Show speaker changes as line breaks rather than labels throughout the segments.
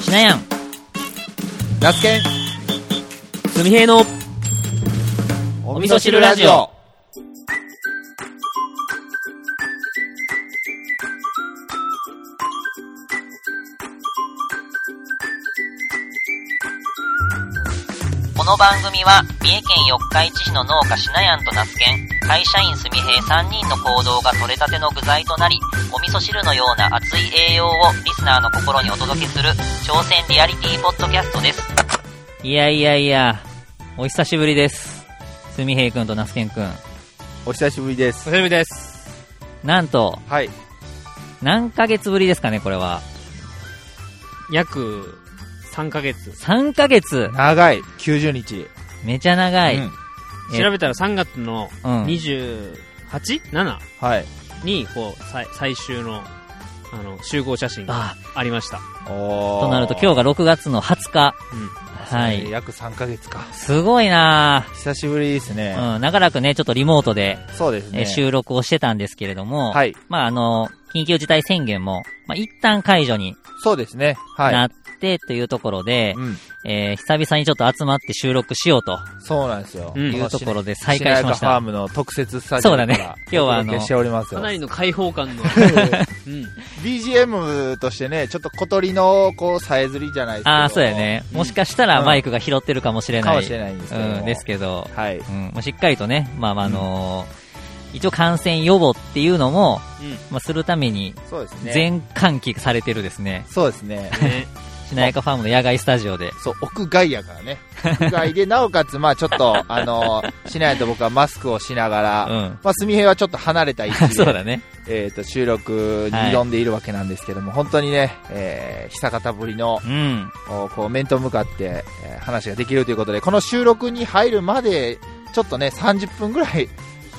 しなやん
ラスケン
すみへいのお味噌汁ラジオこの番組は三重県四日市市の農家しなやんと那須県会社員すみへい3人の行動が取れたての具材となりお味噌汁のような熱い栄養をリスナーの心にお届けする挑戦リアリティポッドキャストですいやいやいやお久しぶりですすみへいくんと那須健くん
お久しぶりです
お久しぶりです。
なんと
はい
何ヶ月ぶりですかねこれは
約3ヶ月。
3ヶ月
長い90日
めちゃ長い、
うん
え
調べたら3月の
うん
28?7
はい
に、こう、最最終の、あの、集合写真が
あ
ありました。
おー
となると今日が6月の20日
うん。
は
えー
い
約3ヶ月か
すごいな
久しぶりですね、
あうん、長らくね、ちょっとリモートで、
そうです
えー
ね
収録をしてたんですけれども、
はい
まあ、あの、緊急事態宣言も、まあ、一旦解除に
そうですねはい
なってというところで、
うん、
えー久々にちょっと集まって収録しようと
そうなんですよ、
うん
いうところで
この
再
し
開
なや
し
か
まし
ファー
た。
ムの特設スタジオから
そうだね今日はあの
お届けしてお りますよ
かなりの開放感の、 うん。
BGM としてねちょっと小鳥のこうさえずりじゃないですけど
ああ、そうやね。もしかしたら
うん
マイクが拾ってるかもしれない。
かもしれないんですけども
うん、ですけど、
はい
うん、もうしっかりとね、まあまあ、あのー一応感染予防っていうのも、まあ、するために、
そうですね
全喚起されてるですね。
そうですね
うん。ね。
しなやかファームの野外スタジオで。
そう、屋外やからね。屋外で、なおかつ、まあちょっ と、あのしないと僕はマスクをしながら、
うん。
まあ、すみへいはちょっと離れた位置
そう
で、
だね。
えっ、と、収録に挑んでいるわけなんですけども、本当にね、えー、久方ぶりの、
うん。
おこう、面と向かって、えー話ができるということで、この収録に入るまで、ちょっとね、30分ぐらい、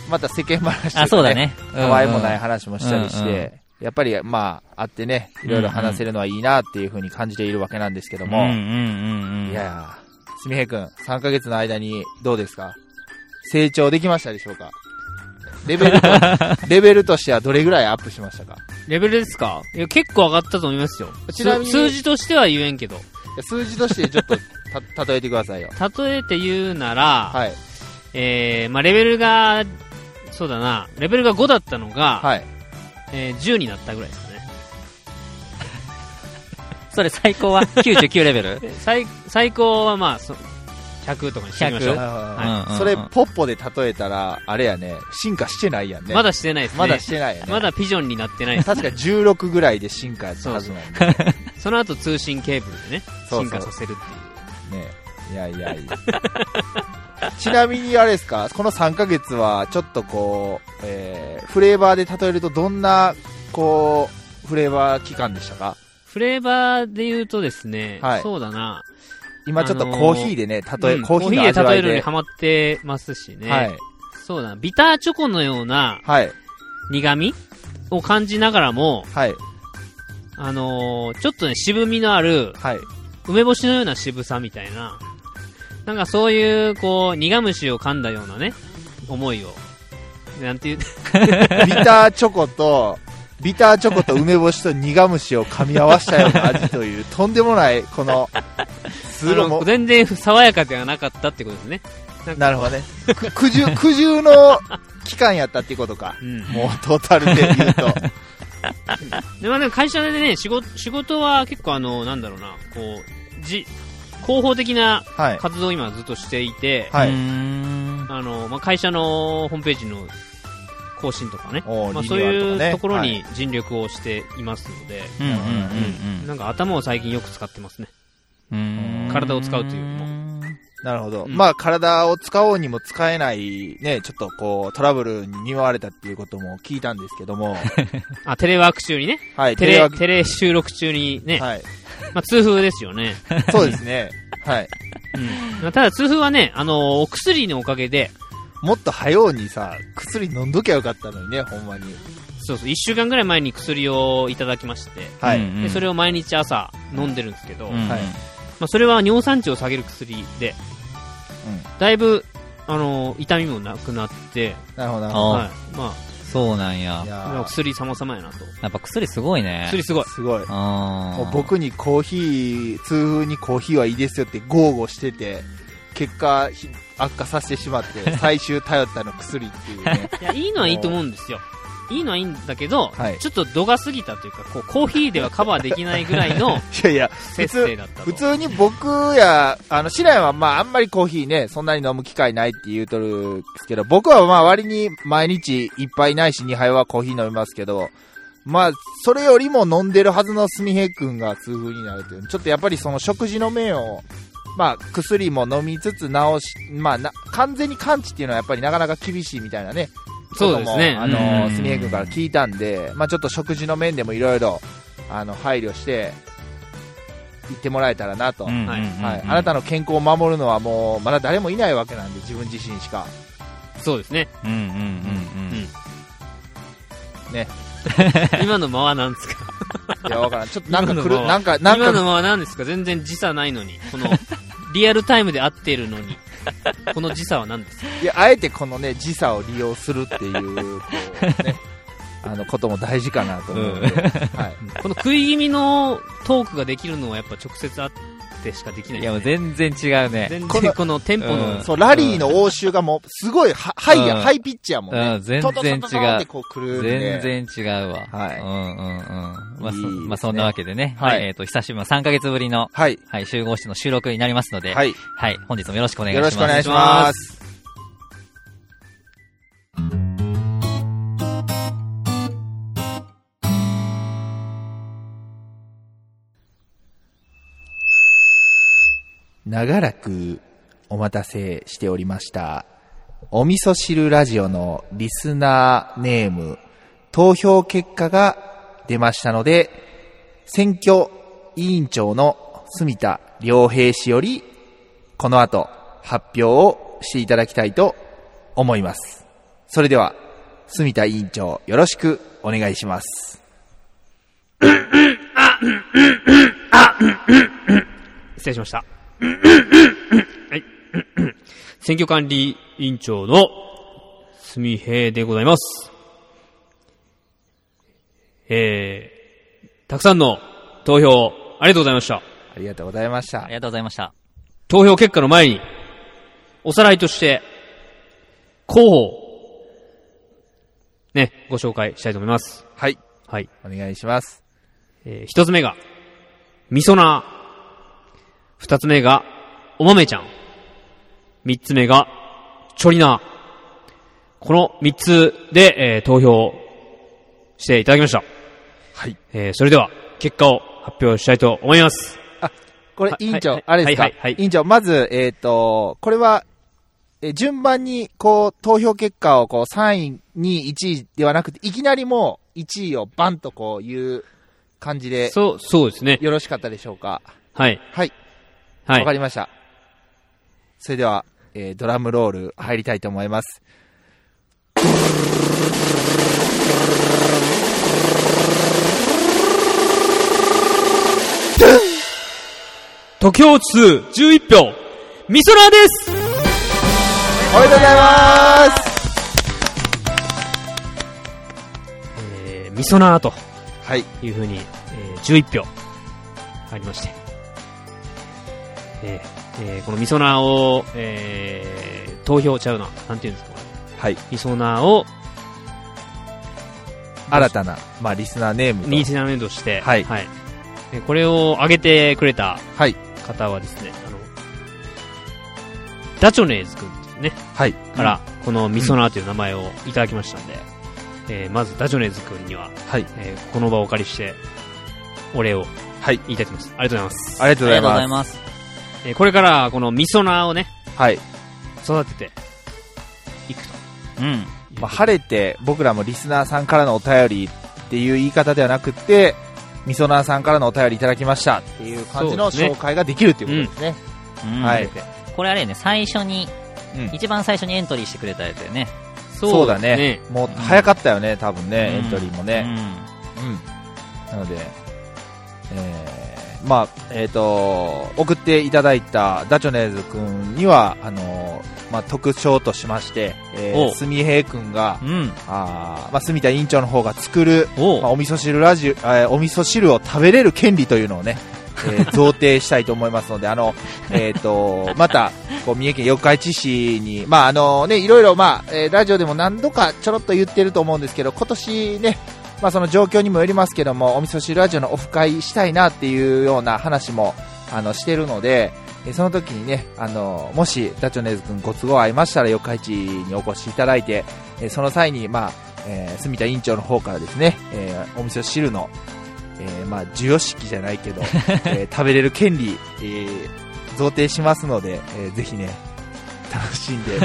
また世間話と
あ、
か
そうだ
ね、
ね。うん
たわいもない話もしたりして、
うんうん
やっぱり、まあ、あってね、いろいろ話せるのはいいなっていうふうに感じているわけなんですけども、
うんうんうんうん。
いやー、すみへいくん、3ヶ月の間にどうですか成長できましたでしょうかレベルと、レベルとしてはどれぐらいアップしましたか
レベルですかいや、結構上がったと思いますよ。
ちなみに
す数字としては言えんけど。
数字としてちょっとた、例えてくださいよ。
例えて言うなら、
はい。
えー、まあレベルが、そうだな、レベルが5だったのが、
はい。
えー、10になったぐらいですかね。
それ最 高は99レベル
で最最高はまあそ100とかにしてみましょう、
100
は
うんうんうん
それ、ポッポで例えたら、あれやね、進化してないやんね。
まだしてないですね
まだしてないやね。
まだピジョンになってないです
確か16ぐらいで進化やったはずなんでね。
その後通信ケーブルでね
そうそう
進化させるって
いやいやいや。ちなみにあれですか、この3ヶ月はちょっとこう、えー、フレーバーで例えるとどんな、こう、フレーバー期間でしたか
いうフレーバーで言うとですね、
はい
そうだな
今ちょっと
あのー
コーヒーでね、例え、
うん
コーヒーの味
コ
わ
で例
い
えるに
で。
ハマってますしね、
はい。
そうだなビターチョコのような
はい。
苦味を感じながらも、
はい。
あのーちょっとね渋みのある
はい。
梅干しのような渋さみたいな、なんかそういう、こう、苦虫を噛んだようなね、思いを。なんていう、
ビターチョコと、ビターチョコと梅干しと苦虫を噛み合わせたような味と いう、とんでもない、この、す
あ
ご
の
も、
全然爽やかではなかったってことですね。
なるほどね。く苦渋、苦渋の期間やったっていうことか。
うん。
もうトータルで言うと。
で、まあでも会社でね、仕事、仕事は結構あの、なんだろうな、こう、じ、広報的な
はい。
活動を今ずっとしていて、
は
うー
い。
ん
あの、まあ会社のホームページの更新とかね、
おー
まあ
リニ
そう
ューアルとかね
いうところに尽力をしていますので、
うんうんうん
なんか頭を最近よく使ってますね。
うんうん
体を使うというよりも
なるほど。
うん
まあ、体を使おうにも使えない、ね、ちょっとこう、トラブルに見舞われたっていうことも聞いたんですけども、
あ、テレワーク中にね、
はい、
テ
テレワ
レ、
ー
テレ収録中にね、
ク、はい、
まあ、痛風です よね。
そうですね。はい。
まあただ痛風はね、あのお薬のおかげで、
もっと早うにさ、薬飲んどきゃよかったのにね、ほんまに。
そうそう、1週間ぐらい前に薬をいただきまして、
はい。
でそれ
を、
を毎日朝飲んでるんですけど、
うん
ま
はい
あ、それは尿酸値を下げる薬で、だいぶ、あの痛みもなくなって、
なるほどなるほ
あ
ど。
はいまあ、
そうなんや
い。や
で
ー
も薬様々やなと。
やっぱ薬すごいね。
薬すごい。
すごい。も
あ
う僕にコーヒー、痛風にコーヒーはいいですよって豪語してて、結果、ひ悪化させてしまって、最終頼ったの薬っていうね。
いや、いいのはいいと思うんですよ。 いいのはいいんだけど、
はい
ちょっと度が過ぎたというか、こう、コーヒーではカバーできないぐらいの
いやいや、普
節制
通、
だったと。
普通に僕や、あの、シラヤはまああんまりコーヒーね、そんなに飲む機会ないって言うとるんですけど、僕はまあ割に毎日一杯ないし2杯はコーヒー飲みますけど、まあ、それよりも飲んでるはずのすみへくんが痛風になるという、ちょっとやっぱりその食事の面を、まあ、薬も飲みつつ治し、まあな、完全に完治っていうのはやっぱりなかなか厳しいみたいなね、
そうですね。
あ
う
の、
ん
すみへくんから聞いたんで、まあちょっと食事の面でもいろいろ、あの、配慮して、行ってもらえたらなと。
うん
はい
はい。あなた
の、
の健康を守るのはもう、まだ誰もいないわけなんで、自分自 身しか。
そうですね。
うんうんうんうん。
今の間は何ですか
いや、わからん。ちょっとなんか来
今の
る、
まま
なんか、なん
今の
か、
間は何ですか全然時差ないのに。こ の、リアルタイムで合ってるのに。この時差は何ですか
いや、あえてこのね、時差を利用するっていう、こう、 ね、あの、ことも大事かなと思うんで、
うん
はい。
この食い気味のトークができるのはやっぱ直接会ってしかできない
い
ですね、
や、もう全然違うね。
全
こ
然
の
このテンポの、
うん
そう、ラリーの応酬がもう、すごいハ、ハイや、
うん
ハイピッチやもん
う
ね
ん。全然
トトトトトンってこう来るんで。
全然違うわ。
はい
うんうんうん。まあ、そ
いいですね
まあ、そんなわけでね。
はい
えっと、久しぶりの3ヶ月ぶりの、
はい。
はい、集合しての収録になりますので、
は
はい。
い。
本日もよろしくお願いし
よ
ま
ろ
す。
しくお願いします。長らくお待たせしておりました。お味噌汁ラジオのリスナーネーム、投票結果が出ましたので、選挙委員長の住田良平氏よりこの後、発表をしていただきたいと思います。それでは、住田委員長、よろしくお願いします。
失礼しました。はい。 選挙管理委員長の、すみへいでございます。えー、たくさんの投票、ありがとうございました。
ありがとうございました
あり。がとうございました。
投票結果の前に、おさらいとして、候補を、ね、ご紹介したいと思います。
はい。
はい。
お願いします。
えー一つ目が、味噌な二つ目が、お豆ちゃん。三つ目が、ちょりなこの三つで、えー投票していただきました。
はい。
えーそれでは、結果を発表したいと思います。
これ
は、い
委員長、
はい
あれですか、
はいはいはい
委員長、まず、えっ、と、これは、え順番に、こう、投票結果を、こう、3位、2位、1位ではなくて、いきなりもう、1位をバンとこう、いう感じで、
そう、そうですね。
よろしかったでしょうか。
はい。
はい。
は
わか
い。
りました。それでは、えードラムロール入りたいと思います。
得票数11票、味噌なです
おめでとうございます
えー、味噌なと
はい。
いうふうに、えー11票入りまして、えーえーこのみそなを、えー投票ちゃうな、なんていうんですか、これ
はい。
みそなを
新たな、まあ、リスナーネームと
ニーチナメントして、
はい
でこれを上げてくれた
はい。
方はですね、あのダチョネーズ君ね、
はい。
から、このみそなという名前をいただきましたんで、えーまずダチョネーズ君には、
はい。
えーこの場をお借りして、お礼を
はい。
言いただきます。ありがとうございます。
ありがとうございます。
ます。
えーこれからこの味噌菜をね、
はい。
育てていくと
うん。
まあ、晴れて、僕らもリスナーさんからのお便りっていう言い方ではなくて、みそなーさんからのお便りいただきましたっていう感じの
そうですね
紹介ができるということですね。
うん
は
れ
い。
て。
これあれやね、最初に、
うん
一番最初にエントリーしてくれたやつよね。
そう
で
だ
す
ね。。もう早かったよね、多分ね、
うん
エントリーも
う
ね。
ん。
うん。なので、えまあ、えっ、と、送っていただいたダチョネーズくんには、あの、まあ、特徴としまして、え
お
ー、
う
すみへいくんが
う、ん。
あーまあ、すみた委員長の方が作る、
おう
まあ、お味噌汁ラジオ、えーお味噌汁を食べれる権利というのをね、えー贈呈したいと思いますので、あの、えっ、と、また、こう、三重県四日市市に、まあ、あのね、いろいろ、まあ、えーラジオでも何度かちょろっと言ってると思うんですけど、今年ね、まあ、その状況にもよりますけども、お味噌汁ラジオのオフ会したいなっていうような話も、あの、してるので、えーその時にね、あの、もし、ダチョネーズくんご都合合いましたら、四日市にお越しいただいて、えーその際に、まあ、えー、住田委員長の方からですね、えーお味噌汁の、えーまあ、授与式じゃないけ ど、えー食べれる権利、えー贈呈しますので、えーぜひね、楽 しんで、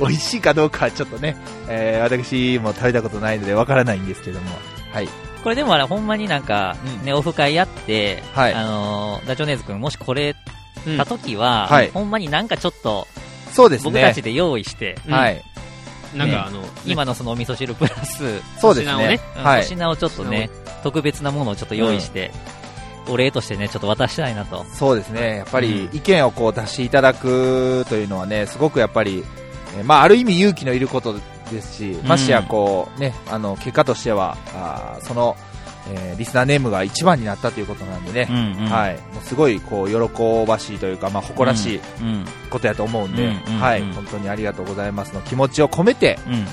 美味しいかどうかはちょっとね、えー私も食べたことないのでわからないんですけども、はい、
これでもあれ、ほんまになんか、
うん
ね、オフ会やって、
はい
あのー、ダチョネーズ君、もしこれ
うん
た時は、
はい
ほんまになんかちょっと、
そうですね。
僕たちで用意して、
うん
はい、
なんかあの、
今のそのお味噌汁プラス、うん
そうです
粗品をね
ね。はい
粗。品をちょっとね、特別なものをちょっと用意して、お礼としてね、ちょっと渡したいなと。。
そうですね、やっぱり意見をこう出していただくというのはね、すごくやっぱり、えーまあ、ある意味勇気のいることですし、ましてやこう、ね、あの結果としては、あーその、えーリスナーネームが一番になったということなんでね、はいい、もうすごいこう喜ばしいというか、まあ、誇らしい
うん。うん。
ことやと思うんで、
うんうんうん
はい、本当にありがとうございますの気持ちを込めて
うん。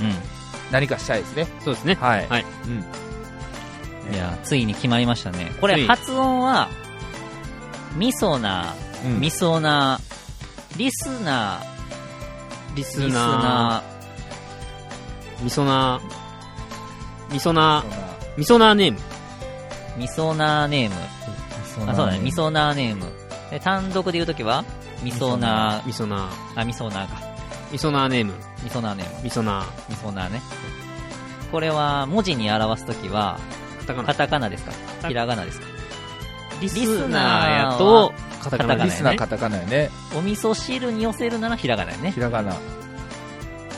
何かしたいですね。
そうですね。
はい、
はい
うん
うん。いや、ついに決まりましたね。こ
つ
れ、
い
発音は、みそな、
うん
みそな、リスナ
リ
ー、
ス
リス
ナ
ナ
ー、ミソナー、ミソナ
そんな
ー、ミソナーネーム。
ー、みそなーネーム。あ、そうだね、みそなーネーム。で、単独で言うときは、みそな
ミソナ
ー、あ、みそなーか。
ー、ミソナーネーム。
みそなーネーム。
ミソナー、
みそなーね。これは、文字に表すときは、
カタカナ
カ。タカナですかひらがなですか
リ
スナー
スナー
や
や
と
と、カ
カタ
タカ
カナ
ナ
や
リ
リ
ス
ス
ナー
ナー
カタカナよね。
お味噌汁に寄せるならひらがなよね
ひ。らがな。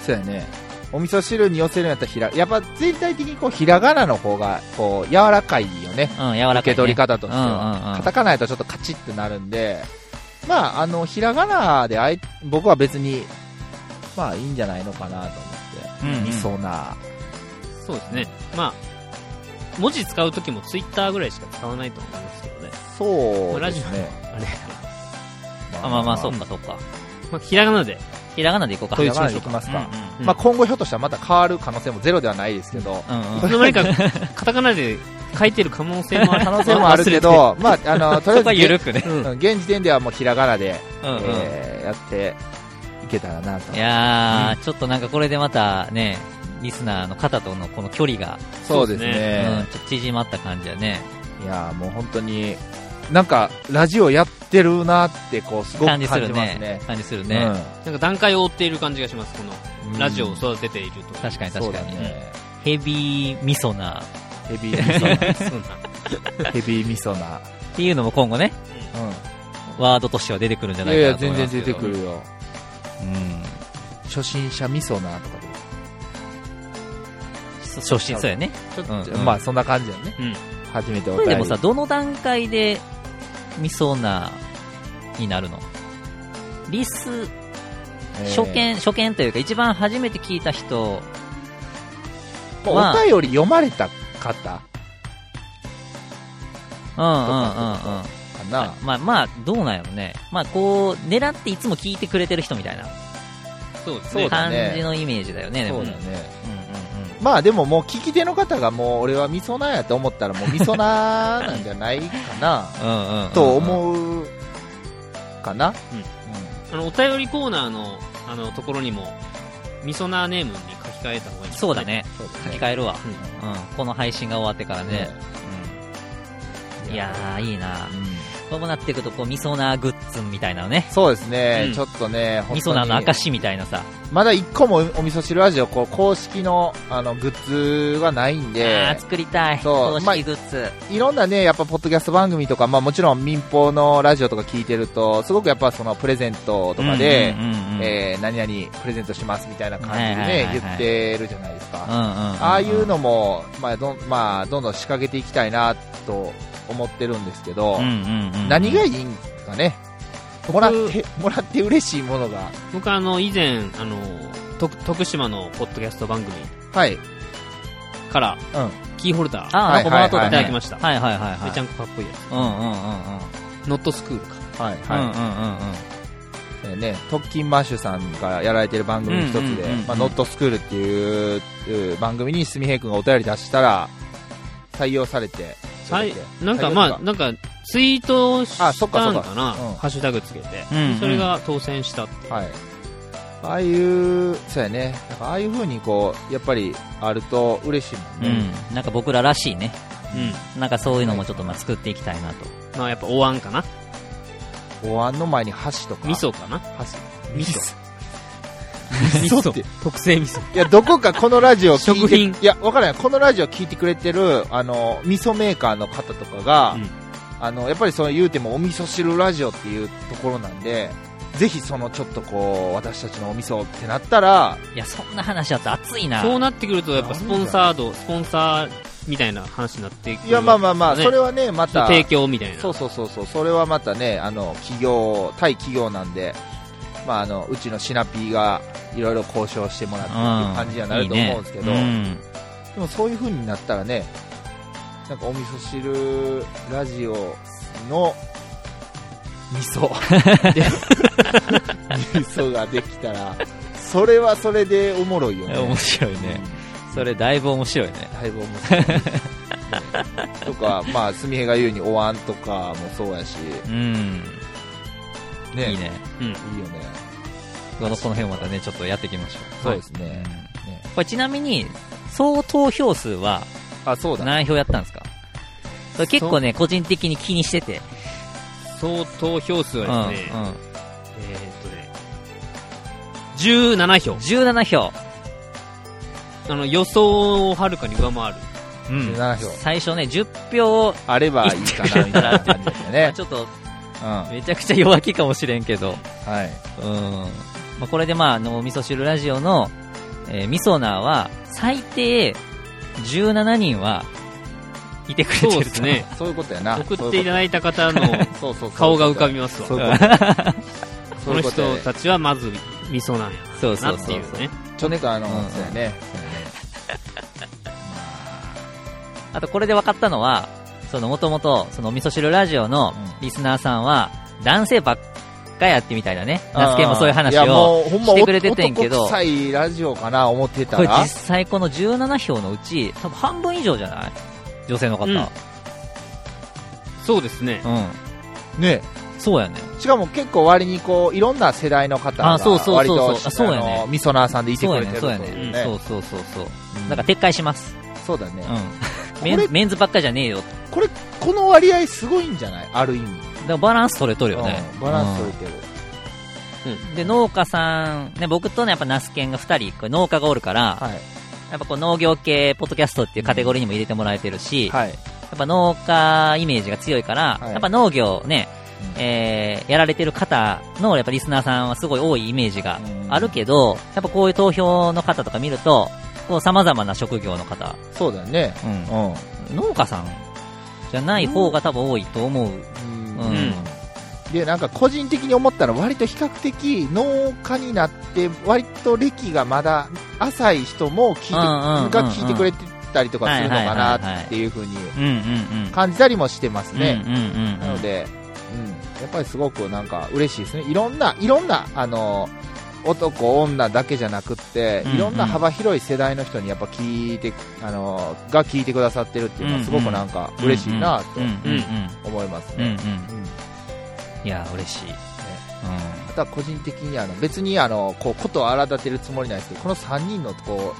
そうやね。お味噌汁に寄せるんやったらひら、やっぱ全体的にこうひらがなの方がこう柔らかいよね。
うん、柔らかい、ね。
受け取り方としては。
うんうんうん
カタカナやとちょっとカチッとなるんで、まあ、あの、ひらがなであい、僕は別に、まあいいんじゃないのかなと思って。
うんうん
みそな。
そうですね。まあ、文字使うときもツイッターぐらいしか使わないと思いますけどね。
そう
ラ
で
ジ
す
オ
ね。
あれ
あ、まあまあ、そうかそうか。
まあ、ひらがなで。
ひらがなでいこうか。
ひ
い
らがなでいきますか。
う
うん
まあ今後ひょっとしたらまた変わる可能性もゼロではないですけど、
んうん。うん
いつの間にか、 カタカナで書いてる可能性もある。
可能性もあるけ ど、まあ、あの、とり
そ
あ
こ
えず
は、緩くね。
うん現時点ではもうひらがなで、
うんうん。
えーやっていけたらなと。
いやー、ちょっとなんかこれでまたね、リスナーの方とのこの距離が、
そうです
うん、
ね。
ちょっと縮まった感じだね。
いやーもう本当に、なんか、ラジオやってるなって、こう、すごく
感
感
じす
じます
るね
ね。。
感じするね。
なんか段階を追っている感じがします。こ
う
の、
ん
ラジオを育てていると。
確か
う
に
ん。そ
確
う
か
だ
に。
ね。
ヘビー味噌なっ
ヘビー味噌
そう な。
な。ヘビー味噌な。
ていうのも今後ね、ワードとしては出てくるんじゃ
うん。い
な
や
い
い
か
や、
なと思
全
いま
然
すけ
出
ど。
てくるよ。
うん。
初心者味噌なとか
初心、そうやね。
で。
うん
まあ、そんな感じだね。
うん。
初めてお
これ
便
で
り
もさ、どの段階で、味噌な、になるのリス、
えー
初見、初見というか、一番初めて聞いた人、
まあお便り読まれた方
うんうんうんうん。
かかな。
まあまあ、どうなんやろね。まあこう、狙っていつも聞いてくれてる人みたいな
そうです
そう
ね。
だ
感
ね
じのイメージだよね、で
そ
も
う
ね
だね。
うんうんうん
まあでももう聞き手の方がもう俺は味噌なんやと思ったらもう味噌ななんじゃないかな
うん うんうんうん。
と思うかな。
うんあの、お便りコーナーの、あの、ところにも、ミソナーネームに書き換えた方がいいんですか
そうだ。ね。
そう
書き
ね。
換えるわ。
うん
うん。この配信が終わってからね。うんいやー、いいな
うん
そうなっていくと、こう、味噌なグッズみたいなのね。
そうですね、
うん
ちょっとね、本当に
味噌なの証みたいなさ。
まだ1個もお味噌汁味をこう公式のあのグッズがないん
あ
で
ー、作りたい。
そう
公
まあ
式グッズ。
いろんなね、やっぱポッドキャスト番組とか、まあもちろん民放のラジオとか聞いてると、すごくやっぱそのプレゼントとかで、
うんうんうんうん、
えー何々プレゼントしますみたいな感じで
はいはい
ね
は、い
言
はい
ってるじゃないです
うんう
か。
んうんうん
ああいうのも、まあどん、まあ、どんどん仕掛けていきたいなと思ってるんですけど、
うんうんうん
何がいいんですかね。もらって、 もらって嬉しいものが。
僕あの、以前、あの、と徳島のポッドキャスト番組
はい。うん。
から、キーホルダー、
あー、
は
ないんかもらっとっ
は
た
たね
いただきました。
はいはいはいはい。
めちゃんこかっこいいや
うんうんうんうん。
つ。ノットスクールか。
は
う
い、
ん
はい。えーね、特勤マッシュさんがやられてる番組の一つで
うんうんうんう、ん
まあノットスクールっていううん番組にすみへいくんがお便り出したら、採用されて、
はい
それで
なんか
採用
まあ、
と
なんか、ツイートをした
あそっかそっ
ん
か
かな、
うん
ハッシュタグつけて、
うんうん
それが当選したって。
はい。ああいう、そうやね。なんかああいう風にこう、やっぱりあると嬉しいもん
うんうん
ね。
うんなんか僕ららしいね。
うん。
なんかそういうのもちょっとまあ作っていきたいなと。
まあやっぱお椀かな
お椀の前に箸とか。
味噌かな
箸。
味噌。
味噌って。
特製味噌。
いや、どこかこのラジオ聞いて、
食品
いや、わからない。このラジオ聞いてくれてる、あの、味噌メーカーの方とかが、
うん
あの、やっぱりそう言うてもお味噌汁ラジオっていうところなんで、ぜひそのちょっとこう、私たちのお味噌ってなったら、
いや、そんな話だと熱いな。
そうなってくると、やっぱスポンサード、スポンサーみたいな話になってくる
いや、まあまあまあ、
ね
それはね、また、
提供みたいな。
そうそうそうそう、それはまたね、あの企業、対企業なんで、まあ、あのうちのシナピーがいろいろ交渉してもらってっていう感じにはなると思うんですけど、
いいね
でもそういう風になったらね、なんかお味噌汁ラジオの味噌、味噌ができたら、 それはそれでおもろいよ
うん
ね。
面白いね。それだいぶ面白いね。
だいぶ面白い、ね。 とか、まあ、すみへが言うにお椀とかもそうやし、
うん。
ね、
いいね。
うん。
いいよね。
このこの辺をまたね、ちょっとやっていきましょう。
そうですね。
はい
ね
これちなみに、総投票数は
あ、そうだ。
何票やったんですかそれ結構ね、個人的に気にしてて。
総投票数
うん
はですね、
うん
えーっとね、17票。
17票。
あの、予想をはるかに上回る。
うん
17票
最初ね、10票を、
あればいいかな、みたいな感じですよ
まあ
ね。
ちょっと、
うん。は
めちゃくちゃ弱気かもしれんけど、
い。
うん。まあ、これでまあ、あの、味噌汁ラジオの、えー、味噌ナーは、最低、17人は、いてくれてると
そうですね。
そういうことやな。
送っていた
い
だいた方の
たそうそうそう
顔が浮かびます
そうい
わ。
うこと。
こ
そうい
の
うことや
人たちはまず味噌なんや
そうそ
な
う
って
そ
いうう。ね。
ちょねか、あの、
うん
そうやね。
あと、これで分かったのは、その、もともと、その、味噌汁ラジオの
う
リスナーさんは、男性ばっかやってみたいだね。
あー
ナスケもそういう話
や
を。
もうほんま
してくれててんけど
男臭いラジオかな、思ってた
これ
ら
実。際この17票のうち、多分半分以上じゃない女性の方。
う
うんん。
そうですね。
ね。
そうやね。
しかも結構割にこう、いろんな世代の方が、
あそうそうそうそう
割と
あそうやね
あの味噌ナーさんでいてく
そう
れ
やね、
てる
そう
とい
や
う
ね。
ね
そうそうそうそう。
うん
だから撤回します。
そうだね。
うん。
こ
メ
れ
ンメンズばっかじゃねえよ。
この割合すごいんじゃないある意味。
だからバランス取れとるよね
う。んバランス取れてる。
うんで、農家さん、ね、僕とね、やっぱナスケンが二人、これ農家がおるから、
はい。
やっぱこう農業系、ポッドキャストっていうカテゴリーにも入れてもらえてるし、
はい。
やっぱ農家イメージが強いから、
はい
やっぱ農業ね、
うん
えー、やられてる方の、やっぱリスナーさんはすごい多いイメージが
うん
あるけど、やっぱこういう投票の方とか見ると、こう様々な職業の方、
そうだね。うん。
農家さんじゃない方が多分多いと思う。
うん
うん
でなんか個人的に思ったのは割と比較的農家になって割と歴がまだ浅い人も聞いて
うんうんうんうん
が聞いてくれてたりとかするのか
はいはいはいは
ないっていう風に
うんうんうん。
感じたりもしてますね、
うんうんうん、
なので、うん、やっぱりすごくなんか嬉しいですねいろんないろんなあの男女だけじゃなくって
うんうん
いろんな幅広い世代の人にやっぱ聞いてあのが聞いてくださってるっていうのはすごくなんか嬉しいなと
うんうん
思います
うんうん
ね、うん
いや嬉しい、
あとは個人的にあの別にあのこうことを荒立てるつもりないですけどこの3人のこ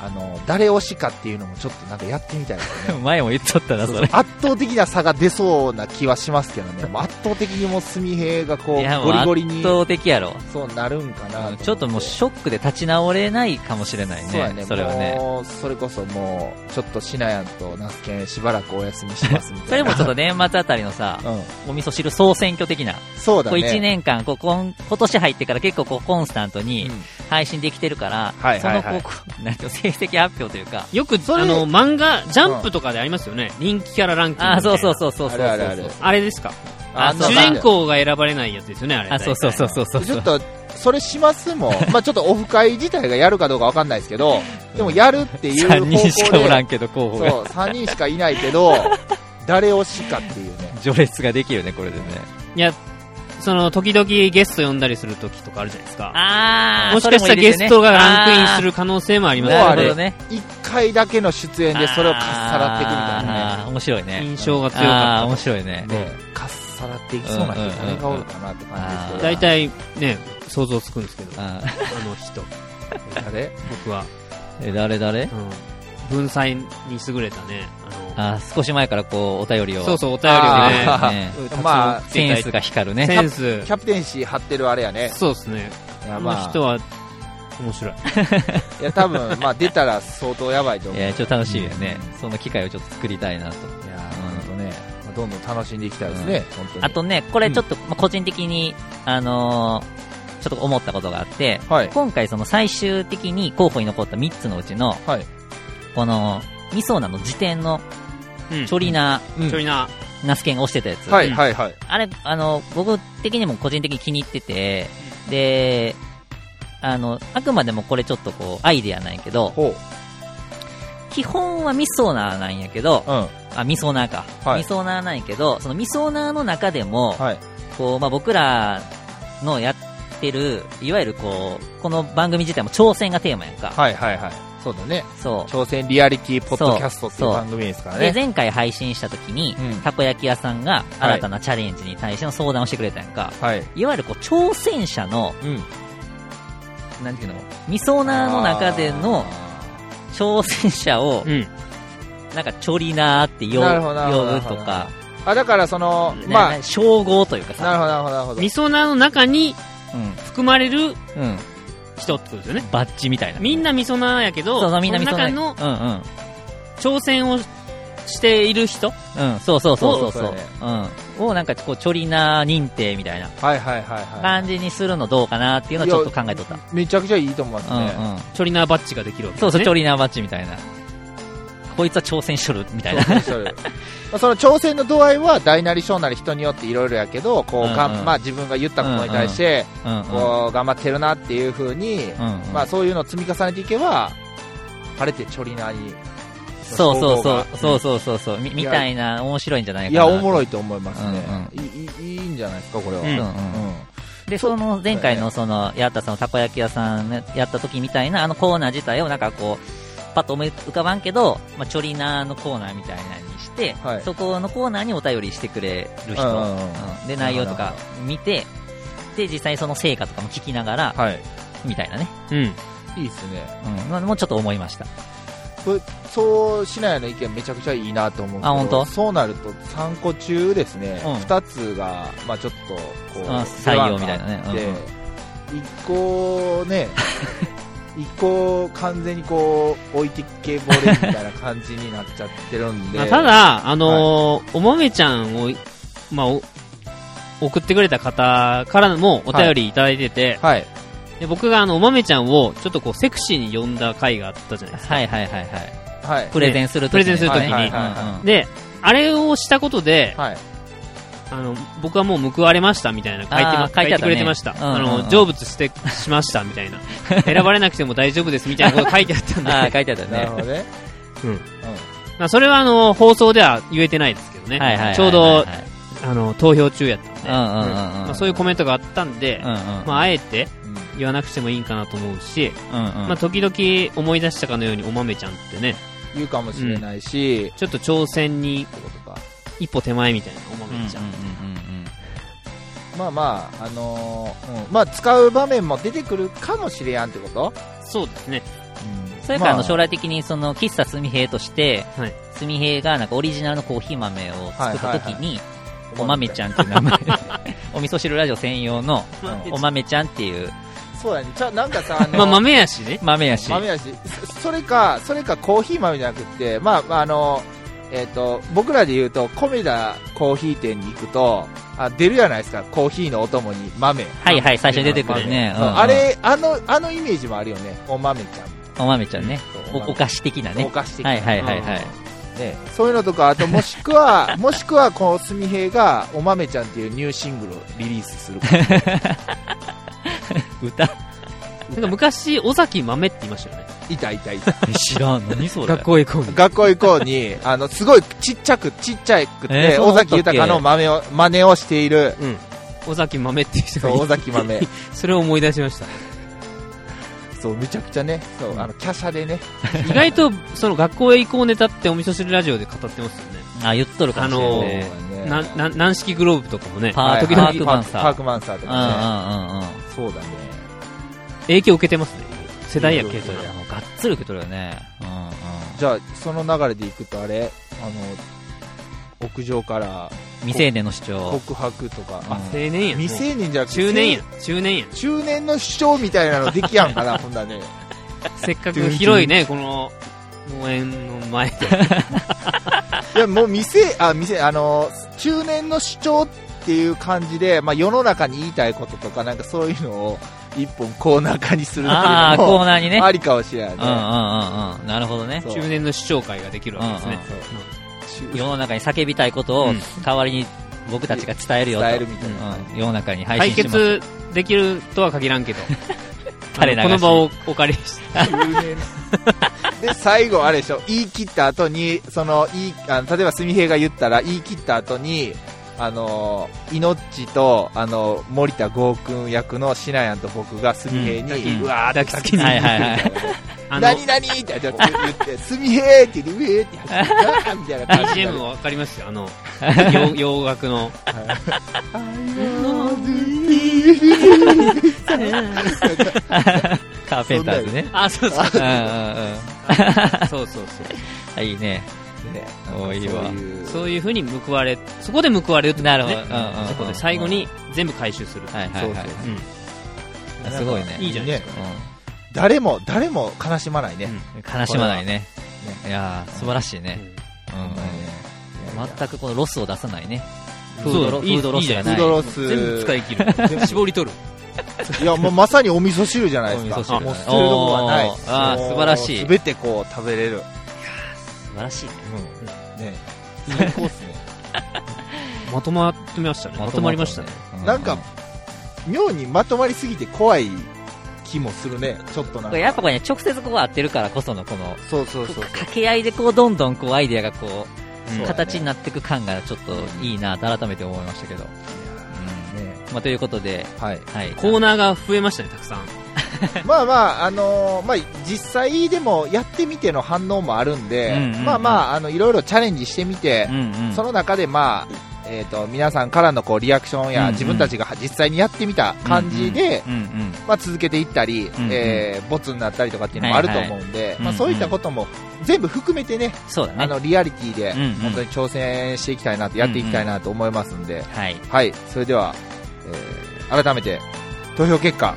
あの、誰推しかっていうのもちょっとなんかやってみたいですね。
前も言っと ったな、それ。
圧倒的な差が出そうな気はしますけどね。もう圧倒的にもう隅平がこ
いやもう
う、ゴリゴリ
圧
に、
倒的やろ。
そうなるんかな
ちょっともうショックで立ち直れないかもしれない
そうや
ね。
ね。
それはね。
もう、それこそもう、ちょっとシナヤンとナスケンしばらくお休みしますみ
そ
た
れ
いな。
もちょっと年末あたりのさ、
うん。
お味噌汁総選挙的な。
そうだ
こう
ね。
1年間、こうこん今年入ってから結構こうコンスタントに
うん
配信できてるから、
はい
そ
は
の
いはい
こうこう なんていうの成績発表というか、
よく、あ
それ
の、漫画、ジャンプとかでありますよね。人気キャラランキングみたいな。
あ、そうそうそうそうそうそう。
あるあるある
あれですか。
あ
ん
そ
な
う
主
だ
人公が選ばれないやつですよね、あれ。
あ、そうそうそうそうそう。
ちょっと、それしますもん。 まあちょっとオフ会自体がやるかどうかわかんないですけど、でもやるっていう方
3
向で。
人しかおらんけど、候補が。
そう、3人しかいない けど、誰推しかっていうね。
序列ができるね、これでね。
いや、その、時々ゲスト呼んだりする時とかあるじゃないですか。
あー、
もしかしたらゲストがランクインす
る
る可能性もあります
もう
な
あ
るほ
れ
ど、ね。
1回だけの出演でそれをかっさらっていくみたいな
あー面白いね。
印象が強
あー、
か
面
っ
白いね。
ね。ねかっさらっていきそうな人誰がおるかなって感
た。
じ
うん
で
大体、ね、想像つくんです けど、あ
あ
の人、
すけど。誰
僕は、
ーえ、誰誰
うん文才に優れたね、あ
あー、少し前からこう、お便りを。
の、そうそう、お便
あ
り
ー
をね、
ね
うん
まあ
センスが光るね。
センス
キ、ャプテンシー張ってるあれやね。
そうですね。
いや、
この
ま
人
あ、
は、面白い。
いや、多分、まあ、出たら相当やばいと
いう
思。いや、
や、ちょっと楽しいよね。その機会をちょっと作りたいなと。
ほんとね、まあどんどん楽しんでいきたいですね、本当に。
あとね、これちょっと、まあ個人的に、あのーちょっと思ったことがあって、
はい。
今回その最終的に候補に残った3つのうちの、
はい。
この、ミソーナの辞典の
うん。
チョリナ、
うん
ちょいな。
ナスケンが押してたやつ。
はい、はい、はい。
あれ、あの、僕的にも個人的に気に入ってて、で、あの、あくまでもこれちょっとこう、アイデアなんやけど、
ほう。
基本はミソーナーなんやけど、
うん。は
あ、ミソーナーか。
はい
ミソーナーなんやけど、そのミソーナーの中でも、
い。
こう、まあ、僕らのやってる、いわゆるこう、この番組自体も挑戦がテーマやんか。
はい、はい、はい。そうだね。
そう。
挑戦リアリティポッドキャストってい
そうう
番組ですから
で、
ね。
前回配信した時に、
うん
たこ焼き屋さんが新たなチャレンジに対しての相談をしてくれたやんか。
はい。
い、わゆるこう、挑戦者の、
うん。
なんていうの、ミソナーの中での挑戦者を
う、ん。
なんかチョリナーって呼
なるほどなるほど
ぶ呼ぶとか、
あ、だからその、ま
ま
あ
あ、、称号というか
な
さ、
るほど、なるほど、なるほど。
みそなの中に
うん、
含まれ
う
る
ん、
人ってことですよね。
バッジみたいな。
みんなみそなやけど、
そうそう、みんなミソ
の
ナ
中
ー。
の
うんうん。
挑戦をしている人
うん、そうそうそうそうそう
そうそう
うん。をなんかこう、チョリナー認定みたいな
はいはいはいはい。
感じにするのどうかなっていうのはちょっと考えとった。
めちゃくちゃいいと思います
うん
ね。
うん。
チョリナーバッジができるわけです、ね。
そうそう、チョリナーバッジみたいな。こいつは挑戦しとるみたいな。
挑戦し とるまあその挑戦の度合いは大なり小なり人によっていろいろやけど、こう、
うんうん
がんまあ自分が言ったことに対して、
うんうん。
こう、頑張ってるなっていう風に、
うんうん
まあそういうのを積み重ねていけば、晴れてちょりなに。
そうそうそう、そううそうそうそう、みみたいな、面白いんじゃない
い
かな
や、
と。
おもろいと思いますね
う。
いいいいいいんじゃないですか、これは。
うん
うんで、その前回のその、やったそのたこ焼き屋さんねやった時みたいな、あのコーナー自体をなんかこう、パッと思い浮かばんけど、まあ、チョリナーのコーナーみたいなにして、
はい
そこのコーナーにお便りしてくれる人、
うんうんうん
うんで、内容とか見て、で、実際その成果とかも聞きながら、
はい。
みたいなね、
うん。
いいですね。
うん、まあもうちょっと思いました。
これそうしないの意見めちゃくちゃいいなと思うけど
あ本当
そうなると3個中ですね、
うん
2つが、まあ、ちょっとこう
あ採用みたいなねうんうん
出番があって1個ね 1個完全にこう置いてけぼれみたいな感じになっちゃってるんで
まあただ、あのーおまめちゃんを、まあ、お送ってくれた方からもお便りいただいてて、
はい
で僕があの、おまめちゃんをちょっとこう、セクシーに呼んだ回があったじゃないですか。
はいはいはいはい。
はい
プレゼンするとき
プレゼンする時に
はいはいはい
は
で、あれをしたことで、
はい
あの、僕はもう報われましたみたいな書いてま、
あー書いてあったね
書くれてました。
うん
あ
うんう
の、
ん
成仏して、しましたみたいな。 選ばれなくても大丈夫ですみたいなこと書いてあったんで。
ああ、書いてあった
なる
ね
ほ。どね、
うん
う
まあそれはあの、放送では言えてないですけどね。
はいはいはいはい。
ちょうど
はい、
あの、投票中やったんで。
うんうんうんうん。
まあ、そういうコメントがあったんで、
うんうん。
まあ、あえて
んうん
言わなくてもいいかなと思うし、
うんうん
まあ、時々思い出したかのようにお豆ちゃんってね、
言うかもしれないし、
ちょっと挑戦に
ってことか
一歩手前みたいなお豆ちゃん。
うんうんうんうんうん。
まあまあ、あのーうんまあ、使う場面も出てくるかもしれやんってこと
そうですね。
それからあ
ま
の
あ
将来的にその喫茶すみへいとして、
はい
すみへいがなんかオリジナルのコーヒー豆を作った時に、お豆ち
ゃ
ゃん
ん。
っていう名前、お味噌汁ラジオ専用の
うん
お豆ちゃんっていう
そうやね。じゃあなんかさ、あ の
まあ、豆やしね。
豆やし、
豆やし。そそれか、それかコーヒー豆じゃなくって、まあ、まああの、えっ、と、僕らで言うと、コメダコーヒー店に行くと、あ出るじゃないですか、コーヒーのお供に豆。
はいはい、最初に出てくるね。
そう
うんうん
あれ、あの、あのイメージもあるよね。お豆ちゃん。
お豆ちゃんね。お
そう
お菓子的な
お
ね。
菓子的な
はいはいはいはい。
ね、そういうのとか、あともしくは、 もしくはこのすみへいが、お豆ちゃんっていうニューシングルをリリースす る。
歌
なんか昔、尾崎豆って言いましたよね。
いたいたいた。
知らん。何そ れ
学校へ行こう に。
学校行こう に、あの、すごいちっちゃく、ちっちゃく
えー
て、
そう
尾
だった
崎
っけ
豊の豆を、真似をしている、
うん。尾崎豆っていう人
そう、尾
がい
崎豆。
て、それを思い出しました。
そう、めちゃくちゃね、そうう、
ん
あの、華奢でね。
意外と、その学校へ行こうネタってお味噌汁ラジオで語ってますよね。
あ、言っとるかもしれ
そ
な
う
い
おー
ね。
ね
な、な、軟式グローブとかもね、
パー
はい
時々パークマンサー
パークマンサーと
うん
かね。
うんうんうん。
そうだね。
影響受けてますね。世代やけど
い。やもうがっつり受け取るよね。うんうん。
じゃあ、その流れで行くと、あれ、あの、屋上から
未成年の主張。
告白とか、
うん
あ
青年や。
未成年じゃなくて
中年や。中年や。
中年の主張みたいなのできやん かな、ほんだね。
せっかく広いね、この、農園の前で。
いや、もう店、あ、店、あの、中年の主張っていう感じで、まあ世の中に言いたいこととか、なんかそういうのを一本コーナー化にするっていう
ああ、
の
コ
も、
ーナーにね。
ありかもしれない
うんうん
ね。
うんうん。なるほどね。
そう
中年の主張会ができるわけですね。
世の中に叫びたいことを
うん
代わりに僕たちが伝えるよと。
伝えるみたいな。
うん世の中に配
解
信します。
決できるとは限らんけど、
垂れ流し
この場をお借りして。
中年で、最後あれでしょ、言い切った後に、その、言い、あの例えば、すみへいが言ったら、言い切った後に、あの、いのっちと、あの、森田剛君役のシナヤンと僕がすみへいに、
うん
うわーって
抱きつきに
はいはいはい。
あの、
何何って言って、すみへーって言って、うえーって走って、みたいな感 じに
BGM
なる。
わかりますよ、あの、洋洋楽の。
カーペンターズね。
あ、そうそう。
うんうんうん。
そうそうそ
あいいね。
ね
多いわ
そういう
う。そういう風に報われ、そこで報われるってこ
な
とね。
るほどうんうんうん
そこで最後に全部回収する。
はいはいはい
そうそう。
う
あすごいね。
ん。いいじゃないですか。
誰も、誰も悲しまないね。
うん悲しまないね。いやー素晴らしいね。うんうん全くこのロスを出さないね。フードロ
そう
フードロスが
フ
な
ー
い。
ドロス。
全部使い切 る。絞り取る。
いや、もうまさにお味噌汁じゃないです
お味噌
か。
汁
あもう捨てるとこはない
おー。あー
もう
素晴らしい
すべてこう食べれる。
素晴らしいね。
うんね最高っすね。
まとまってましたね。まとまりましたね。。
なんか、妙にまとまりすぎて怖い気もするね。ちょっとなん
こ
か。
れやっぱこれね、直接ここ合ってるからこそのこの、
そうそうそうそう。
掛け合いでこうどんどんこうアイデアがこ
そう
う、
だね
形になっていく感がちょっといいなと改めて思いましたけど。
いやーね
まあということで、
はい。
はい。
コーナーが増えましたね、たくさん。
まあまあ、あのーまあ、実際でもやってみての反応もあるんで、
うんうんうん
まあまあ、あの、いろいろチャレンジしてみて
う、んうん。
その中でまあ、えっ、と、皆さんからのこう、リアクション
う
や、
んうん
自分たちが実際にやってみた感じで、
うんうん。
まあ、続けていったり、
んうん
えーボツになったりとかっていうのもあると思うんで、
いうん
まあ、
うん
そういったことも全部含めてね、
そうだ
あ
ね。
の、リアリティで
うんうん、
本当に挑戦していきたいなと、やっていきたいなと思いますんで、
はい。
はい、それでは、えー改めて、投票結果、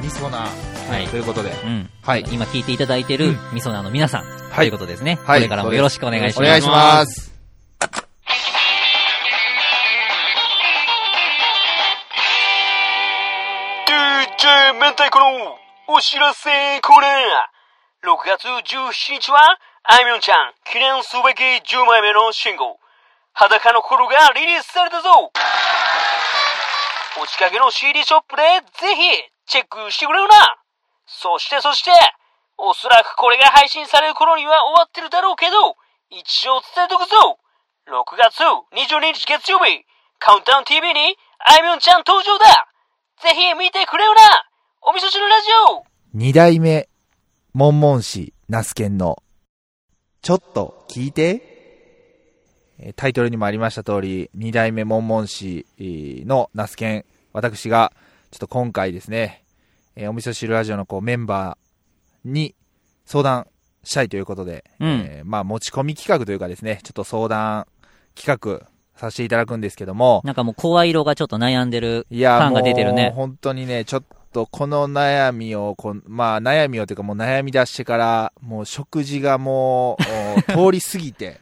ミソナ
はい
ということで、
うん。
はい
今聞いていただいて
う
る
ん
みそなの皆さん、
はい
ということですね。
はい
これからもよろしくお願いし
お
ます。
願いします。
DJ 明太子のお知らせコーナー !6 月17日は、あいみょんちゃん記念すべき10枚目のシングル、裸の頃がリリースされたぞお近くの CD ショップでぜひチェックしてくれよなそしてそして、おそらくこれが配信される頃には終わってるだろうけど、一応伝えとくぞ !6 月22日月曜日、カウンタウン TV にあいみょんちゃん登場だぜひ見てくれよなお味噌汁ラジオ
二代目、モンモン氏、ナスケンの、ちょっと聞いて。えータイトルにもありました通り、二代目モンモン氏えーのナスケン、私が、ちょっと今回ですね、えーお味噌汁ラジオのこうメンバーに、相談したいということで、
うん
えーまあ持ち込み企画というかですね、ちょっと相談企画させていただくんですけども、
なんかもう声色がちょっと悩んでる
いや、
感が出てるね
もう本当にね、ちょっとこの悩みをこん、まあ悩みをというかもう悩み出してから、もう食事がもう、お通り過ぎ て、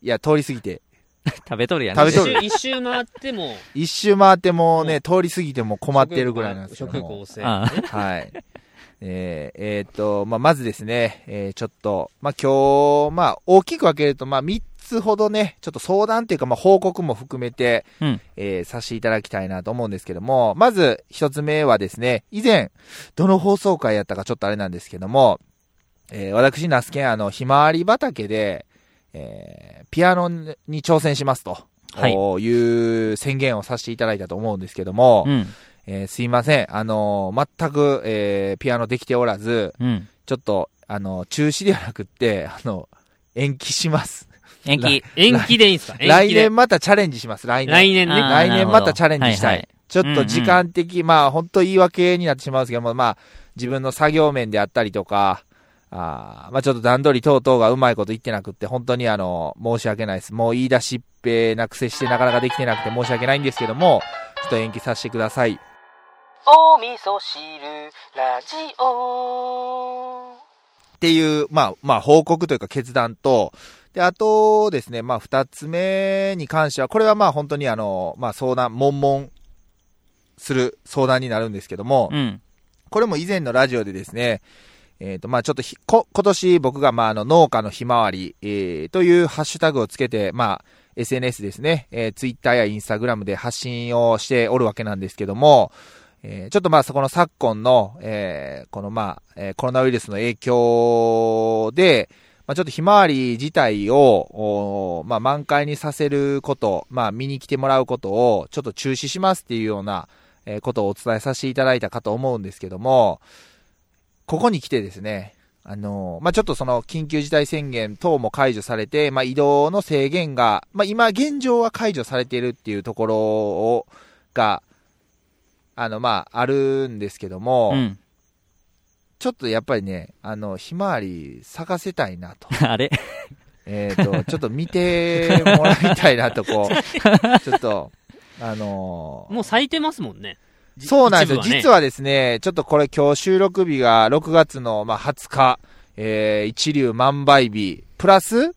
いや、通り過ぎて、
食べとるやん
食べ
一
と
周
る、
一周回っても、
一周回ってもうね、通り過ぎてもう困ってるぐらいなんですけど
食欲
も
旺盛。
ああ
はい。えーえーっと、まあ、まずですね、えーちょっと、まあ、今日、まあ、大きく分けると、まあ、3つほどね、ちょっと相談というか、まあ、報告も含めて、
うん
えーさせていただきたいなと思うんですけども、まず、一つ目はですね、以前、どの放送回やったかちょっとあれなんですけども、えー私、ナスケン、あの、ひまわり畑で、えーピアノに挑戦しますと、
はい
い、う宣言をさせていただいたと思うんですけども、
うん
えーすいません。あのー全く、えーピアノできておらず、
うん
ちょっと、あのー中止ではなくって、あの延期します。
延期
延期でいいんすか 延
来
期で
年。またチャレンジします。来年。
来年ね。
あー
来
なる
年
ほど
またチャレンジしたい。
はいはい
ちょっと時間的、まあ本当言い訳になってしまうんですけども、まあ自分の作業面であったりとか、あーまあちょっと段取り等々がうまいこと言ってなくって、本当にあの、申し訳ないです。もう言い出しっぺなくせしてなかなかできてなくて申し訳ないんですけども、ちょっと延期させてください。
お味噌汁ラジオ
っていう、まあ、まあ、報告というか決断と、で、あとですね、まあ、二つ目に関しては、これはまあ、本当にあの、まあ、相談、悶々する相談になるんですけども、
うん
これも以前のラジオでですね、えっ、と、まあ、ちょっとひ、こ、今年僕が、まあ、あの、農家のひまわり、えーというハッシュタグをつけて、まあ、SNS ですね、えー、Twitter や Instagram で発信をしておるわけなんですけども、えーちょっとまあ、そこの昨今の、えーこのまあ、えーコロナウイルスの影響で、まあ、ちょっとひまわり自体を、おーまあ、満開にさせること、まあ、見に来てもらうことを、ちょっと中止しますっていうような、えーことをお伝えさせていただいたかと思うんですけども、ここに来てですね、あのーまあ、ちょっとその緊急事態宣言等も解除されて、まあ、移動の制限が、まあ、今現状は解除されているっていうところを、が、あの、まあ、あるんですけども、
うん
ちょっとやっぱりね、あの、ひまわり咲かせたいなと。
あれ
えっ、と、ちょっと見てもらいたいなと、こう、ちょっと、あのー
もう咲いてますもんね。じ
そうなんですよ、
一部ね
実はですね、ちょっとこれ今日収録日が6月の、まあ、20日、えー一流万倍日、プラス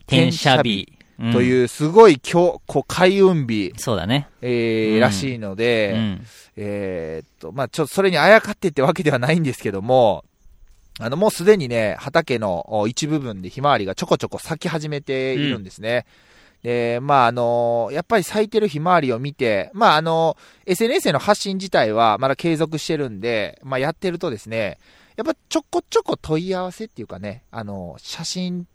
転写日
と
うん
いう、すごい今日、こう、開運日、
そうだね
えー
うん
らしいの
う
で、
ん
えーっと、まあ、ちょっとそれにあやかってってわけではないんですけども、あの、もうすでにね、畑のお一部分でひまわりがちょこちょこ咲き始めているんですね。で、まあ、あの、やっぱり咲いてるひまわりを見て、まあ、あの、SNS への発信自体はまだ継続してるんで、まあ、やってるとですね、やっぱちょこちょこ問い合わせっていうかね、あの、写真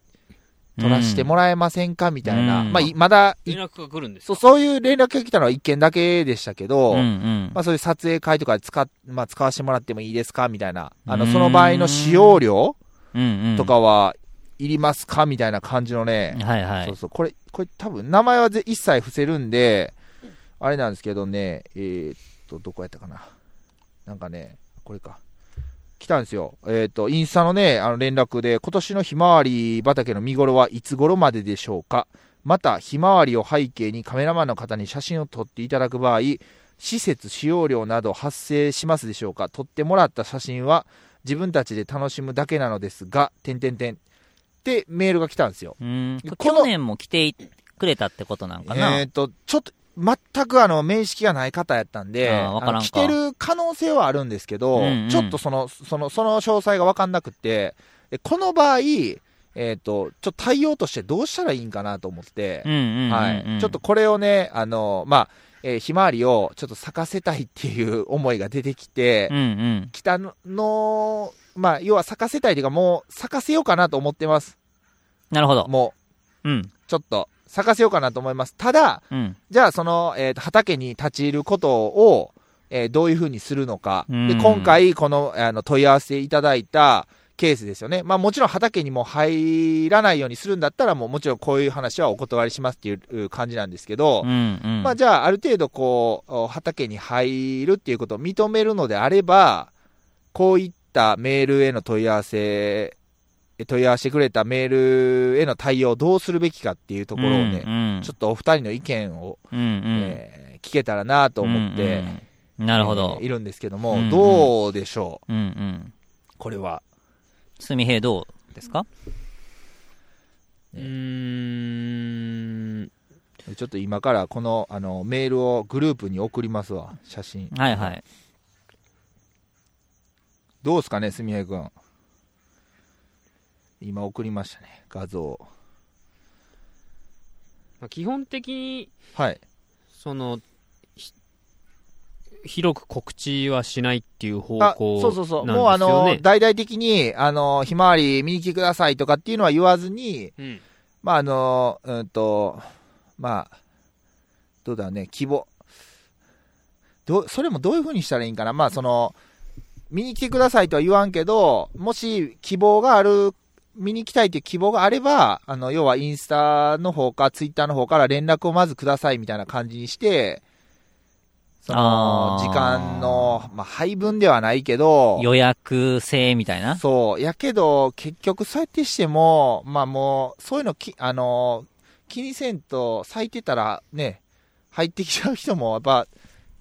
撮らせてもらえませんかみたいな、
うん
まあ、いまだい
連絡が来るんです
そう、
か
そういう連絡が来たのは一件だけでしたけど、
うんうん
まあそういう撮影会とかで使っ、まあ使わせてもらってもいいですかみたいな。あの、
うーん
その場合の使用料
うんうん
とかはいりますかみたいな感じのね。
はいは
そう
い
そう。これ、これ多分名前はぜ一切伏せるんで、あれなんですけどね、えーっと、どこやったかな。なんかね、これか。来たんですよ。えーっと、インスタのね、あの連絡で、今年のひまわり畑の見頃はいつ頃まででしょうかまた、ひまわりを背景にカメラマンの方に写真を撮っていただく場合、施設使用料など発生しますでしょうか撮ってもらった写真は自分たちで楽しむだけなのですが、点点点ってメールが来たんですよ。
うん
この
去年も来てくれたってことなんかな
えっ、と、ちょっと、全くあの、面識がない方やったんで、
あーわからんか
あの来てる可能性はあるんですけど、
うんうん
ちょっとその、その、その詳細がわかんなくって、でこの場合、えっ、と、ちょっと対応としてどうしたらいいんかなと思って、
うんうんうんうん
はい。ちょっとこれをね、あの、まあ、えーひまわりをちょっと咲かせたいっていう思いが出てきて、
うんうん
北の、まあ、要は咲かせたいというか、もう咲かせようかなと思ってます。
なるほど
も
うん
う、ちょっと、咲かせようかなと思います。ただ、
うん
じゃあ、その、えーと畑に立ち入ることを、えーどういうふうにするのか。
うん
で、今回、この、あの、問い合わせいただいたケースですよね。まあ、もちろん畑にも入らないようにするんだったら、もう、もちろんこういう話はお断りしますっていう感じなんですけど、
うんうん
まあ、じゃあ、ある程度、こう、お畑に入るっていうことを認めるのであれば、こういったメールへの問い合わせ問い合わせてくれたメールへの対応をどうするべきかっていうところをね、
うん、
ちょっとお二人の意見を、
うんうん
えー聞けたらなと思って、
うんうんなるほど
えーい。るんですけども、
うんうん
どうでしょ
うんうん。
うこれは。
すみへいどうですか
うーん。
ちょっと今からこの、あの、メールをグループに送りますわ、写真。
はいはい。
どうですかね、すみへいくん。今送りましたね、画像。
まあ基本的に、
はい。
その、ひ広く告知はしないっていう方
あ、
向
そうそうそう。
なんですよね。
もうあの、大々的に、あの、ひまわり見に来てくださいとかっていうのは言わずに、
うん。
まああの、うんと、まあ、どうだろうね、希望。どう、それもどういう風にしたらいいんかな。まあその、見に来てくださいとは言わんけど、もし希望がある、見に来たいという希望があれば、あの、要はインスタの方かツイッターの方から連絡をまずくださいみたいな感じにして、その
あ、ー
時間の、まあ配分ではないけど、
予約制みたいな。
そう。やけど、結局そうやってしても、まあもう、そういうのき、あのー気にせんと、咲いてたらね、入ってきちゃう人も、やっぱ、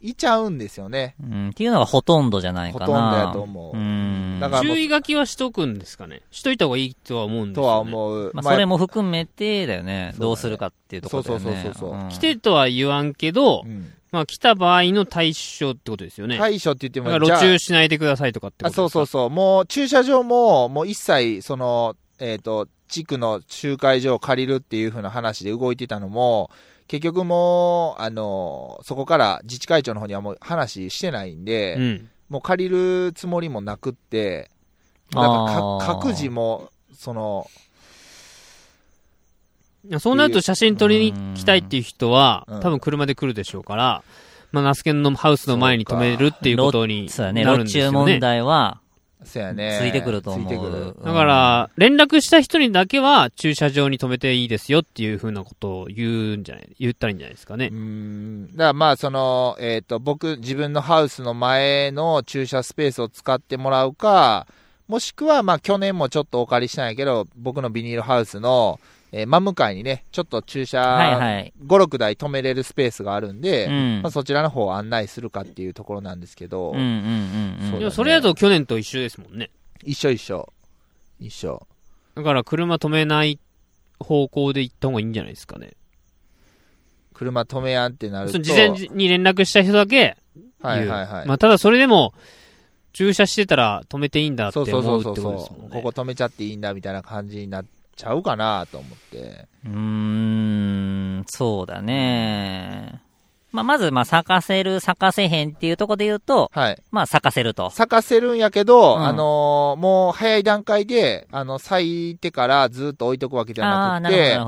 いちゃうんですよね。
うん、っていうのがほとんどじゃない
ほ
か
と
な。
んどやと思う。
うん。
だからもう
注意書きはしとくんですかね。しといた方がいいとは思うんですよ、ね。
とは思う。
まあ、
まあ
それも含めてだよね。
そうだね
どうするかっていうところだよね。
そうそうそうそうそうん
来、てとは言わんけど、
うん
まあ来た場合の対処ってことですよね。い。
対処って言っても、
だから
じゃ
路
あ
中しないでくださいとかってこ
あ
とですか
そうそうそう。もう、駐車場も、もう一切、その、えっ、と、地区の集会所を借りるっていう風な話で動いてたのも、結局もう、あの、そこから自治会長の方にはもう話してないんで、
うん。
もう借りるつもりもなくって、なんか
あー
か各自も、その、
いやそうなると写真撮りに来たいっていう人は、
うん
多分車で来るでしょうから、まあ、ナスケンのハウスの前に止めるっていうことに
そう
な
だ
るん
ね。
で
路
す
中
よ
問
ね。
題は、
そや
つ
ね。
いてくると思う。
ついてくる。
だから、連絡した人にだけは駐車場に止めていいですよっていうふうなことを言うんじゃない、言ったらいいんじゃないですかね
う。ん。だからまあ、その、えっ、と、僕、自分のハウスの前の駐車スペースを使ってもらうか、もしくは、まあ、去年もちょっとお借りしたんやけど、僕のビニールハウスの、えー真向かいにね、ちょっと駐車、
はいはい。
5、6台止めれるスペースがあるんで、
うん
まあ、そちらの方を案内するかっていうところなんですけど、
うんうんうん。
そううん
でもそれだと去年と一緒ですもんね。
一緒一緒。一緒。
だから車止めない方向で行った方がいいんじゃないですかね。
車止めやんってなる
そ
と。
の事前に連絡した人だけ言う。
はいはいはい。
まあ、ただそれでも、駐車してたら止めていいんだって
そう
思
そうそうう
って
そ
こ
う
とで
そ
すもん
う。
ね
ここ。止めちゃっていいんだみたいな感じになっちゃうかなと思って。
うーん、そうだね。まあ、まず、まあ、咲かせる、咲かせへんっていうところで言うと、
はい。
まあ、咲かせると。
咲かせるんやけど、
うん
あのーもう早い段階で、あの、咲いてからずっと置いとくわけじゃ
ああー、な
なく
るほど、
て、
なる
あ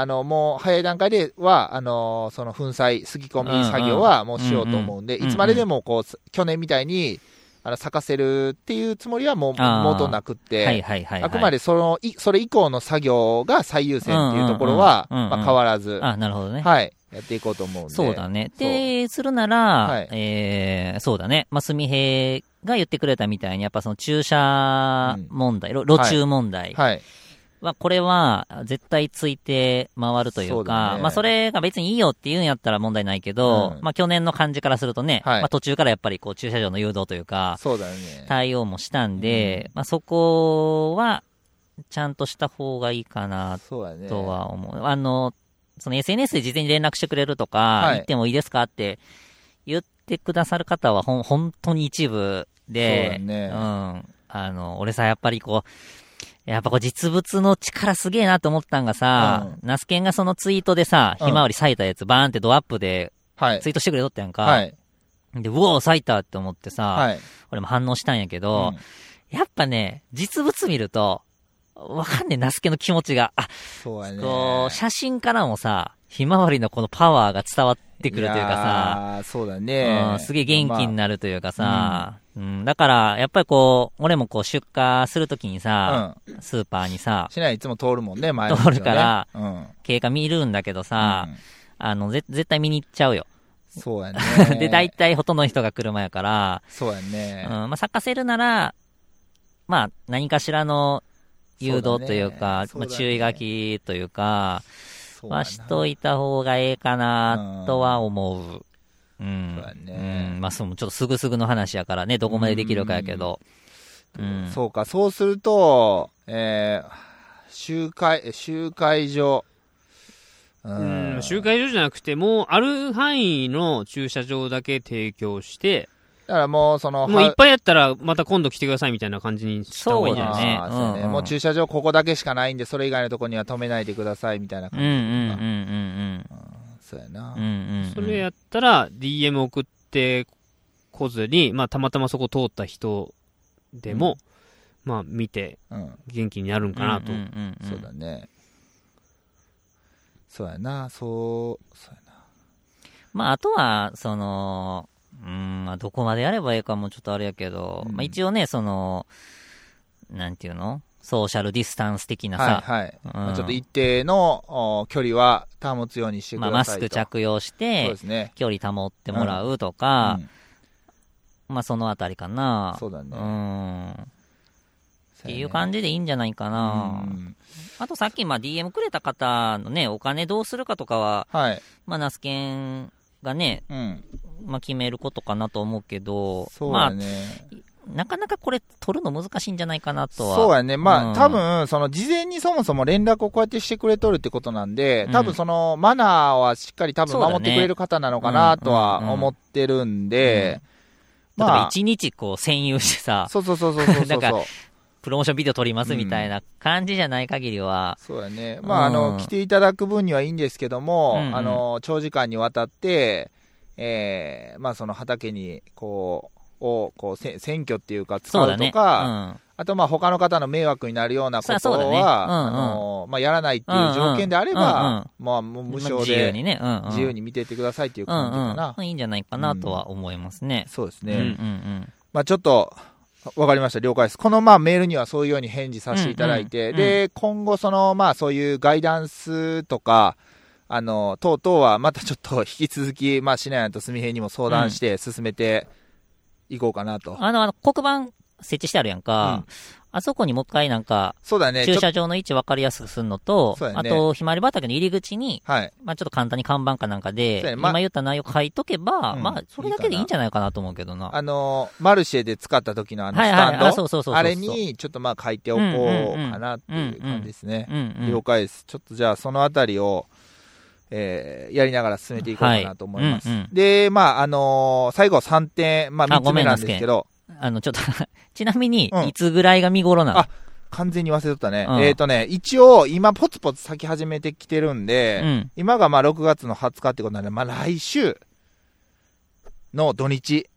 ほど。
の、もう早い段階では、あのーその粉砕、すぎ込み作業はもうしようと思うんで、
うんうん
いつまででもこう、去年みたいに、あの、咲かせるっていうつもりはもう
あー
元なくって、
はいはいはい、はい。
あくまでその、いそれ以降の作業が最優先っていうところは、
うんうんうんうん
まあ変わらず、
あなるほどね。
はい、やっていこうと思うんで。
そうだね。
そう
で、するなら、
はい
えー、そうだね。まあ、すみへいが言ってくれたみたいに、やっぱその駐車問題、路路中問題
はい。
は、これは絶対ついて回るとい
そううだ
か、
ね
まあ、それが別にいいよって言うんやったら問題ないけど、
うん
まあ、去年の感じからするとね、
はい
まあ、途中からやっぱりこう駐車場の誘導というか、
そうだよね。
対応もしたんで、まあ、そこは、ちゃんとした方がいいかな
そうだね。
とは思う。あの、その SNS で事前に連絡してくれるとか、
はい
行ってもいいですかって言ってくださる方はほん、本当に一部
そう
で、
だね
ん。あの、俺さ、やっぱりこう、やっぱこう実物の力すげえなと思ったんがさ、ナスケンがそのツイートでさ、
うん
ひまわり咲いたやつバーンってドアップで
はい
ツ。イートしてくれとったやんか。
はい。
で、うおー咲いたって思ってさ、
はい。
俺も反応したんやけど、
うん
やっぱね、実物見ると、わかんねえ、ナスケの気持ちが。あ、
そうだね。
こう、写真からもさ、ひまわりのこのパワーが伝わってくるというか
さ。そうだ
さ、
ね
うん、。すげえ元気に
る。
なるというかさ、うん、だから、やっぱりこう、俺もこう出荷するときにさ、
うん。
スーパーにさ、
市内いつも通るもんね、前
通るから
道をねうん。
経過見るんだけどさ
う、ん
あの、ぜ、絶対見に行っちゃうよ。
そうや ね。
で、大体ほとんどの人が車やから、
そうや
うん、
ね。
まあ、咲かせるなら、まあ、何かしらの誘導というか、
そう
ま
だ
あ、
ね
注意書きというか、
そう
ま
だな
あ、しといた方がええかな、とは思う。うん。
そうだね
うんまあ、その、ちょっとすぐすぐの話やからね、どこまでできるかやけど。うん。
そうか、そうすると、えー集会、え集会所。う
うん、集会所じゃなくて、もうある範囲の駐車場だけ提供して、
だからもう、その、
もういっ
い
ぱいやったらまた今度来てくださいみたいな感じにした方がいいんじゃないですか。
ね
そう
うんうん
もう駐車場ここだけしかないんで、それ以外のとこには止めないでくださいみたいな
う
感
んうん
じ。
うんうん
そうやな。
うん。うんうん。
それやったら DM 送ってこずに、まあたまたまそこ通った人でも、まあ見て
うん、
元気になるんかなと。
うんうんうん
そうだね。そうやな、そう、そうやな。
まあ、あとは、その、うん、まあ、どこまでやればいいかもちょっとあれやけど、
うん
まあ、一応ね、その、なんていうのソーシャルディスタンス的なさ、
はいはい。まあ
うん
ちょっと一定のお距離は保つようにしてくだ
ま
さ
あ、
いと。
マスク着用し
そう
て
で、すね。
距離保ってもらうとか
う、ん
まあ、そのあたりかな。
そうだね
うん。っ
そう
て
やね
いう感じでいいんじゃないかな。
うん
あとさっき、まあ、DM くれた方のね、お金どうするかとかは、
はい。
まあ、ナスケンがね、
うん。
まあ、決めることかなと思うけど、
そう
ま
や
あ、
ね。
なかなかこれ取るの難しいんじゃないかなとは。
そうやね。まあ、
うん
多分、その、事前にそもそも連絡をこうやってしてくれとるってことなんで
う、ん
多分その、マナーはしっかり多分
そうだね
守ってくれる方なのかなとは
うんうんうん
思ってるんで、
例えば
ま
一日こう占有してさ、
あ、そうそうそうそうそうそ
な
うん
かプロモーションビデオ撮りますみたいな感じじゃない限りは、
そうやね。まあ、あ
う
の、
ん
来ていただく分にはいいんですけども、
うんうん
あの、長時間にわたって、えーまあ、その畑に、こう、を、こう、せ選挙っていうか、使
そうだ
う
ね
と。か、あと、まあ、他の方の迷惑になるようなこと
そう
は、
だねうんうん
あの、まあ、やらないっていう条件であれ
うんうんうん
ば、まあ、もう
うん
無
まあ
償
自由
で
に、ね。うん、うん。
自由に見ていってくださいっていう
うん
感じかな
う。ん。いいんじゃないかなとは思いますね。
そうです
うん
ね。
うんうん。
まあ、ちょっと、わかりました。了解です。この、まあ、メールにはそういうように返事させていただいて、
うんうん
で、今後、その、まあ、そういうガイダンスとか、あの、等々は、またちょっと引き続き、まあ、シナヤンとスミヘイにも相談して進めていこうかなと。
あの、あの、黒板設置してあるやんか。あそこにもう一回なんか、
そうだね。
駐
ちょっ
車場の位置分かりやすくするのと、
そうや
あ
ね
と、ひまわり畑の入り口に、
と、はい。
まあちょっと簡単に看板かなんかで、
そうやねまあ
今言った内容書いとけば、
うん
まあそれだけでいいんじゃないかなと思うけどな。
あの、マルシェで使った時のあの、
はい
ス
はいはい
タンド。
あそうそうそうそうそう
あれに、ちょっとまあ、書いておこうかなっていう感じですね
う。んうん。
了解です。ちょっとじゃあ、そのあたりを、えーやりながら進めていこうかなと思います。
はいうんうん
で、まあ、あのー最後3点、まあ、
あ
3つ目なんですけど、
あの、ちょっと、 ちなみに
う、ん
いつぐらいが見頃なの、
あ完全に忘れとったね。
うん
えっ、とね、一応、今、ポツポツ咲き始めてきてるんで、
うん
今がまあ、6月の20日ってことなんで、まあ、来週の土日、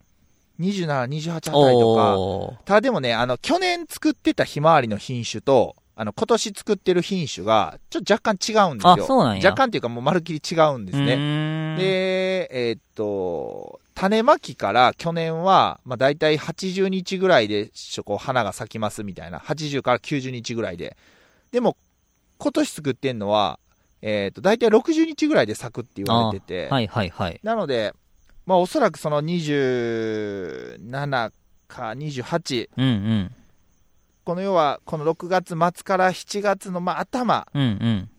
27、28あたりとか、
おー
ただでもね、あの、去年作ってたひまわりの品種と、あの、今年作ってる品種が、ちょっと若干違うんですよ。
あそうなんや
若干っていうかもうまるっきり違うんです
う
ね。
ーん
で、えーっと、種まきから去年は、まあ大体80日ぐらいで、こう花が咲きますみたいな。80から90日ぐらいで。でも、今年作ってんのは、えーっと、大体60日ぐらいで咲くって言われてて。
はいはいはい。
なので、まあおそらくその27か28、
うんうん。
この要はこの6月末から7月のまあ頭
うん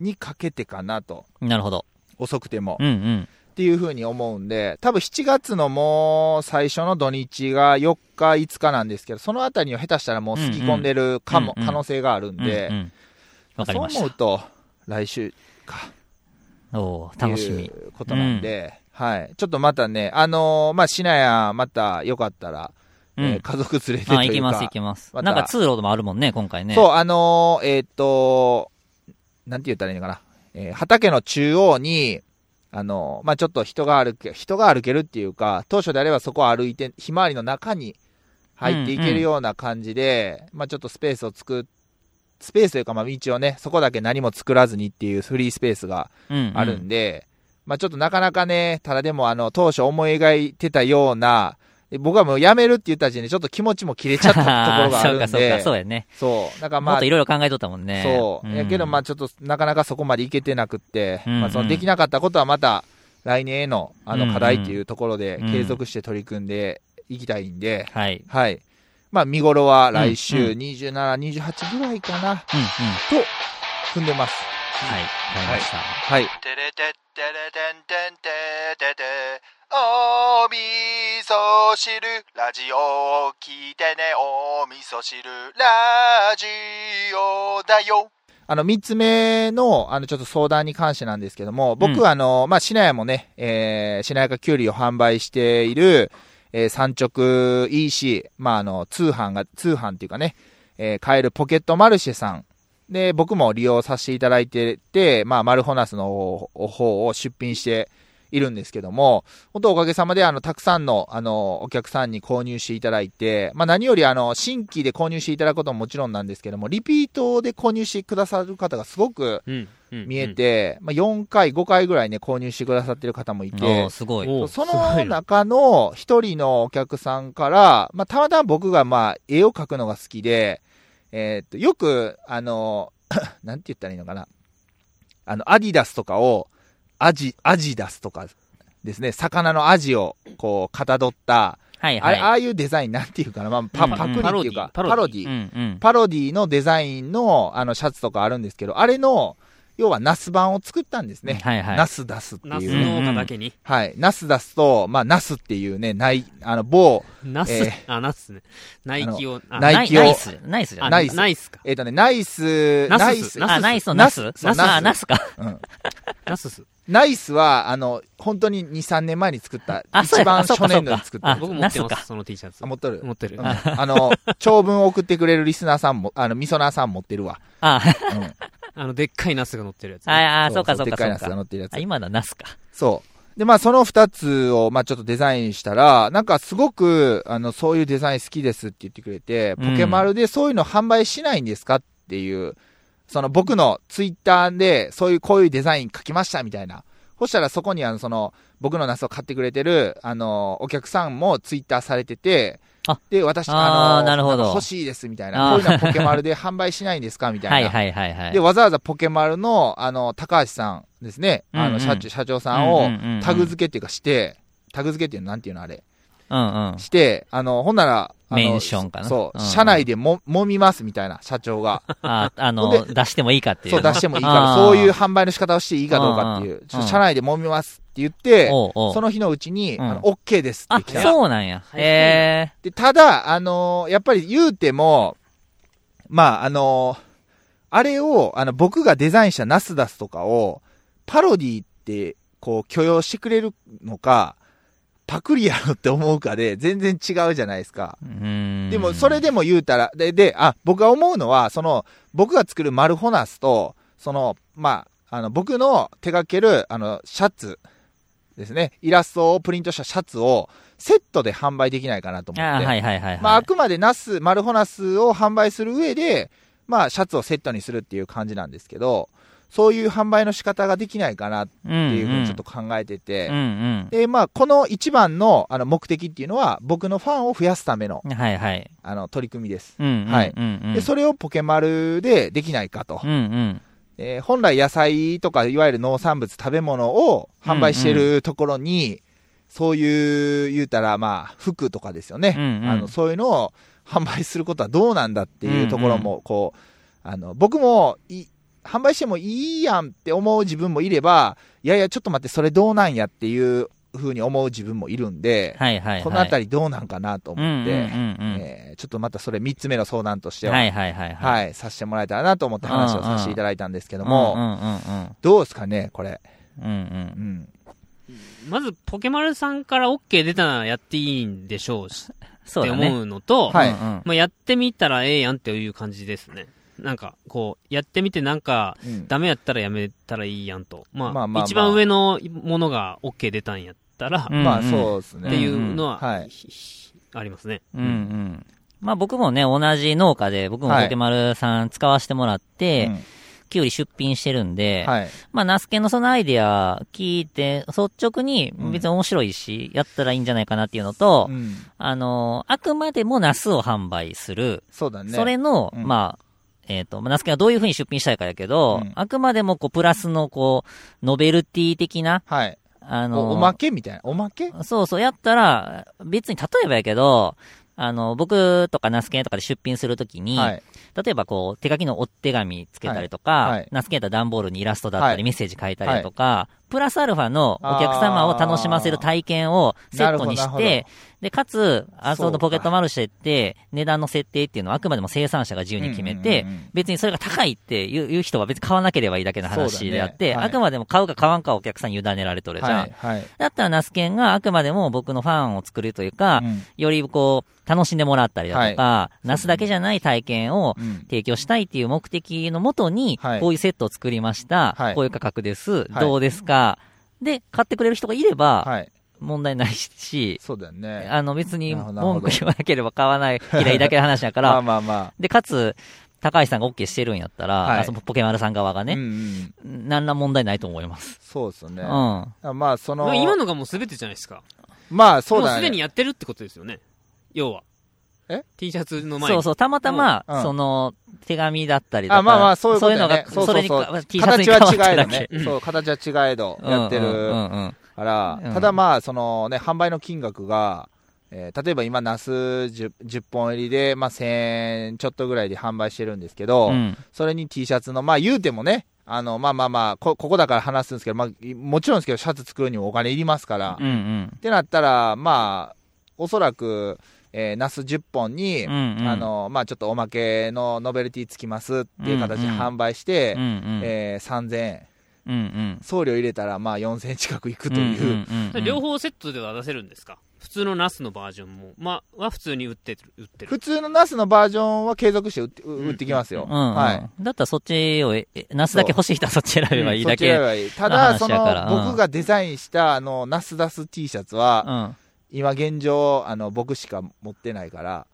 にかけてかなと
うん。なるほど。
遅くても、
うんうん。
っていうふうに思うんで多分7月のもう最初の土日が4日5日なんですけどそのあたりを下手したらもうすき込んでるかも、
うんうん
可能性があるんで、
うんうんわかりまし
そう思うと来週か
た。おー
って
楽し
い
み。
うことなんで、はいちょっとまたねあのーまあしなやまたよかったら、
うん
えー家族連れてと
あ、
いうか
行きます行きます。
ま
な
た
んか通路でもあるもんね、今回ね。
そう、あのーえーっと、なんて言ったらいいのかな。えー畑の中央に、あのーまあ、ちょっと人が歩け、人が歩けるっていうか、当初であればそこを歩いて、ひまわりの中に入っていけるような感じで、まあ、ちょっとスペースを作っスペースというか、まあ、道をね、そこだけ何も作らずにっていうフリースペースが
うんうん。
あるんで、まあ、ちょっとなかなかね、ただでも、あの、当初思い描いてたような、え僕はもう辞めるって言った時に、ちょっと気持ちも切れちゃったところがあるん で、
そうかそうか、そうやね。
そう。だから
も
ま
っ
あ
とい、ろいろ考えとったもんね。
そう。
ん
やけど、まあ、ちょっと、なかなかそこまでいけてなくって、
うんうん
まあ、その、できなかったことはまた、来年への、あ
うんう
の、
ん
課題っていうところで
う、ん
継続して取り組んでいきたいんで、
はい。
はい。まあ見頃は来週
う
27、28ぐらいかな、
うんうん。
と踏んでます。
はい。わかりました。
はい。
てれてってれてんてんてててお味噌汁ラジオ聞いてねお味噌汁ラジオだよ
あの、三つ目の、あの、ちょっと相談に関してなんですけども、僕
うん
はあの、まあ、市内もね、えー、市内化キュウリを販売している、えー、産直 EC、まあ、あの、通販が、通販っていうかね、えー、買えるポケットマルシェさん。で、僕も利用させていただいてて、まあ、マルホナスの方を方を出品しているんですけども、本当おかげさまで、あの、たくさんの、あの、お客さんに購入していただいて、まあ、何より、あの、新規で購入していただくことももちろんなんですけども、リピートで購入してくださる方がすごく
うん。うん
見え。て、まあ、4回、5回ぐらいね、購入してくださってる方もい
お
て
ー、すごい。
お
そうそ
すご
の
いな
中の一人のお客さんから、まあ、たまたま僕がまあ、絵を描くのが好きで、えーっと、よく、あの、 なんて言ったらいいのかな。あの、アディダスとかを、アジ、アジダスとかですね、魚のアジを、こう、かたどった、
はい
あ
は
れ、
い。
ああいうデザインなんていうかな、まあ、パ
うんうん
パクリっていうか、
パ
パ
ロディ
う
ロディ
んうん。
パロディのデザインの、あの、シャツとかあるんですけど、あれの、要はナス版を作ったんですね。
はいはい
ナスダスって
ナ
い
ス
う。
農家だけに。
はい。ナスダスと、まあ、ナスっていうね、ない、あの、某、
ナス
え、
あ、ナスね。ナイキを、あ
ナイ
ナイ
キを
ナイス。ナイスじゃ
あ
ない
ナ
ナ
イ
イ
ス
ス。ナイスか。
えっ、とね、ナイス、
ナスス
ナイス、
ナ
あ、ナイスのナ
ナ
ス
ス
ナ
ナ
ス
ス
あ、ナスか。
うん
ナスス。
ナイスは、あの、本当に2、3年前に作った、
あそうや
一番初年度に作った
あ
やつ。
僕持って
ナスか
ます、その T シャツ
あ、。持っとる
持。ってる
うん。あの、長文を送ってくれるリスナーさんも、あの、ミソナーさん持ってるわ。
あ、
うん。
あの、でっかいナスが乗ってるやつね。
ああ、そうかそう
でっ
か
かい
そう
ナスが乗
か。
ってるやつ
あ、。今のはナスか。
そう。で、まあ、その二つを、まあ、ちょっとデザインしたら、なんかすごく、あの、そういうデザイン好きですって言ってくれて、ポ
うん
ケマルでそういうの販売しないんですかっていう、その僕のツイッターで、そういう、こういうデザイン書きましたみたいな。そしたらそこに、あの、その、僕のナスを買ってくれてる、あの、お客さんもツイッターされてて
あ、
で、私、
あー
あの、
なるほど
んか欲しいですみたい
あー
な。こういうのはポケマルで販売しないんですかみたいな。
はいはいはいはい。
で、わざわざポケマルの、あの、高橋さんですね。
う
あ
んうん
の、社長、社長さんを
うんうんうんうん、
タグ付けっていうかして、タグ付けっていうのなんていうのあれ。
うんうん。
して、あの、ほんなら、あの
メンションかな
そうう、
ん
社内でも、揉みますみたいな、社長が。
あ、あ
ほ
の、
んで
出してもいいかっていう。
そう、出してもいいか
あ
ら、
ー
そういう販売の仕方をしていいかどうかっていうう、
ん
ちょっと社内で揉みますって言って、
おうおう
その日のうちに、
うん
あの、OK ですっ
あ
て、来た。
そうなんや。へえ。
で、ただ、あのーやっぱり言うても、まあ、あのーあれを、あの、僕がデザインしたナスダスとかを、パロディって、こう、許容してくれるのか、パクリやろって思うかで、全然違うじゃないですか。
うーん
でも、それでも言うたら、で、で、あ、僕が思うのは、その、僕が作るマルホナスと、その、まあ、あの、僕の手掛ける、あの、シャツですね、イラストをプリントしたシャツを、セットで販売できないかなと思
あ
っ
ー
て。
はいはいはいはい。
まあ、あくまでナス、マルホナスを販売する上で、まあ、シャツをセットにするっていう感じなんですけど、そういう販売の仕方ができないかなって
て
いうふうにちょっと考えてて、
うんうん。
で、まあ、この一番のあの目的っていうのは、僕のファンを増やすための
はいはい。
あの取り組みです。
うんうん。
はい
うんうん。
で、それをポケマルでできないかと。
うんうん。
えー本来野菜とか、いわゆる農産物、食べ物を販売してるところに、そういう、言うたら、まあ、服とかですよね。
うんうん
あの、そういうのを販売することはどうなんだっていうところも、こう、あの、僕も、い、販売してもいいやんって思う自分もいれば、いやいや、ちょっと待って、それどうなんやっていうふうに思う自分もいるんで、
はいはいはい。
このあた
り
りどうなんかなと思って、
うんうんうんうん
えーちょっとまたそれ3つ目の相談としては
はいはいはいい。
はい、させてもらえたらなと思って話をさせていただいたんですけど
う
も、
んうん
どうですかね、これ。
うん。うんう。
うんん。
まず、ポケマルさんから OK 出たらやっていいんでしょうし、っ
そう
て
だね。
思うのと、
はい
うんうん
まあ、やってみたらええやんっていう感じですね。なんか、こう、やってみてなんか、
うん
ダメやったらやめたらいいやんと。
ま
まあ、
あまあまあ
一番上のものが OK 出たんやったら、
うん
まあ、そうです
ってい
ね。
うのは、
うんうんはい
ひひありますね。
うんうん。まあ僕もね、同じ農家で、僕も
はい
ポケマルさん使わせてもらっ
う
て、
ん
キュウリ出品してるんで、
はい。
まあナスケのそのアイディア聞いて、率直に
うん
別に面白いし、やったらいいんじゃないかなっていうのと、
うん
あの、あくまでもナスを販売する。
そうだね。
それの、
うん
まあ、えっ、と、まあナスケがどういう風に出品したいかやけど、
うん
あくまでもこう、プラスのこう、ノベルティ的な、
はい。
あの、
おおまけみたいな。おまけ
そうそう、やったら、別に、例えばやけど、あの、僕とかナスケンとかで出品するときに、
はい。
例えばこう、手書きのお手紙つけたりとか、
はいはい
ナスケンとは段ボールにイラストだったり、
はい
メッセージ書いたりとか、プラスアルファのお客様を楽しませる体験をセットに
あーなる
し
ほどなる
て、で、かつ、あ
そうか
そのポケットマルシェって、値段の設定っていうのはあくまでも生産者が自由に決めて、
うんうんうんうん
別にそれが高いっていういう人は別に買わなければいいだけの
そうだ
話
ね
であって、
はい
あくまでも買うか買わんかはお客さんに委ねられとるじゃん。
はい。はい。
だったらナスケンがあくまでも僕のファンを作るというか、
うん
よりこう、楽しんでもらったりだとか、ナスだけじゃない体験を
うん
提供したいっていう目的のもとに、
はい
こういうセットを作りました、
はい
こういう価格です、
い
どうですか、で、買ってくれる人がいれば、
はい。
問題ないし、
そうだよね。
あの別に
なるほどなるほ
文
ど
句言わなければ買わない、嫌いだけの話だか
まあ
ら、
まあま
で、かつ、高橋さんが OK してるんやったら、
はい
あそのポケマルさん側が
あ。うんう
ね、
ん。
何ら問題ないと思います。
そうですよね
う。ん。
あまあ、その、
今のがもう全てじゃないですか。
まあ、そう
もう
だ
すでに
ね。
やってるってことですよね。要は。
え
?T シャツの前に。
そうそう、たまたま、
うんうん
その、手紙だったりとか、
あ、まあまあ、そういうことだよね。
そういうのが、それに
う
か、
う
T シャツに
形
変わった
は違えど
だ
ね
け。。
うん
そう、形は違えど、やって
うんう
る
んうん
から
う、ん
ただまあ、そのね、販売の金額が、えー例えば今、ナス 10, 10本入りで、まあ、1000円ちょっとぐらいで販売してるんですけど、
うんうん
それに T シャツの、まあ言うてもね、あの、まあまあまあ、こ、ここだから話すんですけど、まあ、もちろんですけど、シャツ作るにもお金いりますから、
う
っ
ん
てなったら、まあ、おそらく、えーナス10本に、
うんうん
あの、まあちょっとおまけのノベルティつきますっていう形で販売して、
うんうん
えー3000円、
うんうん
送料入れたら、まあ4000円近くいくと
う
いう、
んうんうん
両方セットでは出せるんですか普通のナスのバージョンも、まあ、は普通に売ってる、売ってる。
普通のナスのバージョンは継続して売って売ってきますよ。
うんうん
はい。
だったらそっちを、ええナスだけ欲しい人はそっち選べばいいだけ。
そっち
う
がいいた
な
だ、
話
そ
や
の
から、うん
僕がデザインした、あの、ナスダス T シャツは、
ん。
今現状、あの、僕しか持ってないから、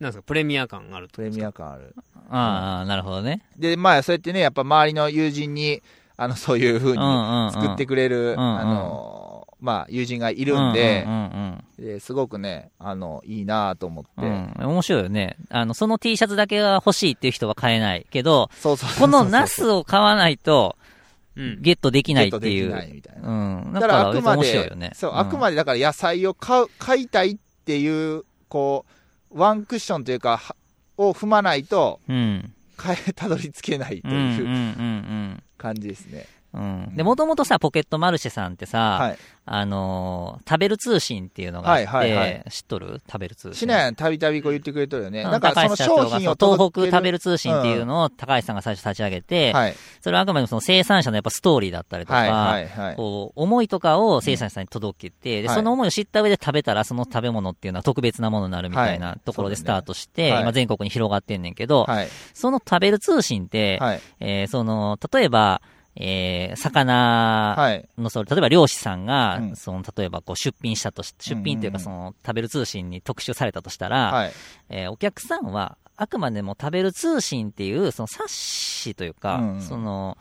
なんですかプレミア感があると。
プレミア感ある。
ああ、なるほどね。
で、まあ、そうやってね、やっぱ周りの友人に、あの、そういう風
うん
に
うんうん
作ってくれる、
ん
あの、まあ、友人がいるんで
う、ん
ですごくね、あの、いいなと思って、
うんうんうん面白いよね。あの、その T シャツだけが欲しいっていう人は買えないけ ど、
そうそうそうそ
こ
う
のナスを買わないと、
うん。
ゲットできないっ
ゲット
て
でき
い。
ないうみたいな。
うん。
だ
だ
か
からら
あく
別に
ま
面白い
で
よね。、
そう、あくまでだから野菜を買う、買いたいっていう、こう、ワンクッションというか、はを踏まないと、
で。うん。
買え、たどり着けないと
うんうんうん
いう
うん。
感じですね。
うん。で、もともとさ、ポケットマルシェさんってさ、
はい。
あのー食べる通信っていうのがあって、
はいはいはい
知っとる食べる通信。
シナヤンたびたびこう言ってくれとるよね。
うん
なんかその商品を
高橋社長がそう東
届け
北食べる通信っていうのを高橋さんが最初立ち上げて、
はい。
それはあくまでもその生産者のやっぱストーリーだったりとか、
はい。はい。はい。
こう、思いとかを生産者さんに届けて、で
はい
その思いを知った上で食べたら、その食べ物っていうのは特別なものになるみたい
は
ないところで
そ
ス
うだね
タートして、
はい
今全国に広がってんねんけど、
はい。
その食べる通信って、
はい。
えーその、例えば、えー魚、
はい。
のそれ例えば漁師さんが、
うん
その例えばこう出品したとし出品というか
うんうん
その食べる通信に特集されたとしたら、
はい。
えーお客さんはあくまでも食べる通信っていうその冊子というか、
うんうん
その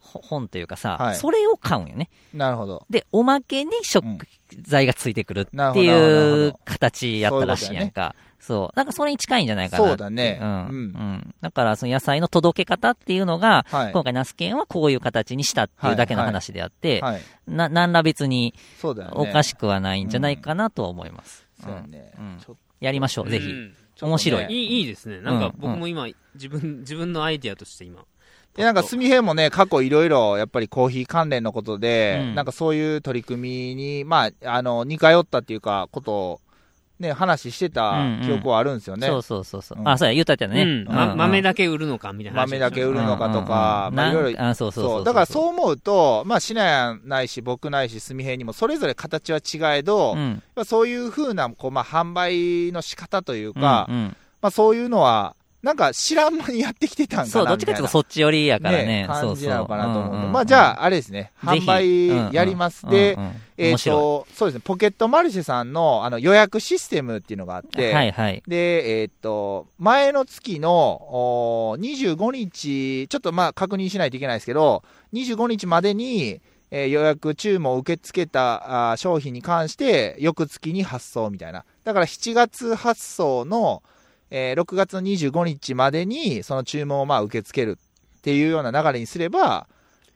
ほ本というかさ、
はい
それを買うんよね。
なるほど。
で、おまけに食
うん
材がついてくるっ
なるほ
て
どなるほどないる
う
ほど
形やったらしいやんか。そう。なんかそれに近いんじゃないかなって。
そうだね
うん。
う
うんん。だから、その野菜の届け方っていうのが、
はい
今回ナスケンはこういう形にしたっていうだけの話であって、
はい。
な、なんら別に
そうだよね。
おかしくはないんじゃないかなとは思います。
そう
う
や
ん
ね
うん。
ちょっ
やりましょう、ぜ
う
ひ。
ん
とね
面白い
いい、いいですね。なんか
うん
僕も今、自分、自分のアイディアとして今。
で、なんか、すみへもね、過去いろいろ、やっぱりコーヒー関連のことで、
うん
なんかそういう取り組みに、まあ、あの、似通ったっていうか、ことを、ね、話してた記憶はあるんですよね。
そうそうそうそう
う。ん
あ、そうや、言うたってね。
うん。ま豆
だ
だけ売るのか、みたいな話
豆
でしょ。
だけ売るのかとか、まあ、いろいろ、
あ、そうそう
そ。
そう
だからそう思うと、まあ、シナヤンないし、僕ないし、すみへにも、それぞれ形は違えど、
う
ま
ん。
あそういうふうな、こう、まあ、販売の仕方というか、
うんうん
まあ、そういうのは、なんか知らん間にやってきてたんかなみたいな。
そう、どっちかっていうとそっち寄りやからね。そ
感
う
じ
そう。
なのかなと思う
うんん
で
うん
まあ、じゃあ、あれですね。
ぜひ
販売やります。で
うん、うんうん
え
面
っ
白
と、そうですね。ポケットマルシェさんの、あの、予約システムっていうのがあっ
い。
て、
はいはい。
で、えっと、前の月の、おー25日、ちょっとまあ、確認しないといけないですけど、25日までに、えー予約注文を受け付けたあー商品に関して、翌月に発送みたいな。だから7月発送の、えー6月の25日までに、その注文をまあ受け付けるっていうような流れにすれば、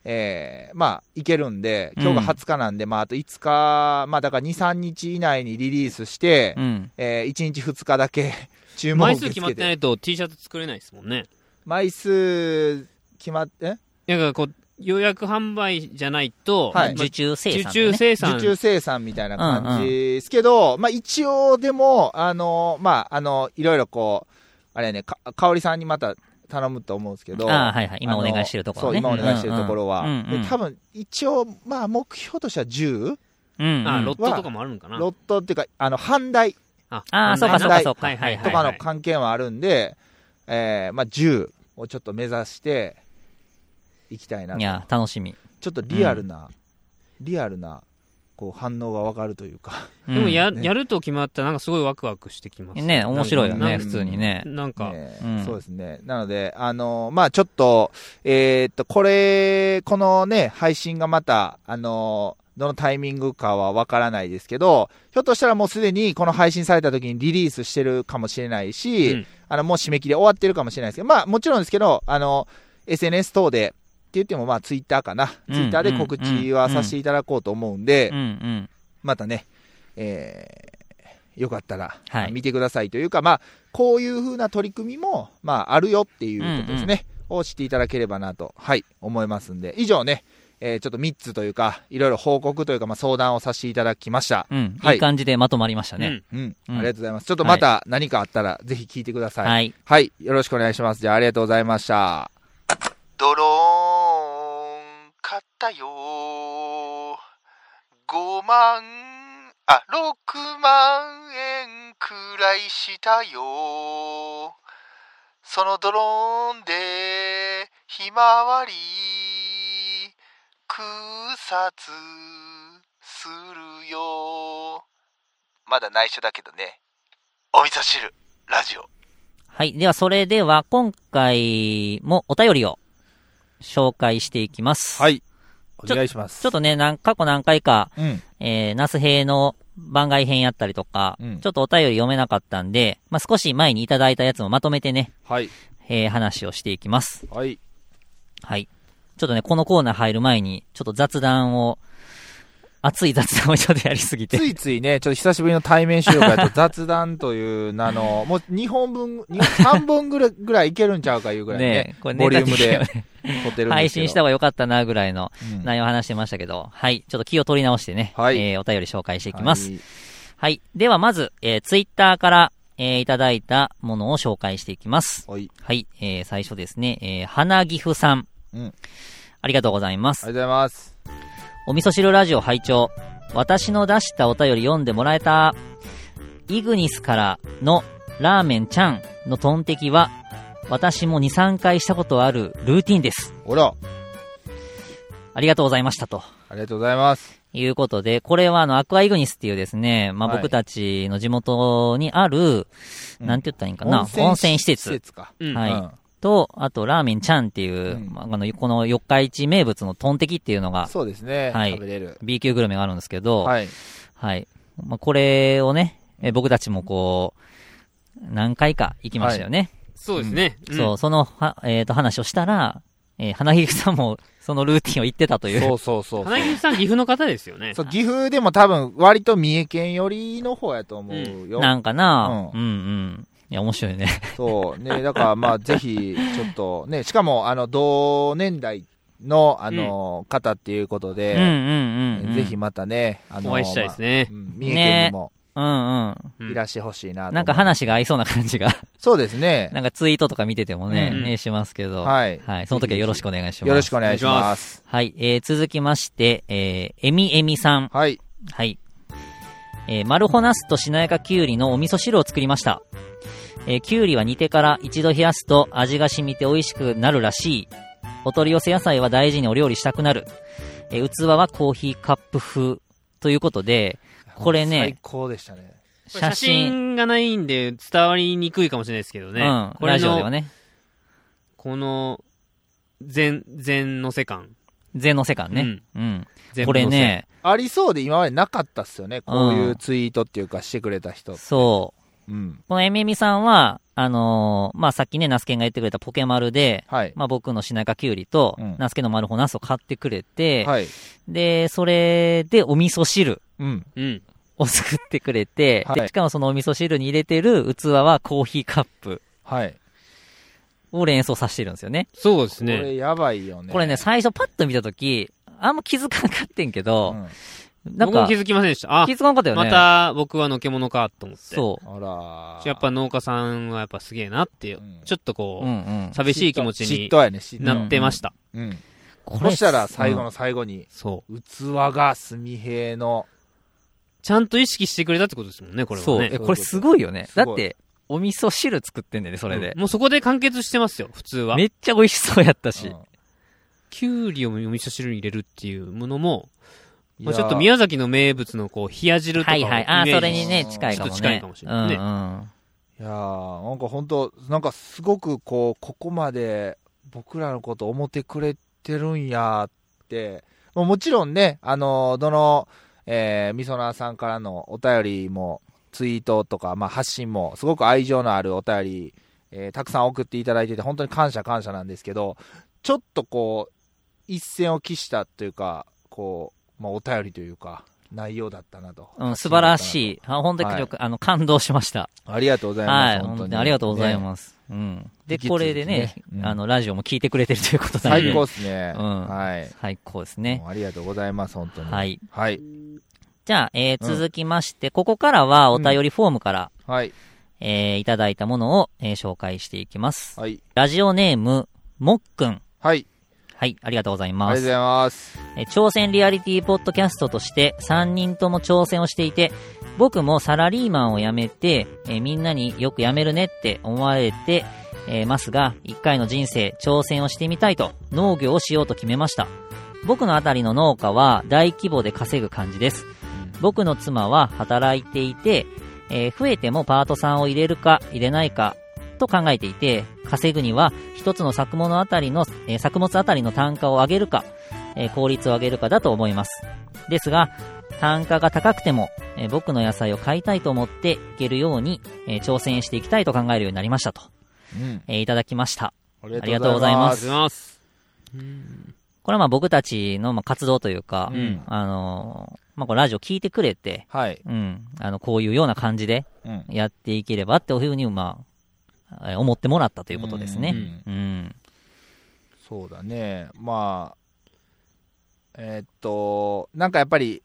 えーまあ、いけるんで、今日が20日なんで、まあ、あと5日、まあ、だから2、3日以内にリリースして、
うん。
えー1日2日だけ 注文を
枚
受
数
け
決
付
まっ
け
てな
て。
いと T シャツ作れないですもんね。
枚数決まって、え
なんかこう、予約販売じゃないと、
はい
まあ
受注生産、ね。
受注生産
受。注生産みたいな感じですけど、まあ一応でも、あの、まあ、あの、いろいろこう、あれね、か、かおりさんにまた頼むと思うんですけど、
ああ、はいはい。今
あ
お
の
願いしてるところ、ね。
そう、今お願いしてるところは。
うんうんうんうん
で、多分、一応、まあ目標としては 10?
うんうん、
あ、ロットとかもあるのかな
ロットっていうか、あの、半台
あ
あーそうかそうかそうか。
はいはいはい
とかの関係はあるんで、えーまあ10をちょっと目指して、いきたいなと
いや、楽しみ。
ちょっとリアルな、リアルな、こう反応がわかるというか。
でもや、
ね
やると決まったらなんかすごいワクワクしてきます。
ね、面白いよ
なん
ね、
か
普通にね。
なんか、
ね
うん
そうですね。なので、あのまあ、ちょっと、えーっと、これ、このね、配信がまた、あのどのタイミングかはわからないですけど、ひょっとしたらもうすでにこの配信された時にリリースしてるかもしれないし、
うん
あの、もう締め切り終わってるかもしれないですけど、まあ、もちろんですけど、あの、SNS 等で、って言っても、まあ、ツイッターかな。ツ
う
イ
ん
ッターで告知はさせていただこうと思うんで、
うんうん。
またね、えーよかったら、
はい
見てくださいというか、まあ、こういうふうな取り組みも、まあ、あるよっていうことですね、を知っていただければなと、はい、思いますんで、以上ね、えーちょっと3つというか、いろいろ報告というか、まあ、相談をさせていただきました。
うん。
はい
いい感じでまとまりましたね。
うん、
うん
ありがとうございます。ちょっとまた何かあったら、ぜひ聞いてください。
はい。
はい、よろしくお願いします。じゃあ、ありがとうございました。
ドローン買ったよー5万あ6万円くらいしたよーそのドローンでひまわり草津するよーまだ内緒だけどねお味噌汁ラジオ
はい。では、それでは、今回もお便りを紹介していきます。
はい、お
ちょ
願いします。
ちょっとね、なん過去何回か、
うん、
えー、ナス兵の番外編やったりとか、
うん
ちょっとお便り読めなかったんで、まあ、少し前にいただいたやつもまとめてね、
はい、
えー、話をしていきます。
はい、
はい。ちょっとね、このコーナー入る前に、ちょっと雑談を、熱い雑談をちょっとやりすぎて
つ。いついね、 ちょっと久しぶりの対面収録やと雑談という名の、 もう2本分、二3本ぐらいぐらいいけるんちゃうかいうぐらいね、
ねこれ
ボリューム
ネタ的に
で
はね
撮ってるんですけど。
配信した方が良かったなぐらいの
うん
内容を話してましたけど、はい。ちょっと気を取り直してね、
はい
えー、お便り紹介していきます。
はい
はい。ではまず、えー、ツイッターから、えー、いただいたものを紹介していきます。
はい。
はい。えー、最初ですね、えー、花岐阜さん。
うん
ありがとうございま
あ
す。
りがとうございます。
お味噌汁ラジオ拝聴。私の出したお便り読んでもらえた。イグニスからのラーメンちゃんのトンテキは、私も2、3回したことあるルーティンです。
ほら、
ありがとうございましたと。
ありがとうございます。
いうことで、これはあの、アクアイグニスっていうですね、まあ、
はい
僕たちの地元にある、
うん
なんて言ったらいいんかな、温泉施
施
設
設か。
うん。
はい
うん
と、あと、ラーメンちゃんっていう、
うん
まああの、この四日市名物のトンテキっていうのが、
そうですね、
はい
食べれる。
B 級グルメがあるんですけど、
はい。
はい。まあ、これをね、え僕たちもこう、何回か行きましたよね。
そうですね。ん
そう、そのは、えっ、と、話をしたら、えー花木さんも、そのルーティンを言ってたという。
そうそうそう。
花木さん、岐阜の方ですよね。
そう岐阜でも多分、割と三重県寄りの方やと思うよ。
なんかな、
う
うん、うんいや、面白いね。
そうね、だからまあぜひ、ちょっとね、しかもあの同年代のあの、方っていうこと
う
で
ん、うんうん、うん。
ぜひ。またね、あの
お会いしたいです
ま
ね
あうん三重県にも
うんうん。
うん
いらしてほしいなと、
なんか話が合いそうな感じが、
そうですね、
なんかツイートとか見ててもね、
うんうん
ねしますけど。
はい
はい。その時はよろしくお願いします。
よろしくお願いし
お願いし
ま。
ます
はい。えー、続きまして、えー、えみえみさん。
はい、
はい。えー、マルホナスとしなやかきゅうりのお味噌汁を作りました。えー、きゅうりは煮てから一度冷やすと味が染みて美味しくなるらしい。お取り寄せ野菜は大事にお料理したくなる。えー、器はコーヒーカップ風。ということで、これ
最
ね、
高でしたね。
これ写
写真、
真がないんで伝わりにくいかもしれないですけどね。
うん、
これ
ラジオで
の、
はね、
この、全、全のせ感。
全の世界ね。うん。
全部
こ
のせ
れね、
ありそうで今までなかったっすよね、こういうツイートっていうかしてくれた人。
そ
うん。
このエミエミさんは、あのーまあ、さっきね、ナスケンが言ってくれたポケマルで、
はい。
まあ、僕のしなかきゅうりと
うん、
ナスケのマルホナスを買ってくれて、
はい。
で、それでお味噌汁
うん。
うん。
を 作ってくれて、
はい
でしかもそのお味噌汁に入れてる器はコーヒーカップ
はい。
を連想させてるんですよね。
そうです
こ
ね。
れやばいよね。
これね、最初パッと見たとき、あんま気づかなかったんけ
う
ど、
ん。
なん
僕も
か
気、づきませんでした。あ
気、づかなかったよね。
また僕はのけ者かと思って。
そ
あら。
やっぱ農家さんはやっぱすげえなっていう、
うん
ちょっと
う。
こ
う
う、
んうん。
寂しい気持ち
嫉
に
妬やね、嫉
な
妬。
ってました。
うん。
こ
そしたら最
う
後
ん
の最後に、
そう。
器が炭平の、
ちゃんと意識してくれたってことですもんね、これは
そう。
ね。
え、これすごいよね。
すご
だ
い
って、お味噌汁作ってんだよね、それで
うん。もうそこで完結してますよ、普通は。
めっちゃ美味しそうやった
う
し
ん。
きゅうりをお味噌汁に入れるっていうものも、
い
ま
や
あ、ちょっと宮崎の名物のこう、冷や汁とか
は
をイ
い
メージ
は
し
い。
て。
あー、それ
ジ
にね、近いかもね。
ちょっと近いかもしれないね
うんうん。
いやー、なんか本当なんかすごくこう、ここまで僕らのこと思ってくれてるんやって、もうもちろんね、あのーどの、えー、みそなさんからのお便りも、ツイートとか、まあ、発信も、すごく愛情のあるお便り、えーたくさん送っていただいてて、本当に感謝感謝なんですけど、ちょっとこう、一線を期したというか、こう、まあ、お便りというか、内容だったなと。
うん、素晴ら
い。
しい。あ本当によく、あの、感動しました。
ありがとうございます。
はい、
本
本
当
当
に。
にありがとうござい
ね
ます。うん。
引
で、
き続き
これでね
ねう、ん
あの、ラジオも聞いてくれてるということなんで。
最高っすね。
うん
はい。
最高ですね
も。うありがとうございます、本当に。。
はいい。
はい。
じゃあ、えー、続きまして、ここからはお便りフォームから、
はい。
えー、いただいたものを、えー紹介していきます。
はい。
ラジオネーム、もっくん。
はい。
はい、ありがとうござい
ありがと
ま
うござ
す。
います。
えー挑戦リアリティポッドキャストとして3人とも挑戦をしていて、僕もサラリーマンを辞めて、えーみんなによく辞めるねって思われて、えーますが、一回の人生挑戦をしてみたいと農業をしようと決めました。僕のあたりの農家は大規模で稼ぐ感じです。僕の妻は働いていて、えー増えてもパートさんを入れるか入れないかと考えていて、稼ぐには一つの作物あたりの、えー作物あたりの単価を上げるか、えー効率を上げるかだと思います。ですが、単価が高くても、えー僕の野菜を買いたいと思っていけるように、えー挑戦していきたいと考えるようになりましたと、
うん。
えーいただきました。
あ
りがとうござい
ありが
ま
とうございます。
これはまあ僕たちのまあ活動というか、
うん
あのーまあこれラジオ聞いてくれて、
はい。
うん、あの、こういうような感じで
うん。と
やっていければっていうふうに、まあ、えー思ってもらったということですね。うん。
そうだね。まあ、えーっと、なんかやっぱり、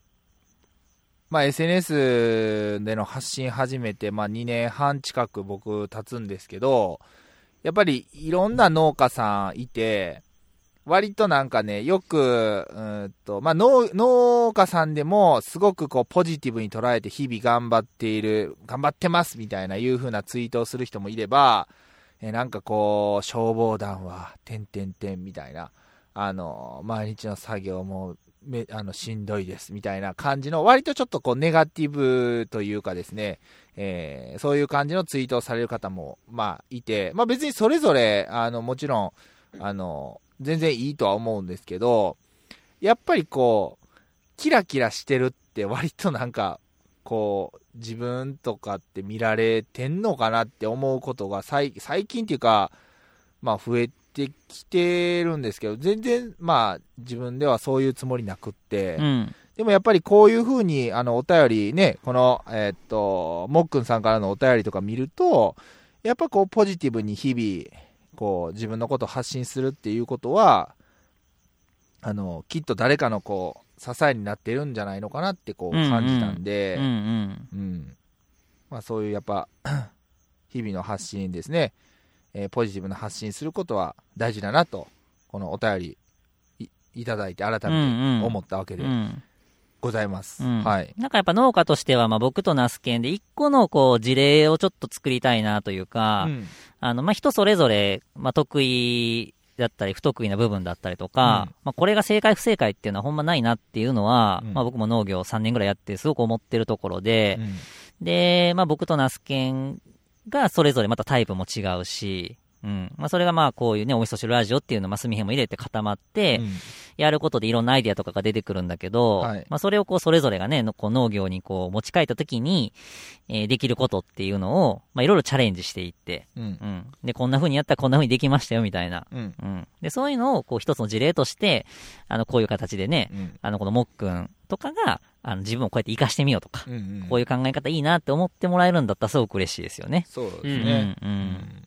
まあ SNS での発信始めて、まあ2年半近く僕経つんですけど、やっぱりいろんな農家さんいて、割となんかね、よく、うーんと、まあ農、農家さんでもすごくこうポジティブに捉えて日々頑張っている、頑張ってますみたいないう風なツイートをする人もいれば、えーなんかこう、消防団は、てんてんてんみたいな、あのー、毎日の作業も、めあのしんどいですみたいな感じの、割とちょっとこう、ネガティブというかですね、えーそういう感じのツイートをされる方も、まあ、いて、まあ別にそれぞれ、あの、もちろん、あの、全然いいとは思うんですけど、やっぱりこう、キラキラしてるって割となんか、こう、自分とかって見られてんのかなって思うことが最最近っていうか、まあ増えてきてるんですけど、全然まあ自分ではそういうつもりなくって、
うん。
でもやっぱりこういうふうに、あの、お便りね、この、えーっと、もっくんさんからのお便りとか見ると、やっぱこう、ポジティブに日々、こう、自分のことを発信するっていうことは、あの、きっと誰かのこう、支えになってるんじゃないのかなってこう、
うんうん
感じた
う
んで、
んうん。
うん。まあそういうやっぱ、 日々の発信ですね、えーポジティブな発信することは大事だなと、このお便りいいただいて改めて思ったわけ
う
で
ん。
ございます。
うん
はい。
なんかやっぱ農家としては、まあ僕とナスケンで一個のこう事例をちょっと作りたいなというか、
うん
あの、まあ人それぞれ、まあ得意だったり不得意な部分だったりとか、
うん
まあこれが正解不正解っていうのはほんまないなっていうのは、
うん
まあ僕も農業3年ぐらいやってすごく思ってるところで、で、まあ僕とナスケンがそれぞれまたタイプも違うし、うん。まあ、それがまあ、こういうね、お味噌汁ラジオっていうのをマスミ編も入れて固まって、
うん
やることでいろんなアイディアとかが出てくるんだけど、
はい
まあ、それをこう、それぞれがね、のこう農業にこう、持ち帰った時に、えーできることっていうのを、まあ、いろいろチャレンジしていって、
うん
うん。で、こんな風にやったらこんな風にできましたよ、みたいな。
うん
うん。で、そういうのを、こう、一つの事例として、あの、こういう形でね、
うん
あの、このもっくんとかが、あの、自分をこうやって活かしてみようとか、
うん
こういう考え方いいなって思ってもらえるんだったらすごく嬉しいですよね。
そうですね。
うん、う。
うん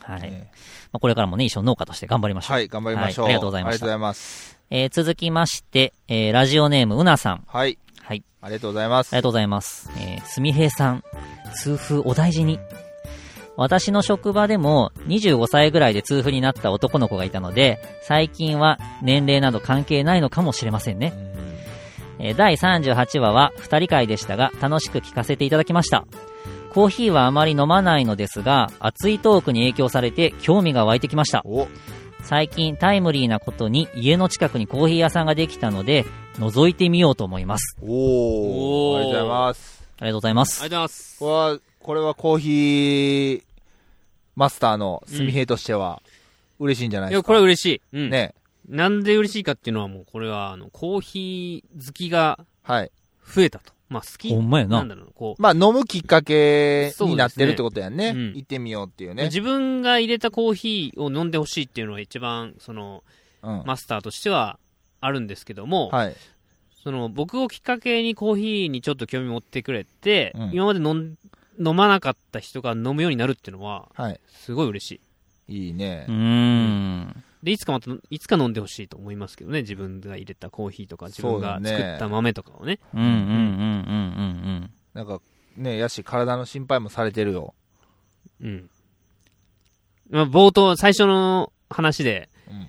はい。
ね
まあ、これからもね、一緒農家として頑張りましょう。
はい、頑張りましょう。
はいありがとうございました
ありがとうございます。
えー続きまして、えーラジオネームうなさん。
はい、
はい。
ありがとうございま
あ
す
りが。とうございます。えーすみへいさん、痛風お大事に。私の職場でも25歳ぐらいで痛風になった男の子がいたので、最近は年齢など関係ないのかもしれませんね。えー第38話は2人会でしたが、楽しく聞かせていただきました。コーヒーはあまり飲まないのですが、熱いトークに影響されて興味が湧いてきました。
お、
最近タイムリーなことに家の近くにコーヒー屋さんができたので、覗いてみようと思います。
おー、あ
おー
りがとうございます。
ありがとうございます
ありがとうご。ざいます。
これは、これはコーヒーマスターのすみへいとしては、嬉しいんじゃない
い
で
や、
す
こ
か。
れは嬉しい。うん。
ね。
なんで嬉しいかっていうのはもう、これは、あの、コーヒー好きが
はい。
増えたと。まあ、好き。
ほんまやな
なんだろう、こう。
まあ、飲むきっかけになってるってことやんね。
そうですねうん
行ってみようっていうね。
自分が入れたコーヒーを飲んでほしいっていうのが一番、その、
うん。
マスターとしてはあるんですけども、
はい。
その、僕をきっかけにコーヒーにちょっと興味持ってくれて、
うん
今まで飲ん飲まなかった人が飲むようになるっていうのは、
はい。
すごい嬉しい。
いいね
うー。ん。
で、いつかまた、いつか飲んでほしいと思いますけどね、自分が入れたコーヒーとか、自
そ
分が
うだね
作った豆とかをね。
うんうんうんうん
なんか、ね、やし、体の心配もされてるよ。
うん。まあ、冒頭、最初の話で、
うん。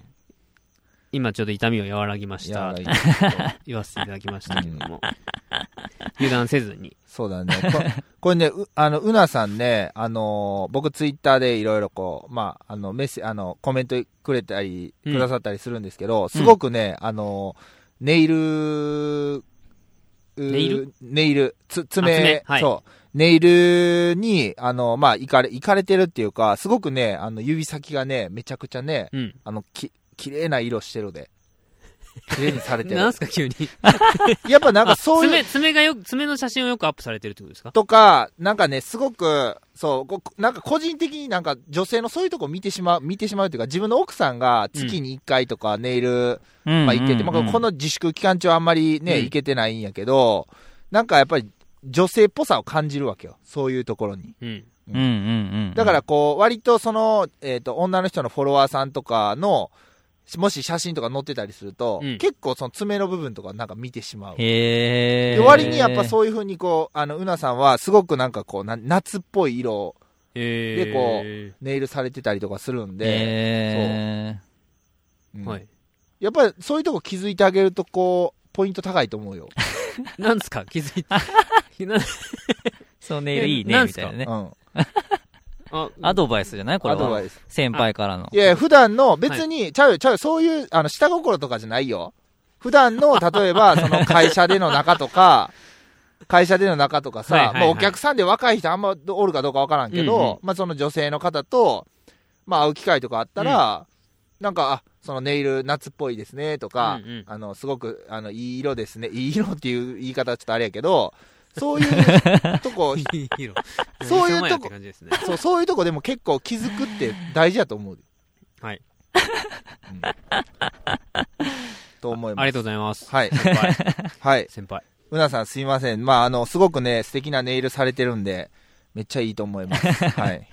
今ちょっと痛みを和らぎまし
いや
た、
いい
と
ねちょっと
言わせていただきましたけども、油断せずに。
そうだね。ここれね、う、あの、うなさんね、あのー僕ツイッターでいろいろこう、まあ、あの、メッセ、あの、コメントくれたり、
うん
くださったりするんですけど、すごくね、あのーネイル、う
ネイル
ネイル、つ、
あ
爪、
爪はい
そう。ネイルに、あの、まあ、いかれ、いかれてるっていうか、すごくね、あの、指先がね、めちゃくちゃね、
うん。
あの、き、綺麗な色してるで。綺麗にされてる
な。んすか急に。
やっぱなんか
あ
そういう
爪、、爪がよく、爪の写真をよくアップされてるってことですか
とか、なんかね、すごく、そうこ、なんか個人的になんか女性のそういうとこ見てしまう、見てしまうというか、自分の奥さんが月に1回とかネイル、
うんうん。
まあ行ってて、まあこの自粛期間中はあんまりね、
うん
行けてないんやけど、なんかやっぱり女性っぽさを感じるわけよ。そういうところに。
うん。
うんうんうん。
だから、こう、割とその、えっ、と、女の人のフォロワーさんとかの、もし写真とか載ってたりすると、
うん
結構その爪の部分とかなんか見てしまう。
へ
で
え。
割にやっぱそういうふうにこう、あの、うなさんはすごくなんかこう、な夏っぽい色を
えー、
ネイルされてたりとかするんで、
へ
うん
はい。
やっぱりそういうとこ気づいてあげるとこう、ポイント高いと思うよ。
なんすか気づい て。な
ー。そうネイルいい
え
ね、
なん
み
す
たい
か
なね。
うん。
あ、
アドバイスじゃないこれ
アドバ
は
イ。ス。
先輩からの
い。やいや普段の、別に、ちゃうよ、ちゃうよ、そういう、あの、下心とかじゃないよ。普段の、例え ば、その会社での中とか、会社での中とか
はいは
さ、
いはい
まあお客さんで若い人あんまおるかどうかわからんけど、
うんうん
まあその女性の方と、まあ会う機会とかあったら、なんか、あ、そのネイル夏っぽいですね、とか、
うんうん
あの、すごく、あの、いい色ですね、いい色っていう言い方はちょっとあれやけど、 そういうとこ、
いい色。
そういうとこ
お店前やって感じですね。
そう、そういうとこでも結構気づくって大事やと思う。
はい。
うんと思い
あ
ま
り
す。
がとうございます。
はい。
先輩。
はい。
先輩。
うなさんすいません。まあ、あの、すごくね、素敵なネイルされてるんで、めっちゃいいと思 います。はい。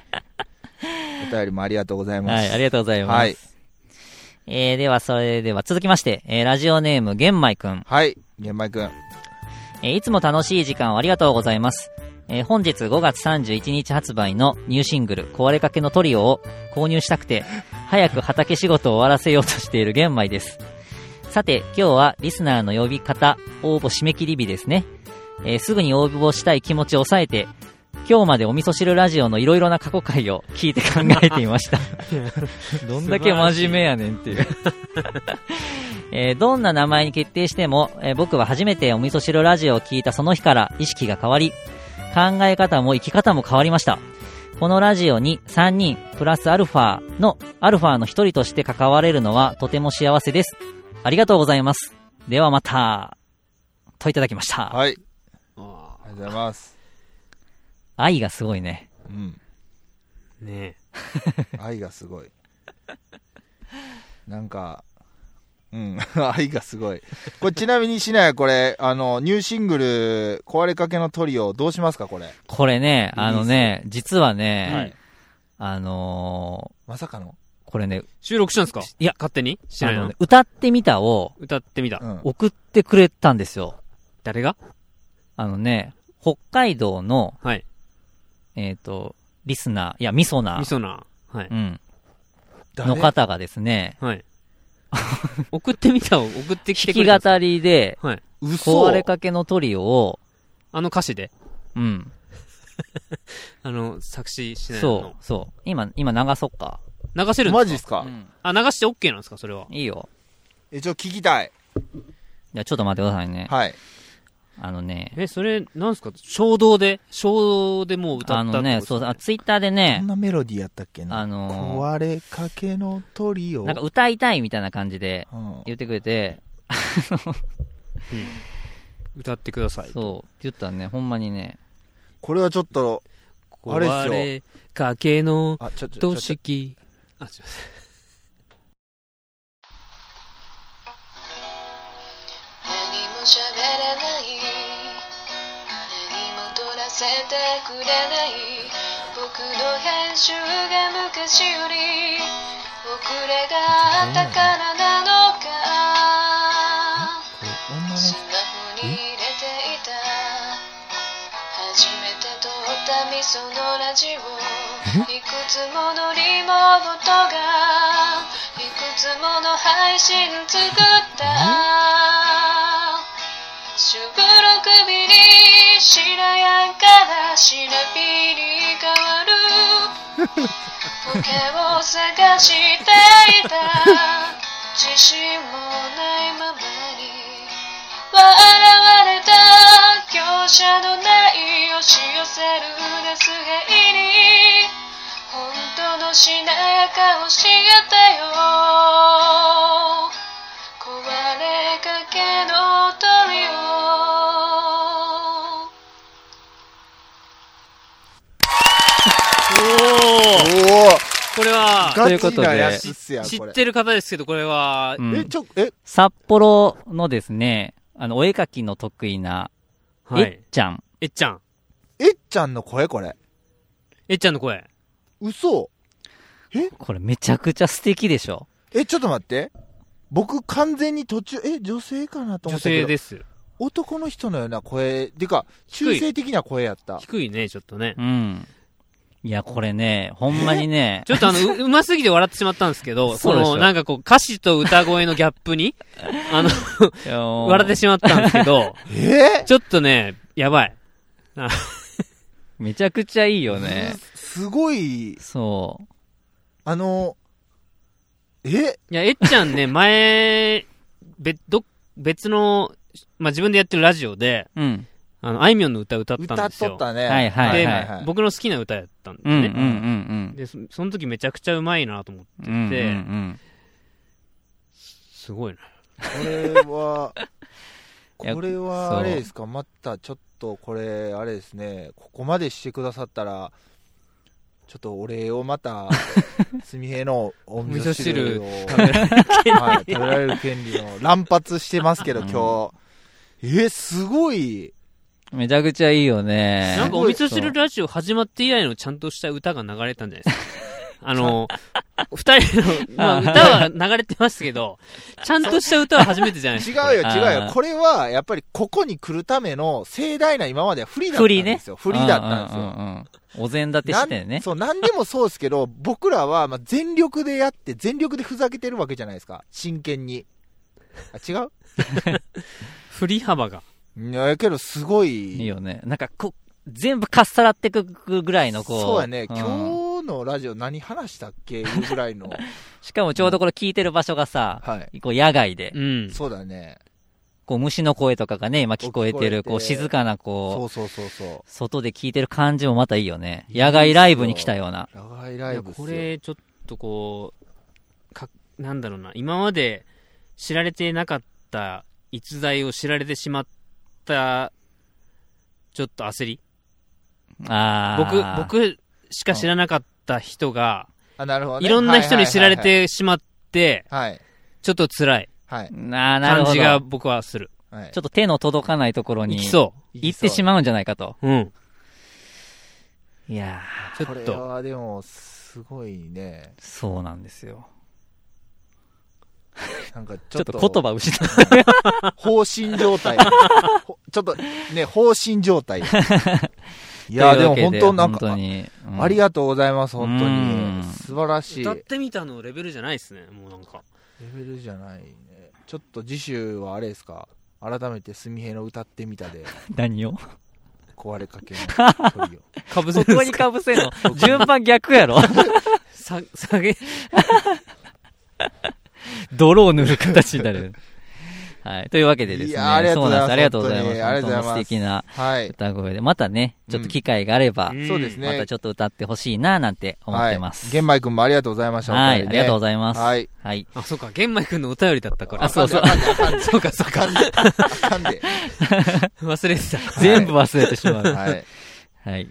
お便りもありがとうございま
は
す。
い、ありがとうございま
はい
す。。えー、では、それでは続きまして、えー、ラジオネーム、玄米くん。
はい。玄米くん。
えーいつも楽しい時間をありがとうございます。えー本日5月31日発売のニューシングル、壊れかけのトリオを購入したくて、早く畑仕事を終わらせようとしている玄米です。さて、今日はリスナーの呼び方、応募締め切り日ですね。えーすぐに応募したい気持ちを抑えて、今日までお味噌汁ラジオのいろいろな過去回を聞いて考えていました。どんだけ真面目やねんっていう。えーどんな名前に決定しても、えー僕は初めてお味噌汁ラジオを聞いたその日から意識が変わり、考え方も生き方も変わりました。このラジオに3人プラスアルファのアルファの一人として関われるのはとても幸せです。ありがとうございます。ではまた。といただきました。
はい。ありがとうございます。
愛がすごいね。
うん。
ね
愛がすごい。なんか、うん、 愛がすごい。これちなみにしなや、これ、あの、ニューシングル、壊れかけのトリオ、どうしますか、これ。
これね、あのね、実はね、
はい
あの
まさかの。
ーこれね、
え。収録したんですか
いや
勝手にして
あ
ない
の
の
ね歌ってみたを
歌ってみた
う。ん。
送ってくれたんですよ。
誰が
あのね、北海道の、
はい。
えっ、と、リスナー、いや、ミソナー。。
みそな。はいう
ん。
誰
の方がですね、
はい。送ってみたを送ってきて
弾
く
き
れたんですか。
語りで、
はい。
嘘
壊れかけのトリオを、
あの歌詞で。
うん。
あの、作詞しない
そ
の。
う、そう。今、今流そっか。
流せるんで
マ
すか
ジっすか、
うん
あ、流して OK なんですかそれは。
いいよ。
え、ちょ、聞きたい。
じゃあちょっと待ってくださいね。
はい。
あのね、
え、それ、なんですか衝動で衝動でもう歌った
あ
って
のね、そう、あツイッターで
こ
ね
ん、なメロディーやったっけな。
あの
壊れかけのトリオ。
なんか歌いたいみたいな感じで
うん
言ってくれて、
歌ってください。
そう、って言ったらね、ほんまにね、
これはちょっと、あれっすよ
壊れかけの
あ、ちょ、ちょ、
都
ちょ
市記。あ、すいません。
何も喋らない何も取らせてくれない僕の編集が昔より遅れがあったからなのか
女の
スマホに入れていた初めて撮った味噌のラジオいくつものリモートがいくつもの配信作った収録日に白やんから白ピーに変わるポケを探していた自信もないままに笑われた業者のない押し寄せるなすがいに本当のしなやかを知ったよ壊れかけの鳥を
おー
おーこれは、
ガ
というこ
チ
と
な
で
やつっすやん、
知
こ
っ
れ。
てる方ですけど、これは
う、
え、
ん、
ちょ、え、
札幌のですね、あの、お絵描きの得意な、
は
え
い
っ。ちゃん。
えっちゃん。
えっちゃんの声これ。
えっちゃんの声。
嘘
これめちゃくちゃ素敵でしょ。
え、ちょっと待って。僕完全に途中、え、女性かなと思った
女
け
性
ど。
です。
男の人のような声、てか、中性的な声やった。
低いね、ちょっとね
う。ん。いや、これね、ほんまにね、
ちょっとあの、ううますぎて笑ってしまったんですけど、
そうでしょ
の、なんかこう、歌詞と歌声のギャップに、あの、笑
笑
ってしまったんですけど、
え
ちょっとね、やばい。
めちゃくちゃいいよ
ー
ね。
すすごい、
そ
あの、え
いや、えっちゃ んね、前、別、ど、別の、まあ、自分でやってるラジオで、
う。うん。
あの、あいみょんの歌歌ったん
歌っ
です
と
よ。
ったね。
はいはい
で、
はい
い
僕の好きな歌やったんです
うんうんう
ね。
ん
でそ、その時めちゃくちゃうまいなと思って、
うん。うんうんうん。
すごいな。
これ は、
いや
これは、あれですか、またちょっとこれ、あれですね、ここまでしてくださったら、ちょっとお礼をま た、すみへのお味噌汁を食べられる権利、はい、食べられる権利を乱発してますけど、今日。え、すごい。
めちゃくちゃいいよね。
なんかお味噌汁ラジオ始まって以来のちゃんとした歌が流れたんじゃな いですか。あの、二人の、まあ歌は流れてますけど、ちゃんとした歌は初めてじゃない です
違う
か。
よ、違う
あ
よ。
ー
これは、やっぱり、ここに来るための盛大な今までは不利だったん
不利ね
ですよ。不利だったんですよ。
ですよ。お膳立てして
なん
ね。
そう、なんでもそうですけど、僕らはまあ全力でやって、全力でふざけてるわけじゃないですか。真剣に。あ、違う
振り幅が。
いや、けどすごい。
いいよね。なんかこう、全部かっさらってくぐらいのこう。
そうやね。
ん
今日のラジオ何話したっけいうぐらいの。
しかもちょうどこれ聞いてる場所がさ、
は
こう野外で
う。ん
い。。そうだね。
こう虫の声とかがね、今聞こえてる、
聞こえて
こう静かな、
そ
こ、
うそうそうそう
外で聞いてる感じもまたいいよね。野外ライブに来たような。
う。野外ライブっす
こ
よ。
れ、ちょっとこう、か、なんだろうな、今まで知られてなかった逸材を知られてしまった、ちょっと焦り。僕
ああ。、
僕しか知らなかった人が、
あ、なるほど、ね。
いろんな人に知られ。てしまって、
はい。
ちょっと辛い
はい。
僕、ああ、なる
感
ほ
じ
ど。
が
ちょ
僕はする。
はい。
っと手の届かないところ
い
に
き、そ
行ってしまうんじゃないかと。
う。うん。
いや
ち
こ
ょっ
れ
と。
はでも、すごいね。
ー、そうなんですよ。
なんかち
ちょ
ょ
っと
っと、
言葉失った。
方針状 態。ほちょっと、ね、方針状態。いや、でも本当なん
というわけで本当
か、
にうん
ありがとうございます、本当
うん
に。素晴らしい。
歌っ
レ
てみたのレベルじゃないですね、もうなんか。
ベルじゃないね。ちょっと次週はあれですか改めて、すみへの歌ってみたで、
何を
壊れかけの鳥を。
かぶせ
そ
るん
こ
で
に
すか
かぶせんの順番逆やろ
さ下げ、
泥を塗る形になる。はい。というわけ でですね。
いやありがとうございま
そうなん
す
です。ありがとうございます。
本当にありがとうございま
本
す
当に素敵な
はい。
歌声で。またね、ちょっと機会があれば、
うん
そうですね。
またちょっと歌ってほしいな、なんて思ってます。
はい。玄米くんもありがとうございました。
はい、ありがとうご
い
ざいます。
はい。
はい。
あ、そうか、玄米くんのお便りだったから。
あ、そうそう。
そうか、そう か。
あかんで。
忘れて
全部忘れてしまう。は
はい。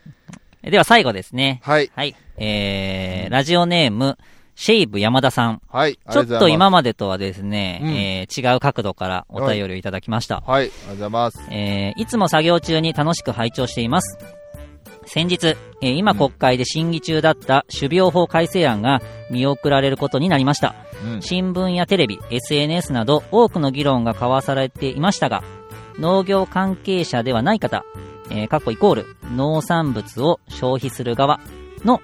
い。では最後ですね。
はい。
はい。えー、ラジオネーム、シェイブ山田さん。
はい。あり
ちょっ
がうございます
と今までとはですね、
うん
えー違う角度からお便りをいただきました。
はい。ありがとうございます。
えーいつも作業中に楽しく拝聴しています。先日、えー今国会で審議中だった種苗法改正案が見送られることになりました。
うん。
新聞やテレビ、SNS など多くの議論が交わされていましたが、農業関係者ではない方、えー、過去イコール農産物を消費する側の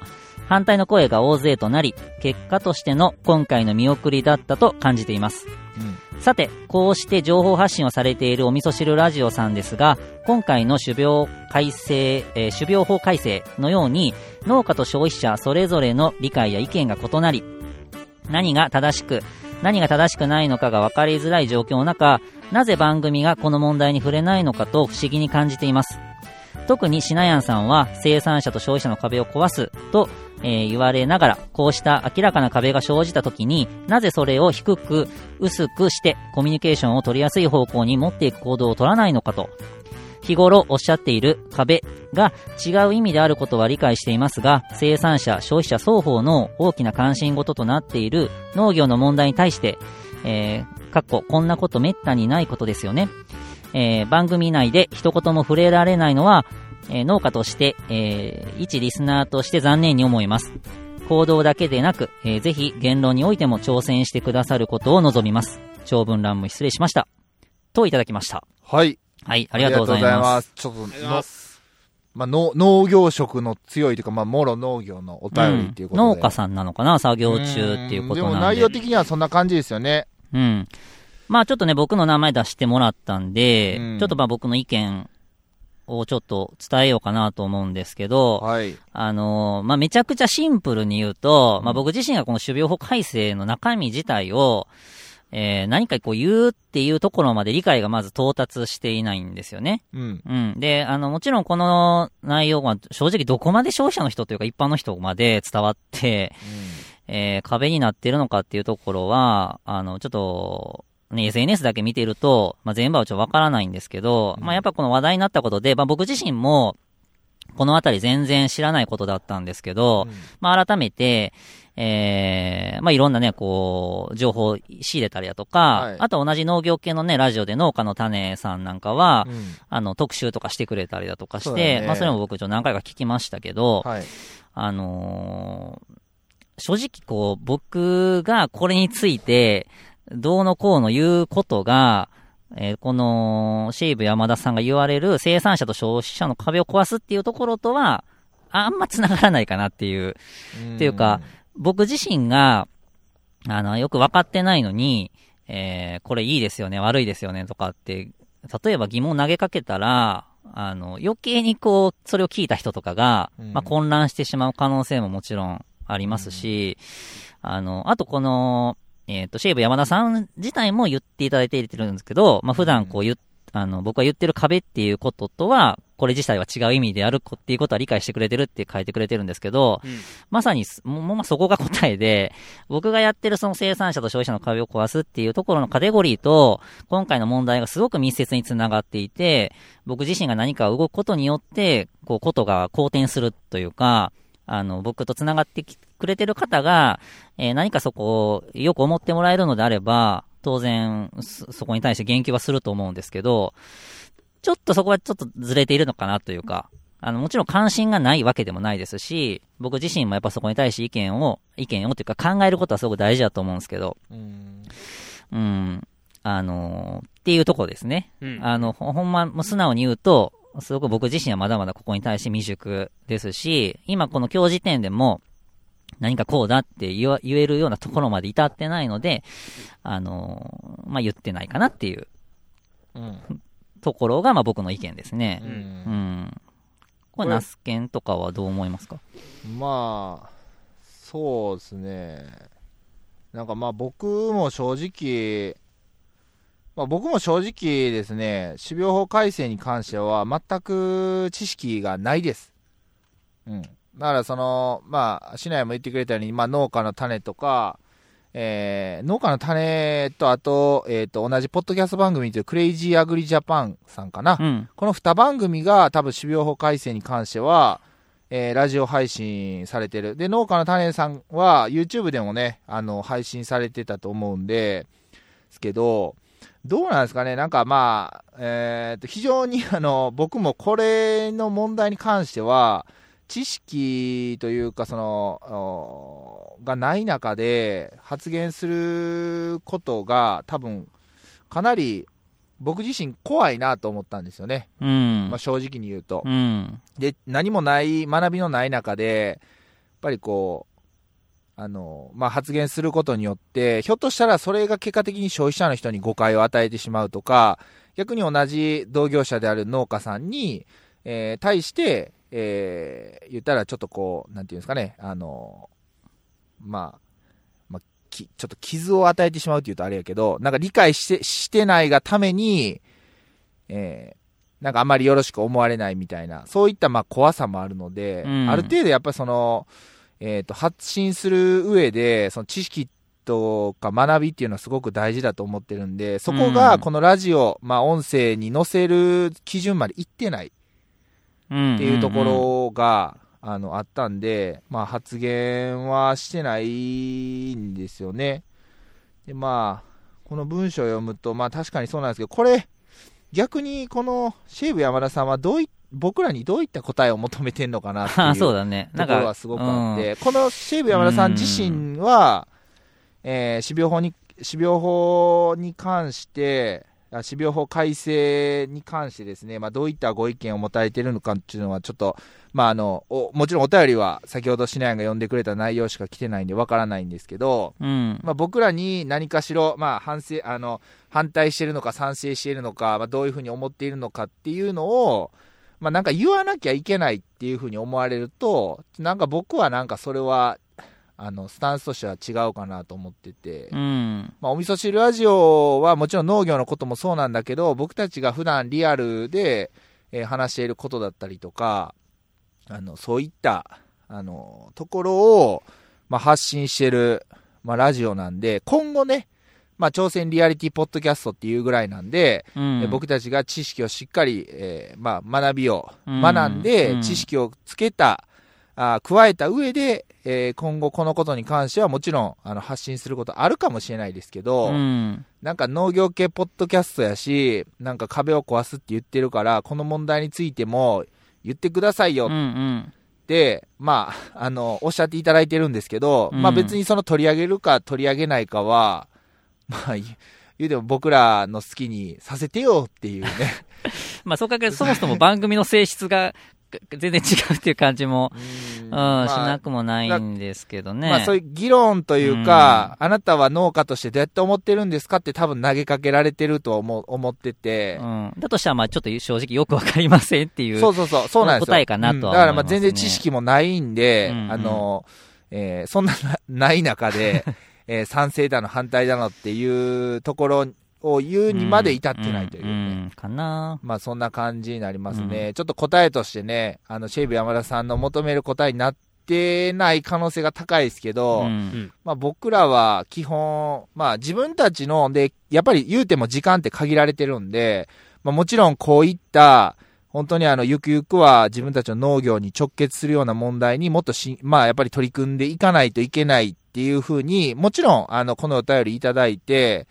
反対の声が大勢となり、結果としての今回の見送りだったと感じています。さて、こうして情報発信をされているお味噌汁ラジオさんですが、今回の種苗改正、えー種苗法改正のように、農家と消費者それぞれの理解や意見が異なり、何が正しく、何が正しくないのかが分かりづらい状況の中、なぜ番組がこの問題に触れないのかと不思議に感じています。特にシナヤンさんは生産者と消費者の壁を壊すと、えー言われながら、こうした明らかな壁が生じた時に、なぜそれを低く、薄くしてコミュニケーションを取りやすい方向に持っていく行動を取らないのかと。日頃おっしゃっている壁が違う意味であることは理解していますが、生産者、消費者双方の大きな関心事となっている農業の問題に対して、えー、かっこ、こんなことめったにないことですよね。えー、番組内で一言も触れられないのは、えー農家として、えー、一リスナーとして残念に思います。行動だけでなく、えーぜひ言論においても挑戦してくださることを望みます。長文乱も失礼しました。といただきました。
はい。
はい、あ
あ
りがとうございます。
す。ちょっと
りがとうございま
の、まあ、農農業色の強いというか、まあ、もろ農業のお便りっていうことで。
うん農家さんなのかな作業中っていうこと
んでも
なん
内
で。
容的にはそんな感じですよね。
うん。まあちょっとね、僕の名前出してもらったんで、
うん
ちょっとまあ僕の意見をちょっと伝えようかなと思うんですけど、
はい。
あのーまあ、めちゃくちゃシンプルに言うと、まあ、僕自身がこの種苗法改正の中身自体を、えー何かこう言うっていうところまで理解がまず到達していないんですよね。
うん。
うん。で、あの、もちろんこの内容は正直どこまで消費者の人というか一般の人まで伝わって、えー壁になってるのかっていうところは、あの、ちょっと、ね、SNS だけ見てると、まあ、全部はちょっとわからないんですけど、まあ、やっぱこの話題になったことで、まあ、僕自身も、このあたり全然知らないことだったんですけど、まあ、改めて、えー、まあ、いろんなね、こう、情報を仕入れたりだとか、
はい
あと同じ農業系のね、ラジオで農家の種さんなんかは、
うん。
あの、特集とかしてくれたりだとかし
そうだ
て、
ね
まあ、それも僕ちょっと何回か聞きましたけど、
はい。
あのー正直こう、僕がこれについて、どうのこうの言うことが、えーこの、シェイブ山田さんが言われる生産者と消費者の壁を壊すっていうところとは、あんま繋がらないかなっていう。
っ
っていうか、僕自身が、あの、よく分かってないのに、えー、これいいですよね、悪いですよね、とかって、例えば疑問を投げかけたら、あの、余計にこう、それを聞いた人とかが、
うん
まあ、混乱してしまう可能性ももちろんありますし、あの、あとこの、えっ、と、シェーブ山田さん自体も言っていただいているんですけど、まあ、普段こう言っ、あの、僕が言ってる壁っていうこととは、これ自体は違う意味であるこっていうことは理解してくれてるって書いてくれてるんですけど、
うん
まさにす、ももうまあそこが答えで、僕がやってるその生産者と消費者の壁を壊すっていうところのカテゴリーと、今回の問題がすごく密接につながっていて、僕自身が何か動くことによって、こう、ことが好転するというか、あの、僕と繋がってきくれてる方が、えー何かそこをよく思ってもらえるのであれば、当然、そそこに対して言及はすると思うんですけど、ちょっとそこはちょっとずれているのかなというか、あの、もちろん関心がないわけでもないですし、僕自身もやっぱそこに対して意見を、意見をというか考えることはすごく大事だと思うんですけど、うん、あのーっていうところですね。
うん
あの、ほほんま、もう素直に言うと、すごく僕自身はまだまだここに対して未熟ですし、今この今日時点でも、何かこうだって言わ言えるようなところまで至ってないので、あのーまあ、言ってないかなっていう
うん。
ところが、まあ、僕の意見ですね
う。
うん。
ん。
これ、ナスケンとかはどう思いますか
まあ、そうですね。なんかまあ僕も正直、まあ僕も正直ですね、種苗法改正に関しては全く知識がないです。うん。だからその、まあ、市内も言ってくれたように、まあ農家の種とか、えー農家の種とあと、えっ、と、同じポッドキャスト番組というクレイジーアグリジャパンさんかな。
うん。
この2番組が多分種苗法改正に関しては、えーラジオ配信されてる。で、農家の種さんは YouTube でもね、あの、配信されてたと思うんで、ですけど、どうなんですかねなんかまあ、えーと、非常にあの、僕もこれの問題に関しては、知識というか、その、おがない中で発言することが多分、かなり僕自身怖いなと思ったんですよね。
うん
まあ、。正直に言うと、
うん。
で何もない学びのない中でやっぱりこうあの、まあ、発言することによってひょっとしたらそれが結果的に消費者の人に誤解を与えてしまうとか逆に同じ同業者である農家さんに、えー対して、えー言ったらちょっとこうなんていうんですかねあのまあまあきちょっと傷を与えてしまうっていうとあれやけど、なんか理解してしてないがために、えーなんかあんまりよろしく思われないみたいな、そういったまあ怖さもあるので、
うん
ある程度やっぱりその、えっ、と、発信する上で、その知識とか学びっていうのはすごく大事だと思ってるんで、そこ
う
が
ん
このラジオ、まあ音声に載せる基準までいってない
うん。
っていうところが、あの、あったんで、まあ発言はしてないんですよね。で、まあ、この文章を読むと、まあ確かにそうなんですけど、これ、逆にこのシェーブ山田さんはどうい、僕らにどういった答えを求めてんのかなって
ああ、
いう
そうだね。な
と
ん
こ
か、
ろはすごくあって、この西武山田さん自身は、えー、種苗法に、種苗法に関して、あ種苗法改正に関してですね、まあ、どういったご意見を持たれているのかっていうのは、ちょっと、まああのお、もちろんお便りは先ほどシナヤンが読んでくれた内容しか来てないんでわからないんですけど、
うん。うん。
まあ、僕らに何かしろ、まあ、反省あの反対しているのか賛成しているのか、まあ、どういうふうに思っているのかっていうのを、まあ、なんか言わなきゃいけないっていうふうに思われるとなんか僕はなんかそれはあのスタンスとしては違うかなと思ってて、
うん。
まあ、お味噌汁ラジオはもちろん農業のこともそうなんだけど僕たちが普段リアルで、えー話していることだったりとかあのそういったあのところを、まあ、発信してる、まあ、ラジオなんで今後ね、まあ、朝鮮リアリティポッドキャストっていうぐらいなんで、
うん
えー僕たちが知識をしっかり、えーまあ、学びを
うん
学ん
う
で
ん
知識をつけた、あー加えた上で、えー今後このことに関してはもちろんあの発信することあるかもしれないですけど、
うん。
なんか農業系ポッドキャストやしなんか壁を壊すって言ってるからこの問題についても言ってくださいよ
うん。うん。
って、まあ、あのおっしゃっていただいてるんですけど、
うん
まあ、別にその取り上げるか取り上げないかは、まあ、言う言うても僕らの好きにさせてよっていうね。
まあ、そうかけそもそも番組の性質がか全然違うっていう感じも、うん、し
まあ
なくもないんですけどね。
まあそういう議論というか、あなたは農家としてどうやって思ってるんですかって多分投げかけられてるとは思う思ってて、
うん。だとしたら、まあ、ちょっと正直よくわかりませんっていう。
そうそうそう、そうなんですよ。
答えかなとは思いますね
うんだからまあ全然知識もないんで、
うんうん
あの、えーそんななない中で、えー賛成だの反対だのっていうところを言うにまで至ってないというね。
んんかな
まあそんな感じになりますね。ちょっと答えとしてね、あの、シェイブ山田さんの求める答えになってない可能性が高いですけど、
うん
まあ僕らは基本、まあ自分たちの、で、やっぱり言うても時間って限られてるんで、まあもちろんこういった、本当にあの、ゆくゆくは自分たちの農業に直結するような問題にもっとし、まあやっぱり取り組んでいかないといけないっていうふうに、もちろんあの、このお便りいただいて、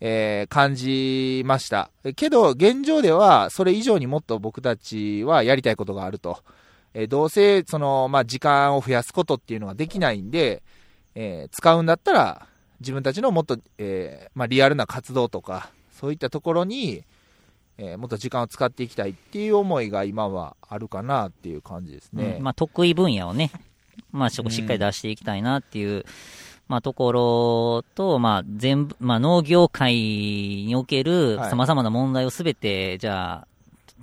えー感じました。けど、現状ではそれ以上にもっと僕たちはやりたいことがあると。えーどうせ、その、まあ時間を増やすことっていうのができないんで、えー使うんだったら、自分たちのもっと、えーまあ、リアルな活動とか、そういったところに、えーもっと時間を使っていきたいっていう思いが今はあるかなっていう感じですね。
うんまあ、得意分野をね、まあ、そこしっかり出していきたいなっていう、まあ、ところと、まあ、全部、まあ、農業界における
はい
様々な問題をすべて、じゃあ、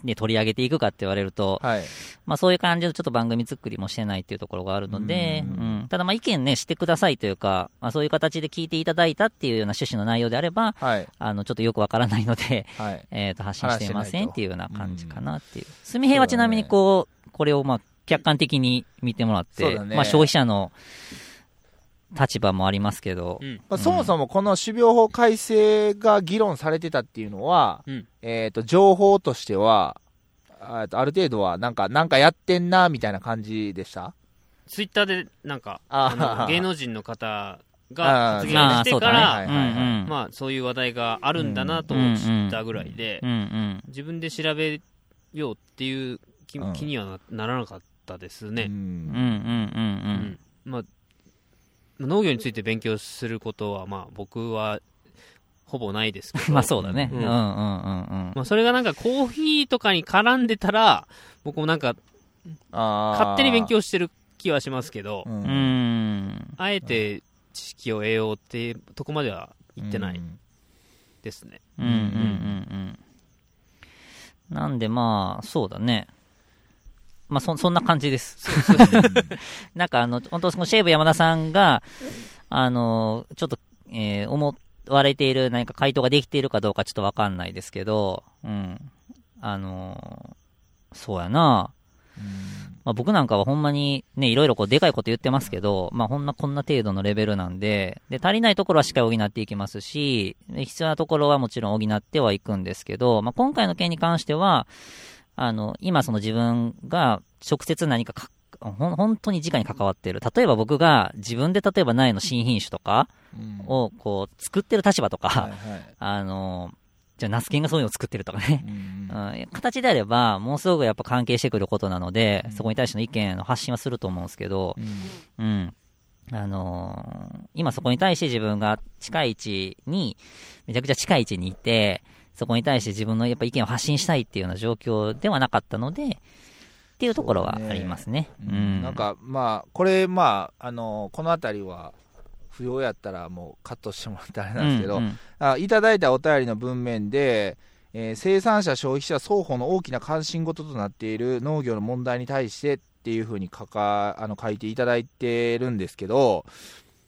ね、取り上げていくかって言われると、
はい。
まあ、そういう感じのちょっと番組作りもしてないっていうところがあるので、
う
うんんただ、まあ、意見ね、してくださいというか、まあ、そういう形で聞いていただいたっていうような趣旨の内容であれば、
はい。
あの、ちょっとよくわからないので、
はい。
えっ、と、発信していませんっていうような
話してないと
感じかなっていう。すみへいはちなみにこう、これをまあ、客観的に見てもらっ
そう
て、
だね
まあ、消費者の立場もありますけど、
うん
まあ、そもそもこの種苗法改正が議論されてたっていうのは、
うん
えっ、と、情報としては、あある程度は、なんか、なんかやってんな、みたいな感じでした
ツイッターでなんか、
あ
あ
ー
の芸能人の方が発言
まあ、
して
そう
か
だね。
ら、
はいはいはい
うんうん。
まあそういう話題があるんだなと知ったぐらいで、
うんうん。
自分で調べようっていう気,、
うん
気にはなならなかったです
う
ね、
うん
ん
うんうんうん。
まあ、農業について勉強することはまあ僕はほぼないですけ ど
まあ、そうだね。う
うんん
うんうんうん。
まあ、それがなんかコーヒーとかに絡んでたら僕もなんか勝手に勉、強してる気はしますけど
あーうん
うーん。
あえて知識を得ようっていうとこまでは行ってな
う
い
ん
ですね、
うんうんうんうん。なんでまあ、そうだね。まあ、そ、そんな感じです。なんかあの、本当そのシェーブ山田さんが、あの、ちょっと、えー思われている何か回答ができているかどうかちょっとわかんないですけど、うん。あの、そうやな。まあ、僕なんかはほんまにね、いろいろこうでかいこと言ってますけど、まあほんなこんな程度のレベルなんで、で、足りないところはしっかり補っていきますし、で必要なところはもちろん補ってはいくんですけど、まあ今回の件に関しては、あの、今その自分が直接何かか、ほん本当に直に関わっている。例えば僕が自分で例えば苗の新品種とか
うん
をこう作ってる立場とか、
はいはい
あの、じゃあナスケンがそういうのを作ってるとかね、
うん
うん形であれば、ものすごくやっぱ関係してくることなので、そこに対しての意見の発信はすると思うんですけど、うん。あのー今そこに対して自分が近い位置に、めちゃくちゃ近い位置にいて、そこに対して自分のやっぱ意見を発信したいっていうような状況ではなかったので、っていうところはありますね。う
うん
ん。
なん、かまあこれまああのこの辺りは不要やったらもうカットしてもらってあれなんですけど、
うん
あいただいたお便りの文面で、えー生産者、消費者双方の大きな関心事となっている農業の問題に対してっていうふうに書かあの書いていただいてるんですけど、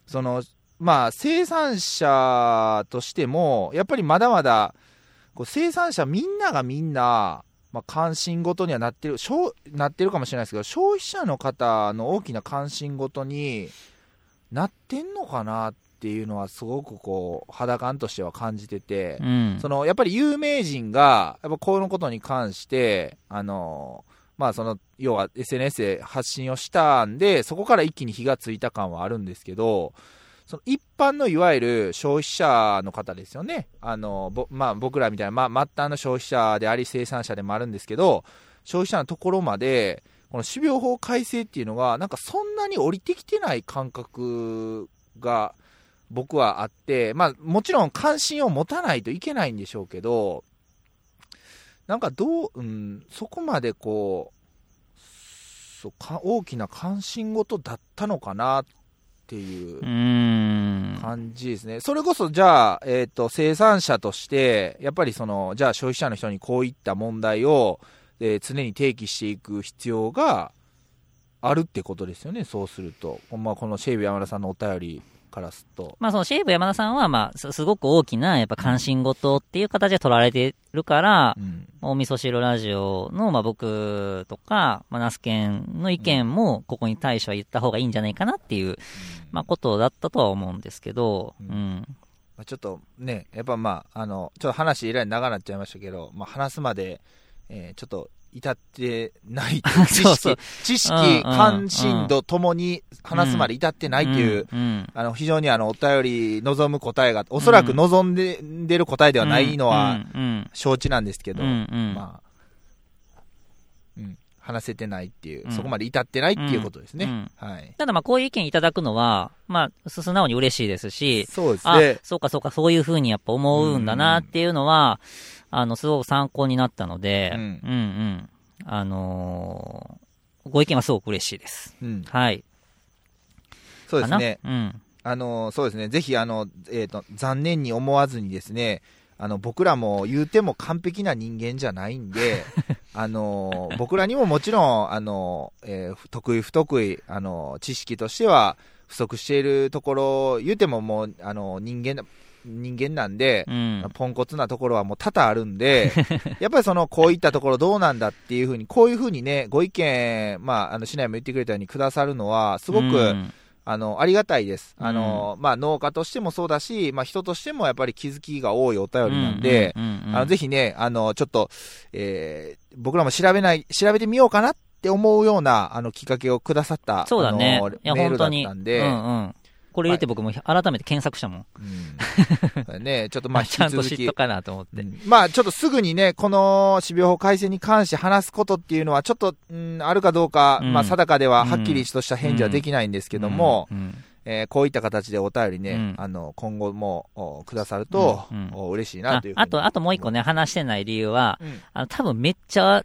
そのまあ、生産者としても、やっぱりまだまだこう生産者みんながみんな、まあ、関心事にはなってるしょうなってるかもしれないですけど、消費者の方の大きな関心事になってんのかなっていうのは、すごくこう肌感としては感じてて。
うん。うん
そのやっぱり有名人が、やっぱこのことに関して、あのまあ、その要は SNS で発信をしたんで、そこから一気に火がついた感はあるんですけど、その一般のいわゆる消費者の方ですよね、あのぼまあ、僕らみたいな、まあ、末端の消費者であり、生産者でもあるんですけど、消費者のところまで、この種苗法改正っていうのが、なんかそんなに降りてきてない感覚が僕はあって、まあ、もちろん関心を持たないといけないんでしょうけど、なんかどう、うん、そこまでこう、そうか大きな関心事だったのかなっていう
うーん。
感じですね。それこそ、じゃあ、えっ、と、生産者として、やっぱりその、じゃあ消費者の人にこういった問題を、えー常に提起していく必要があるってことですよね、そうすると。まあ、このシェイビー山田さんのお便りからすっと。
まあそのシェイブ山田さんはまあすすごく大きなやっぱ関心事っていう形で取られてるから
う、ん。
お味噌汁ラジオのまあ僕とか、まあ、ナスケンの意見もここに対しては言った方がいいんじゃないかなっていう、まあことだったとは思うんですけど、う
うん
ん。
まあちょっとね、やっぱまあ、あの、ちょっと話えらい長なっちゃいましたけど、まあ話すまで、えーちょっと至ってない知識、
そうそう
知識、
うんうん
関心度ともに話すまで至ってないという、
うん。
あの、非常にあの、お便り望む答えが、おそらく望んで、出る答えで
で
はないのは、
うん。
承知なんですけ
うん。
ど、
うんうん
まあ、うん、話せてないっていう、
うん
そこまで至ってないっていうことですね。
うん
はい。
ただまあこういう意見いただくのは、まあ素直に嬉しいですし、
そうです
あ
ね、。
そうかそうか、そういうふうにやっぱ思うんだなっていうのは、あの、すごく参考になったので、う
うんん、
うんうんあのーご意見はすごく嬉しいです。
うん。
はい。
そうですね。
かな。うん。
あのそうですね、ぜひあの、えーと、残念に思わずにですね、あの僕らも言うても完璧な人間じゃない んで、あの僕らにももちろん、あのえー不得意、不得意あの、知識としては不足しているところ、言うてももうあの人間人間なんで、
うん。
ポンコツなところはもう多々あるん で、やっぱりその、こういったところどうなんだっていうふうに、こういうふうにね、ご意見、まあ、あの、市内も言ってくれたようにくださるのは、すごく、
うん
あの、ありがたいです。あの、まあ、農家としてもそうだし、まあ、人としてもやっぱり気づきが多いお便りなんで、、
うんうんうん
あの、ぜひね、あの、ちょっと、えー僕らも調べない、調べてみようかなって思うような、あの、きっかけをくださった、
そうだね
あの。
いや、
メー
本
ルだ
当
っ
に。う
た
ん
ん
う
で、
ん。これ言って僕も改めて検索したもん。
うんね、ちょっとまあ、引き
ちゃんと
続
知っ
き
と、かなと思って。
まあちょっとすぐにね、この種苗法改正に関して話すことっていうのは、ちょっと、うん、あるかどうか、
うん
まあ定かでははっきりとした返事はできないんですけども、
うん、うん
えーこういった形でお便りね、
うん
あの今後もおくださると、
うんうん
お嬉しいな
あ
というふうに
あと、あともう一個ね、話してない理由は、
うん
あの、多分めっちゃ、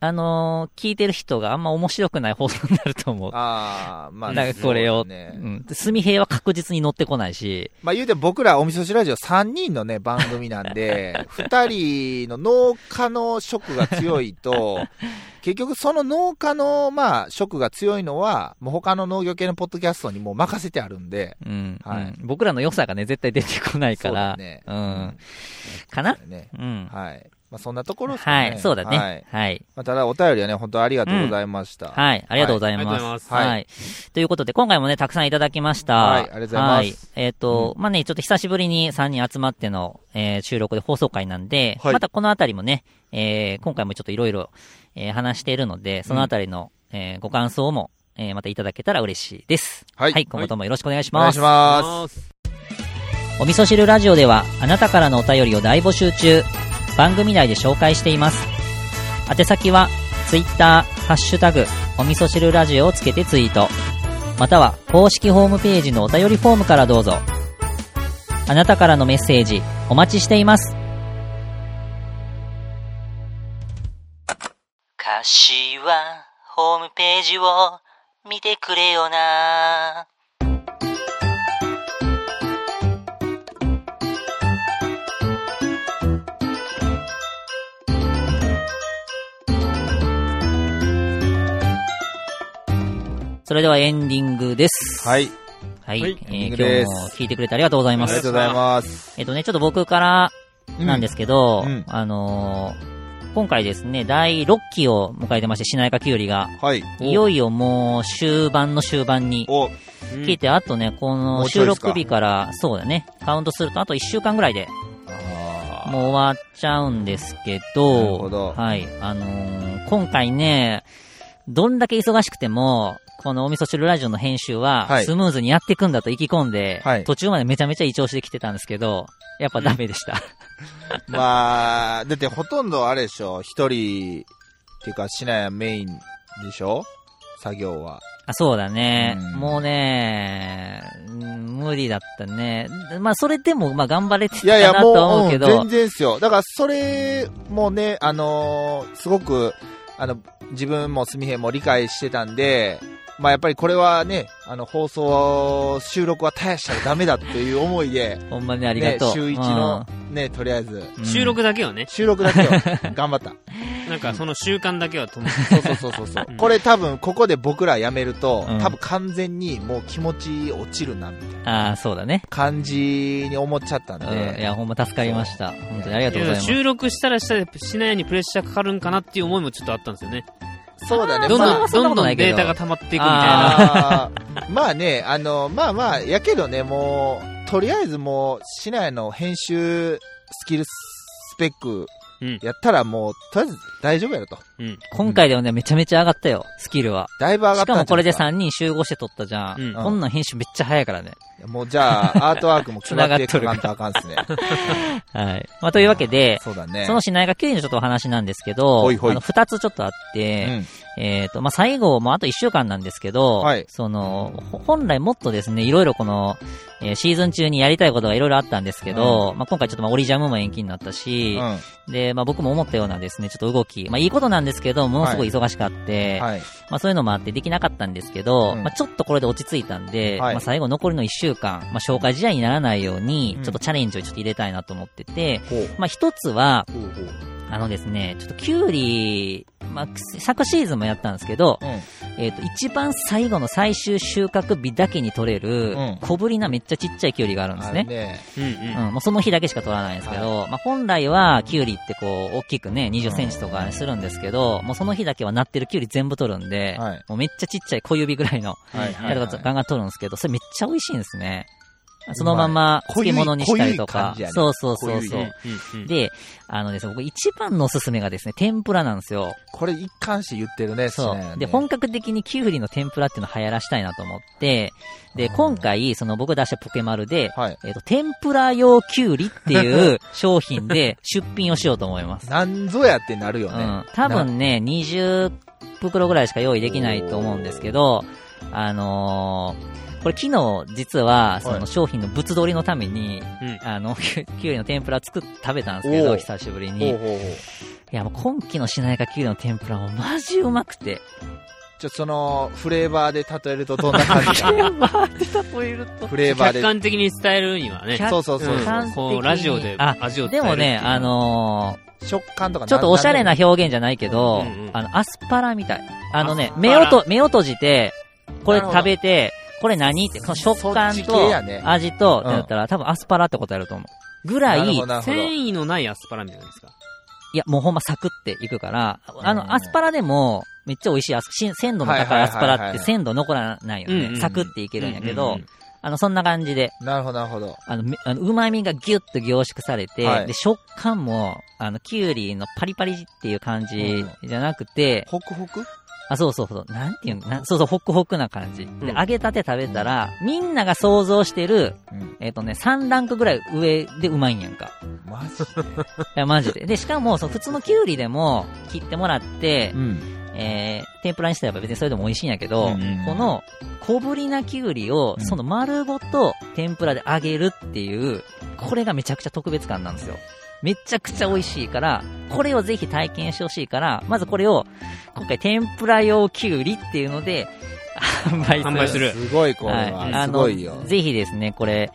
あのー聞いてる人があんま面白くない放送になると思う。
ああ、まあ、
なんかこれを、
そううですね
ん。で炭平は確実に乗ってこないし、
まあ言うても僕らお味噌汁ラジオ3人のね、番組な んで、2人の農家の食が強いと、 結局その農家の、まあ、食が強いのは、もう他の農業系のポッドキャストにもう任せてあるんで、
うん、
はい
うん僕らの良さがね、絶対出てこないか
そうだ
ら、
よね
うん。かな
うんね
うん。
はい。まあそんなところですか
は
ね。
い、そうだ
は
ね
い。
はい。
まあ、ただお便りはね、本当ありがとうございました。
はい、ありがとうござい
ありがとうござい
ま。
ますす
はい。
は
ということで、今回もね、たくさんいただきました。
はいありがとうございます
はえっ、と、まあね、ちょっと久しぶりに3人集まっての、えー収録で放送会なんで、
はい
またこのあたりもね、えー今回もちょっといろいろ、えー話しているので、そのあたりの、えーご感想も、えーまたいただけたら嬉しいです。
はい
今後ともよろしくお願いし
お願
ま
い
す。
します。
お味噌汁ラジオではあなたからのお便りを大募集中番組内で紹介しています宛先はツイッターハッシュタグお味噌汁ラジオをつけてツイートまたは公式ホームページのお便りフォームからどうぞあなたからのメッセージお待ちしています
歌詞はホームページを見てくれよな。
それではエンディングです
はい。
はい、
は
え
い
エ
ー
ンディン
今
グです
日も聞いてくれてありがとうござい
あ
ま
りが
す
とうございます。
えっとねちょっと僕からなんですけど、
うんうん
あのー今回ですね、第6期を迎えてまして、しなやかきゅうりが、
はい。
いよいよもう終盤の終盤に
お、
聞いて、あとね、こ
も
の
うち
収
ょいですか
録日から、そうだね、カウントするとあと1週間ぐらいで
あ
もう終わっちゃうんですけ
なる
ど、
ほど
はい、あのー今回ね、どんだけ忙しくても、このお味噌汁ラジオの編集
は
はいスムーズにやっていくんだと意気込んで、
はい
途中までめちゃめちゃ異調してきてたんですけど、やっぱダメでした。
ーまあ、だってほとんどあれでしょ、一人、っていうか、シナヤメインでしょ作業は。
あそうだね。
うん
もうね、うん無理だったね。まあ、それでも、まあ、頑張れてた
いやいや、
なとは
も
思
う、
う
う
け
ん
ど。
全然っすよ。だから、それもね、あのーすごく、あの、自分もすみへんも理解してたんで、まあやっぱりこれはね、あの、放送、収録は絶やしたらダメだという思いで、
ほんまにありが
ね、
とう。
週一の、ね、とりあえず、
うん、
収録だけはね。
収録だけを頑張った。
なんかその習慣だけは止め
そうそうそうそうそう
うん
これ多分ここで僕らやめると、
うん
多分完全にもう気持ち落ちるなみたいな
ああ、そうだね。
感じに思っちゃったんで、
うん。いや、ほんま助かりました。本当にありがとうございま
る。
す。
収録したらしたでしないようにプレッシャーかかるんかなっていう思いもちょっとあったんですよね。
そうだね
ど
どん
まあ
どん、
そんなこ
どん
と
ど
ない
ん
け
デ
ど
ータが溜まっていくみたい
あ
な。
あー まあね、あの、まあまあ、やけどね、もう、とりあえずもう、市内の編集スキルスペック
うん、
やったらもう、とりあえず大丈夫やろと。
うん。
今回でもね、めちゃめちゃ上がったよ、スキルは。
だいぶ上が
し
った
かも
んちゃ
こ
う
れで3人集合して撮ったじゃん。
うん
こんなん編集めっちゃ早いからね。
もうじゃあ、アートワークも決まっていかなんとあかんっ すね。
はい。まあ、というわけで、
そうだね。
そのしないが9位のちょっとお話なんですけど、
ほいほい
あの、2つちょっとあっ
う
て、
ん。
えっ、と、まあ、最後もあと1週間なんですけど、
はい
その、ほ本来もっとですね、いろいろこの、えーシーズン中にやりたいことがいろいろあったんですけど、まあ、今回ちょっとまあ、オリジャムも延期になったし、
う
で、まあ、僕も思ったようなですね、ちょっと動き、まあ、いいことなんですけど、ものすごい忙しかって、
ん。はい。
まあそういうのもあってできなかったんですけど、
うん
まあちょっとこれで落ち着いたんで、
はい
まあ最後残りの1週間、まあ紹介試合にならないように
う、ん
ちょっとチャレンジをちょっと入れたいなと思ってて、
ほう。
まあ一つは、
ほうほう。
あのですね、ちょっとキュウリ、まあ昨シーズンもやったんですけど、
う
えっ、と一番最後の最終収穫日だけに取れる
うん
小ぶりなめっちゃちっちゃいキュウリがあるん
ん。
です
あ
ね。
れね。
うんうん。
うん、もうその日だけしか取らないんですけど、まあ本来はキュウリってこう、大きくね、20センチとかするんですけど、もうその日だけはなってるキュウリ全部取るんで、
はい
もうめっちゃちっちゃい小指ぐらいの、
はいは
や
い
つが
はい。
ガンガン取るんですけど、それめっちゃ美味しいんですね。そのまま
うまい
漬物にしたりとか
濃い濃い感じや。ね
そうそうそうそ
濃
う。
うんうん
で、あのですね、僕一番のおすすめがですね、天ぷらなんですよ。
これ一貫して言ってるね、
そ
市内は
う。
ね
で、本格的にキュウリの天ぷらっていうのを流行らしたいなと思って、で、
うん
今回、その僕出したポケマルで、
はい。
えっ、と、天ぷら用きゅうりっていう商品 で出品をしようと思います。
なんぞやってなるよ
う
ね。
ん。多分ね、20袋ぐらいしか用意できないと思うんですけど、あのーこれ昨日実は、そ
は
の
い
商品の物撮りのために、
うん
あの、 きゅきゅうりの天ぷら作っ食べたんですけど、
おう
久しぶり
ほ
に。
う
い
ほうほう。
や、もう今季のしなやかきゅうりの天ぷらもマジうまくて。
ちょ、その、フレーバーで例えるとどんな感 じか。 フレーバー
客
で。
観的に伝えるにはね。
そうそうそう。
客観的に
こうラジオで
あ
味を伝
で
える
も
っていう
ね、あのー
食感とか
ちょっとおしゃれな表現じゃないけど、
うんうん
あの、アスパラみたい。あのね
アス、パラ
目をと、目を閉じて、これ
なるほど
食べて、これ何って、その食感
そっち系
と
やね
味と、って
うん
なったら、多分アスパラって答えると思う。ぐら、
ないるほ
い
どなるほど
繊維のないアスパラみたいなですか。
や、もうほんまサクっていくから、あ
う
の、
ん
アスパラでも、めっちゃ美味しいアス、し鮮度の
はいは
高
い
い
はい
アスパ
はい
ラって鮮度残らないよ
うんう
ね。
ん
サクっていけるんやけ
うんうん
ど
う、ん
あの、そんな感じで、
なるほど、なるほど。
あの、めあの旨味がギュッと凝縮されて、
はい
で、食感も、あの、キュウリのパリパリっていう感じじゃなくて、
ホクホク
あ、そうそうそう。なんていうのなそうそう、ホクホクな感じ。で、
うん
揚げたて食べたら、みんなが想像してる、
うん。
えっ、とね、3ランクぐらい上でうまいんや んか。
マジ
いや、マジで。で、しかも、そう、普通のキュウリでも切ってもらって、
ん。
えー、天ぷらにしたら別にそれでも美味しいんやけど、
うんうんうん
この、小ぶりなキュウリを、
うん
その丸ごと天ぷらで揚げるっていう、これがめちゃくちゃ特別感なんですよ。めちゃくちゃ美味しいから、これをぜひ体験してほしいから、まずこれを、今回天ぷら用キュウリっていうので、販売する。
販売する
すごい、これ
はい。
は。
あ
す
の、
ごいよ。
ぜひですね、これ、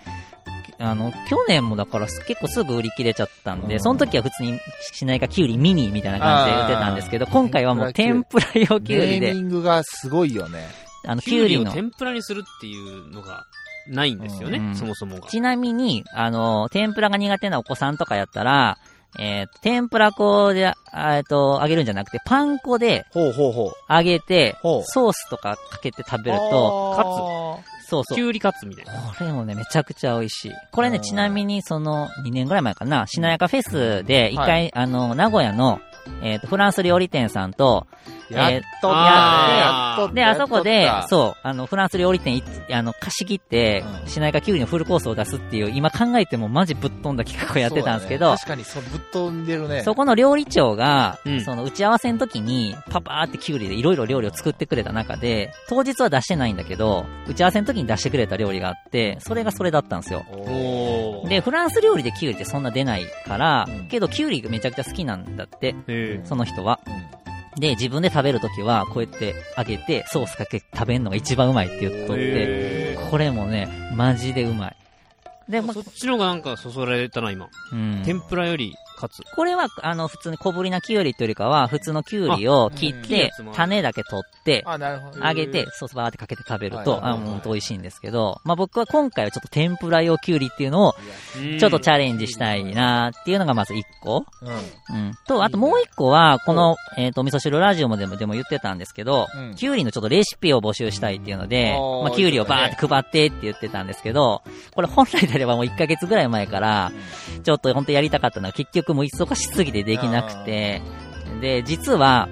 あの、去年もだからす結構すぐ売り切れちゃったんで、
うん
その時は普通にしないかきゅうりミニみたいな感じで売ってたんですけど、今回はもう天
天
ぷら用きゅ
ネ
うり
ー
で
ミ、ングがすごいよね。
あの、
キ
き
ュ
ゅ
ウ
う
リ
り
を
の、
天ぷらにするっていうのがないんですよ
う
ね
ん、
そもそもが。
ちなみに、あの、天ぷらが苦手なお子さんとかやったら、えー天ぷら粉で、あえっと、揚げるんじゃなくて、パン粉で
ほうほうほう。
揚げて
ほう、
ソースとかかけて食べると、そうそう
キ。ュウリカツみたいな。
これもね、めちゃくちゃ美味しい。これね、
うん
ちなみに、その、2年ぐらい前かな、しなやかフェスで、一回、あの、名古屋の、えっ、と、フランス料理店さんと、
カツ。やっと
あー
ったね。
で、あそこで、
う。
そう、あの、フランス料理店い、あの、貸し切って、
うん
しなやかきゅうりのフルコースを出すっていう、今考えてもマジぶっ飛んだ企画をやってたんですけ
そうだ
ど、
ね確かに、そう、ぶっ飛んでるね。
そこの料理長が、
うん
その打ち合わせの時に、パパーってキュウリでいろいろ料理を作ってくれた中で、当日は出してないんだけど、打ち合わせの時に出してくれた料理があって、それがそれだったんですよ。
おー
おー。
で、フランス料理でキュウリってそんな出ないから、
うん
けどキュウリがめちゃくちゃ好きなんだって、
え
その人は。で、自分で食べるときは、こうやって揚げて、ソースかけて食べるのが一番うまいって言っとって、
え
これもね、マジでうまい。で、ま
そっちの方がなんかそそられたな、今。
うん。
天ぷらよりカツ。
これは、あの、普通に小ぶりなキュウリというよりかは、普通のキュウリを切
うん
っ
切るや
て
つもあ、る
種だけ取って、
あ、なるほど。
揚げて、ソースバーってかけて食べる
はい
と、
はい
あ
はい
もう美味しいんですけど、まあ僕は今回はちょっと天ぷら用キュウリっていうのを、ちょっとチャレンジしたいなっていうのがまず1個。
うん。
うん。と、あともう1個は、この、えっと、お味噌汁ラジオもでもでも言ってたんですけど
うん、
キュウリのちょっとレシピを募集したいっていうので
おー、
まあキュウリをバーって配ってって言ってたんですけど、これ本来であればもう1ヶ月ぐらい前から、ちょっと本当やりたかったのは結局もう忙しすぎてできなくて、で、実は、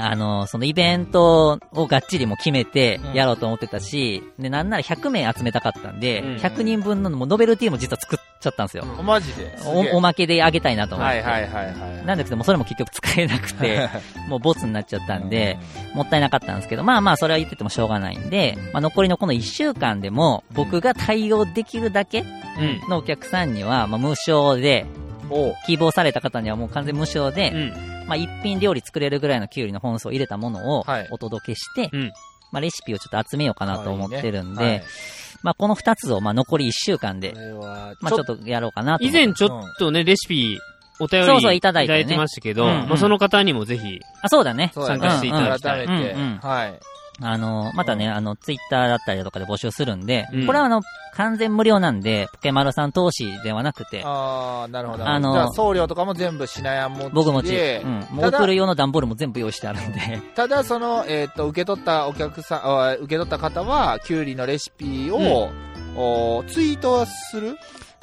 あの、そのイベントをがっちりもう決めてやろうと思ってたし、で、なんなら100名集めたかったんで、
うん
100人分のもうノベルティーも実は作っちゃったんですよ。
おマジで。
おお
ま
まけであげたいなと思っ
は
て。
いはいはいはい。
なんだけども、それも結局使えなく て、もうボツになっちゃったんで、もったいなかったんですけど、まあまあ、それは言っててもしょうがないんで、まあ、残りのこの1週間でも、僕が対応できるだけ
うん。
のお客さんには、まあ、無償で、
おう
希望された方にはもう完全無償で、
うん。
まあ、一品料理作れるぐらいのキュウリの本数を入れたものを
はい
お届けして、
うん
まあ、レシピをちょっと集めようかなと思ってるんで、
はいはい
まあ、この2つを、まあ、残り1週間で
こ、れは、
まあ、ちょっとやろうかなと
以
思って。
前ちょっとね、レシピ、お便り
そうそういただいてね
ましたけど、
うんうん
まあその方にもぜひ、
あ、そうだね。
そうだね
参加していただきたい
改めて、
うんうん
はい。
あの、またね、あの、ツイッターだったりだとかで募集するんで、
うん
これはあの、完全無料なんで、ポケマルさん投資ではなくて、
ああ、なるほど。
あの
じゃあ送料とかも全部しなやんも
僕持
ち
ち、
で
う、ん、もう
ただ
送る用の段ボールも全部用意してあるん で、
ただその、えっ、と、受け取ったお客さん、あ受け取った方は、キュウリのレシピを、おツイートはする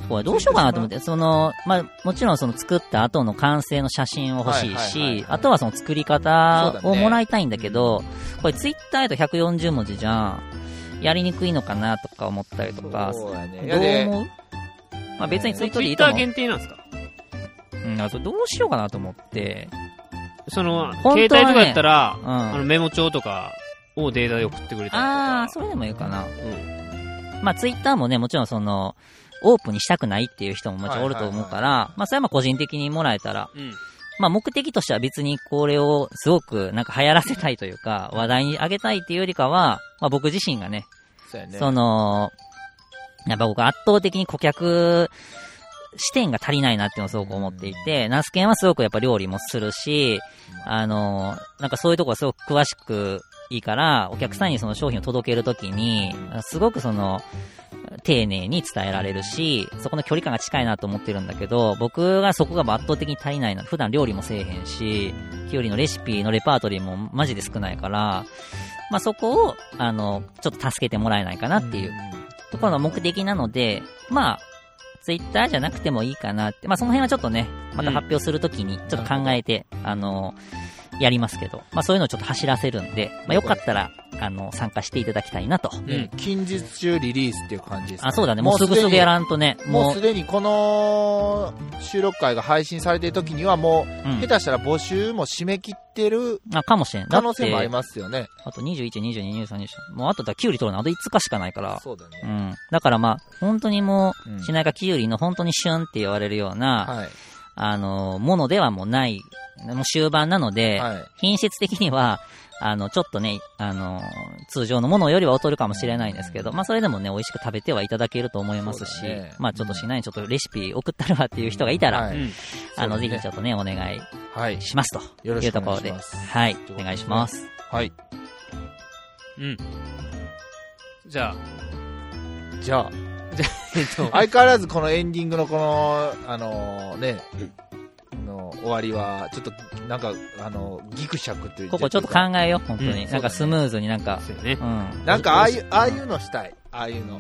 これどうしようかなと思って、その、まあ、もちろんその作った後の完成の写真を欲しい
はいはいはい
し
は、い
あとはその作り
そ
方
うだ
を
ね
もらいたいんだけど、これツイッターやと140文字じゃん、やりにくいのかなとか思ったりとか、ど
そうやね。いうやで
思うまあ、別にツイート
ツ
で
イ
いい
ッ
と
ター
思う。
限定なんですか
うん、あとどうしようかなと思って、
その、
本当は
携
ね
帯とかやったら、
うん
あのメモ帳とかをデータで送ってくれたりとか。
ああ、それでもいいかな。
うん。
まあ、ツイッターもね、もちろんその、オープンにしたくないっていう人ももちろんおると思うから、まあ、それはまあ個人的にもらえたら、
うん。
まあ、目的としては別にこれをすごくなんか流行らせたいというか、話題にあげたいっていうよりかは、まあ、僕自身がね、
そうやね。
その、やっぱ僕圧倒的に顧客視点が足りないなっていうのをすごく思っていて、ナスケンはすごくやっぱ料理もするし、あの、なんかそういうとこがすごく詳しくいいから、お客さんにその商品を届けるときに、すごくその、丁寧に伝えられるし、そこの距離感が近いなと思ってるんだけど、僕がそこが圧倒的に足りないな。普段料理もせえへんし、きゅうりのレシピのレパートリーもマジで少ないから、まあ、そこを、あの、ちょっと助けてもらえないかなっていうところが目的なので、まあ、ツイッターじゃなくてもいいかなって、まあ、その辺はちょっとね、また発表するときに、ちょっと考えて、あの、やりますけど、まあ、そういうのをちょっと走らせるんで、まあ、よかったら、あの、参加していただきたいなと。
ね近日中リリースっていう感じです、
あ、そうだね、もうすぐすぐやらんとね、
もう
も
す
う、
でにこの収録会が配信されてる時にはも
う
う、
ん
下手したら募集も締め切ってる
あ、かもしれん。だ
可
って
能性もありますよね。
あと21、22、23、24。もうあとだ、キュウリ取るのあと5日しかないから。
そうだ
う
ね。
ん。だからまあ、本当にも
うん
う、しながキュウリの本当に旬って言われるような、
はい。
あの、ものではもうない、もう終盤なので、
はい。
品質的には、あの、ちょっとね、あの、通常のものよりは劣るかもしれないんですけど、まあそれでもね、美味しく食べてはいただけると思いますし、
そうだね
まあちょっとしない、ちょっとレシピ送ったるわっていう人がいたら、
はい
うん
あの、
そうだね
ぜひちょっとね、お願い
はい。
しますと
よろ
い
し
う
く
と
お
ころ
願いし
で、
ます
はい、お願いします。
はい。
うん。じゃあ、
じゃあ、
えっと、
相変わらずこのエンディングのこの、あのね、あの終わりは、ちょっと、なんか、あのギクシャクという
ここちょっと考えよう、本当に。
うん
なんかスムーズになんか、
そうよね
う。ん。
なんか、ああいう、ああいうのしたい。ああいうの。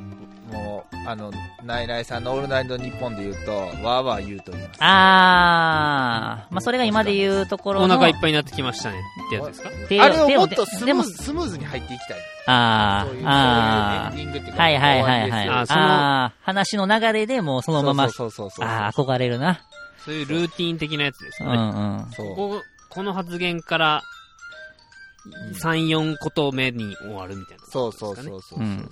もう、あの、ナイナイさんのオールナイトニッポンで言うと、わーわー言うと言います。
あー、まあそれが今で言うところ
お
の、
腹いっぱいになってきましたねってやつですか
手
あれをもっと
手
スム
で
ー
も
ズ、スムーズに入っていきたい。
あ
そういう、
あ
そういうエンディングっていう
あ、
か
はいはいはいはい。
終
あ
わ
あその
あー、話の流れでもうそのまま、
りですよそうそうそうそう。
ああ、憧れるな。
そういうルーティン的なやつです
う
よ
ん
ね。
うん。
そう
こここの発言から、3、4こと目に終わるみたいな。
そうそうそうそうそうそう。
うん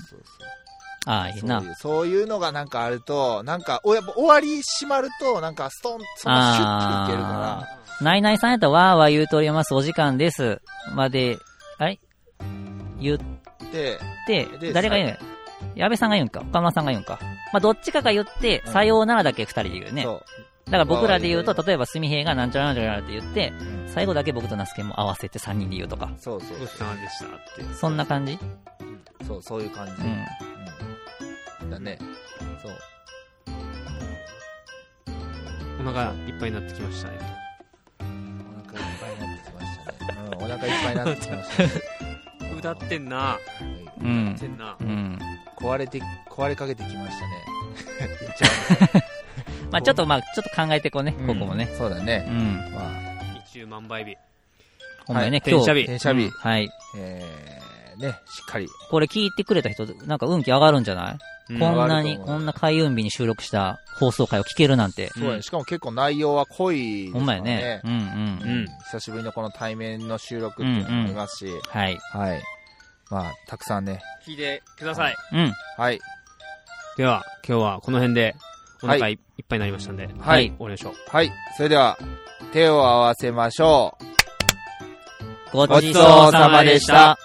ああ、いい
そう
な
いう。そういうのがなんかあると、なんか、おやっぱ終わり閉まると、なんかストン、そのシュッていけるか
ナイナイさんやったらわーわー言うとおります、お時間です。まで、あれ言っ
ら、で、
て
で、
誰が言うん矢部さんが言うんか、岡村さんが言うんか。まあ、どっちかが言って、
うん
さようならだけ二人で言うね。
そう。
だから僕らで言うと、例えば、すみへいがなんちゃらなんちゃらって言って、最後だけ僕とナスケも合わせて3人で言うとか。
そうそう
ごちそうさまでしたって。
そんな感じ
そうそういう感じ、
う
うん
ん。
だねそう
お腹いっぱいになってきましたね。
お腹いっぱいになってきましたね、うん、お腹いっぱいになってきましたね
うだってんな。
う
うんって。んな
う。ん。
壊れて壊れかけてきまし たね
まあちょっとまあちょっと考えてこうね、ここもね
う。んそうだ
う
ね、
ん。
まあ
一中万倍日。
ほんまにね、
はい
今
転写
日。
日
転写日、
はい。
えー、ねしっかり
これ聞いてくれた人、なんか運気上がるんじゃない、
うん
こんな
上がると
に、
思う
こんな開運日に収録した放送回を聞けるなんて。
そうやねしかも結構内容は濃いです
ほ
から
んまやね。うんうん。
うん
久しぶりのこの対面の収録っていうのもありますし、
はい。
はい。まあ、たくさんね。
聞いてください。
うん。
はい。
では、今日はこの辺で、お腹
はい
いっぱいになりましたんで、
はい
終わりましょう。
はい。それでは、手を合わせましょう。
ごちそうさまでした。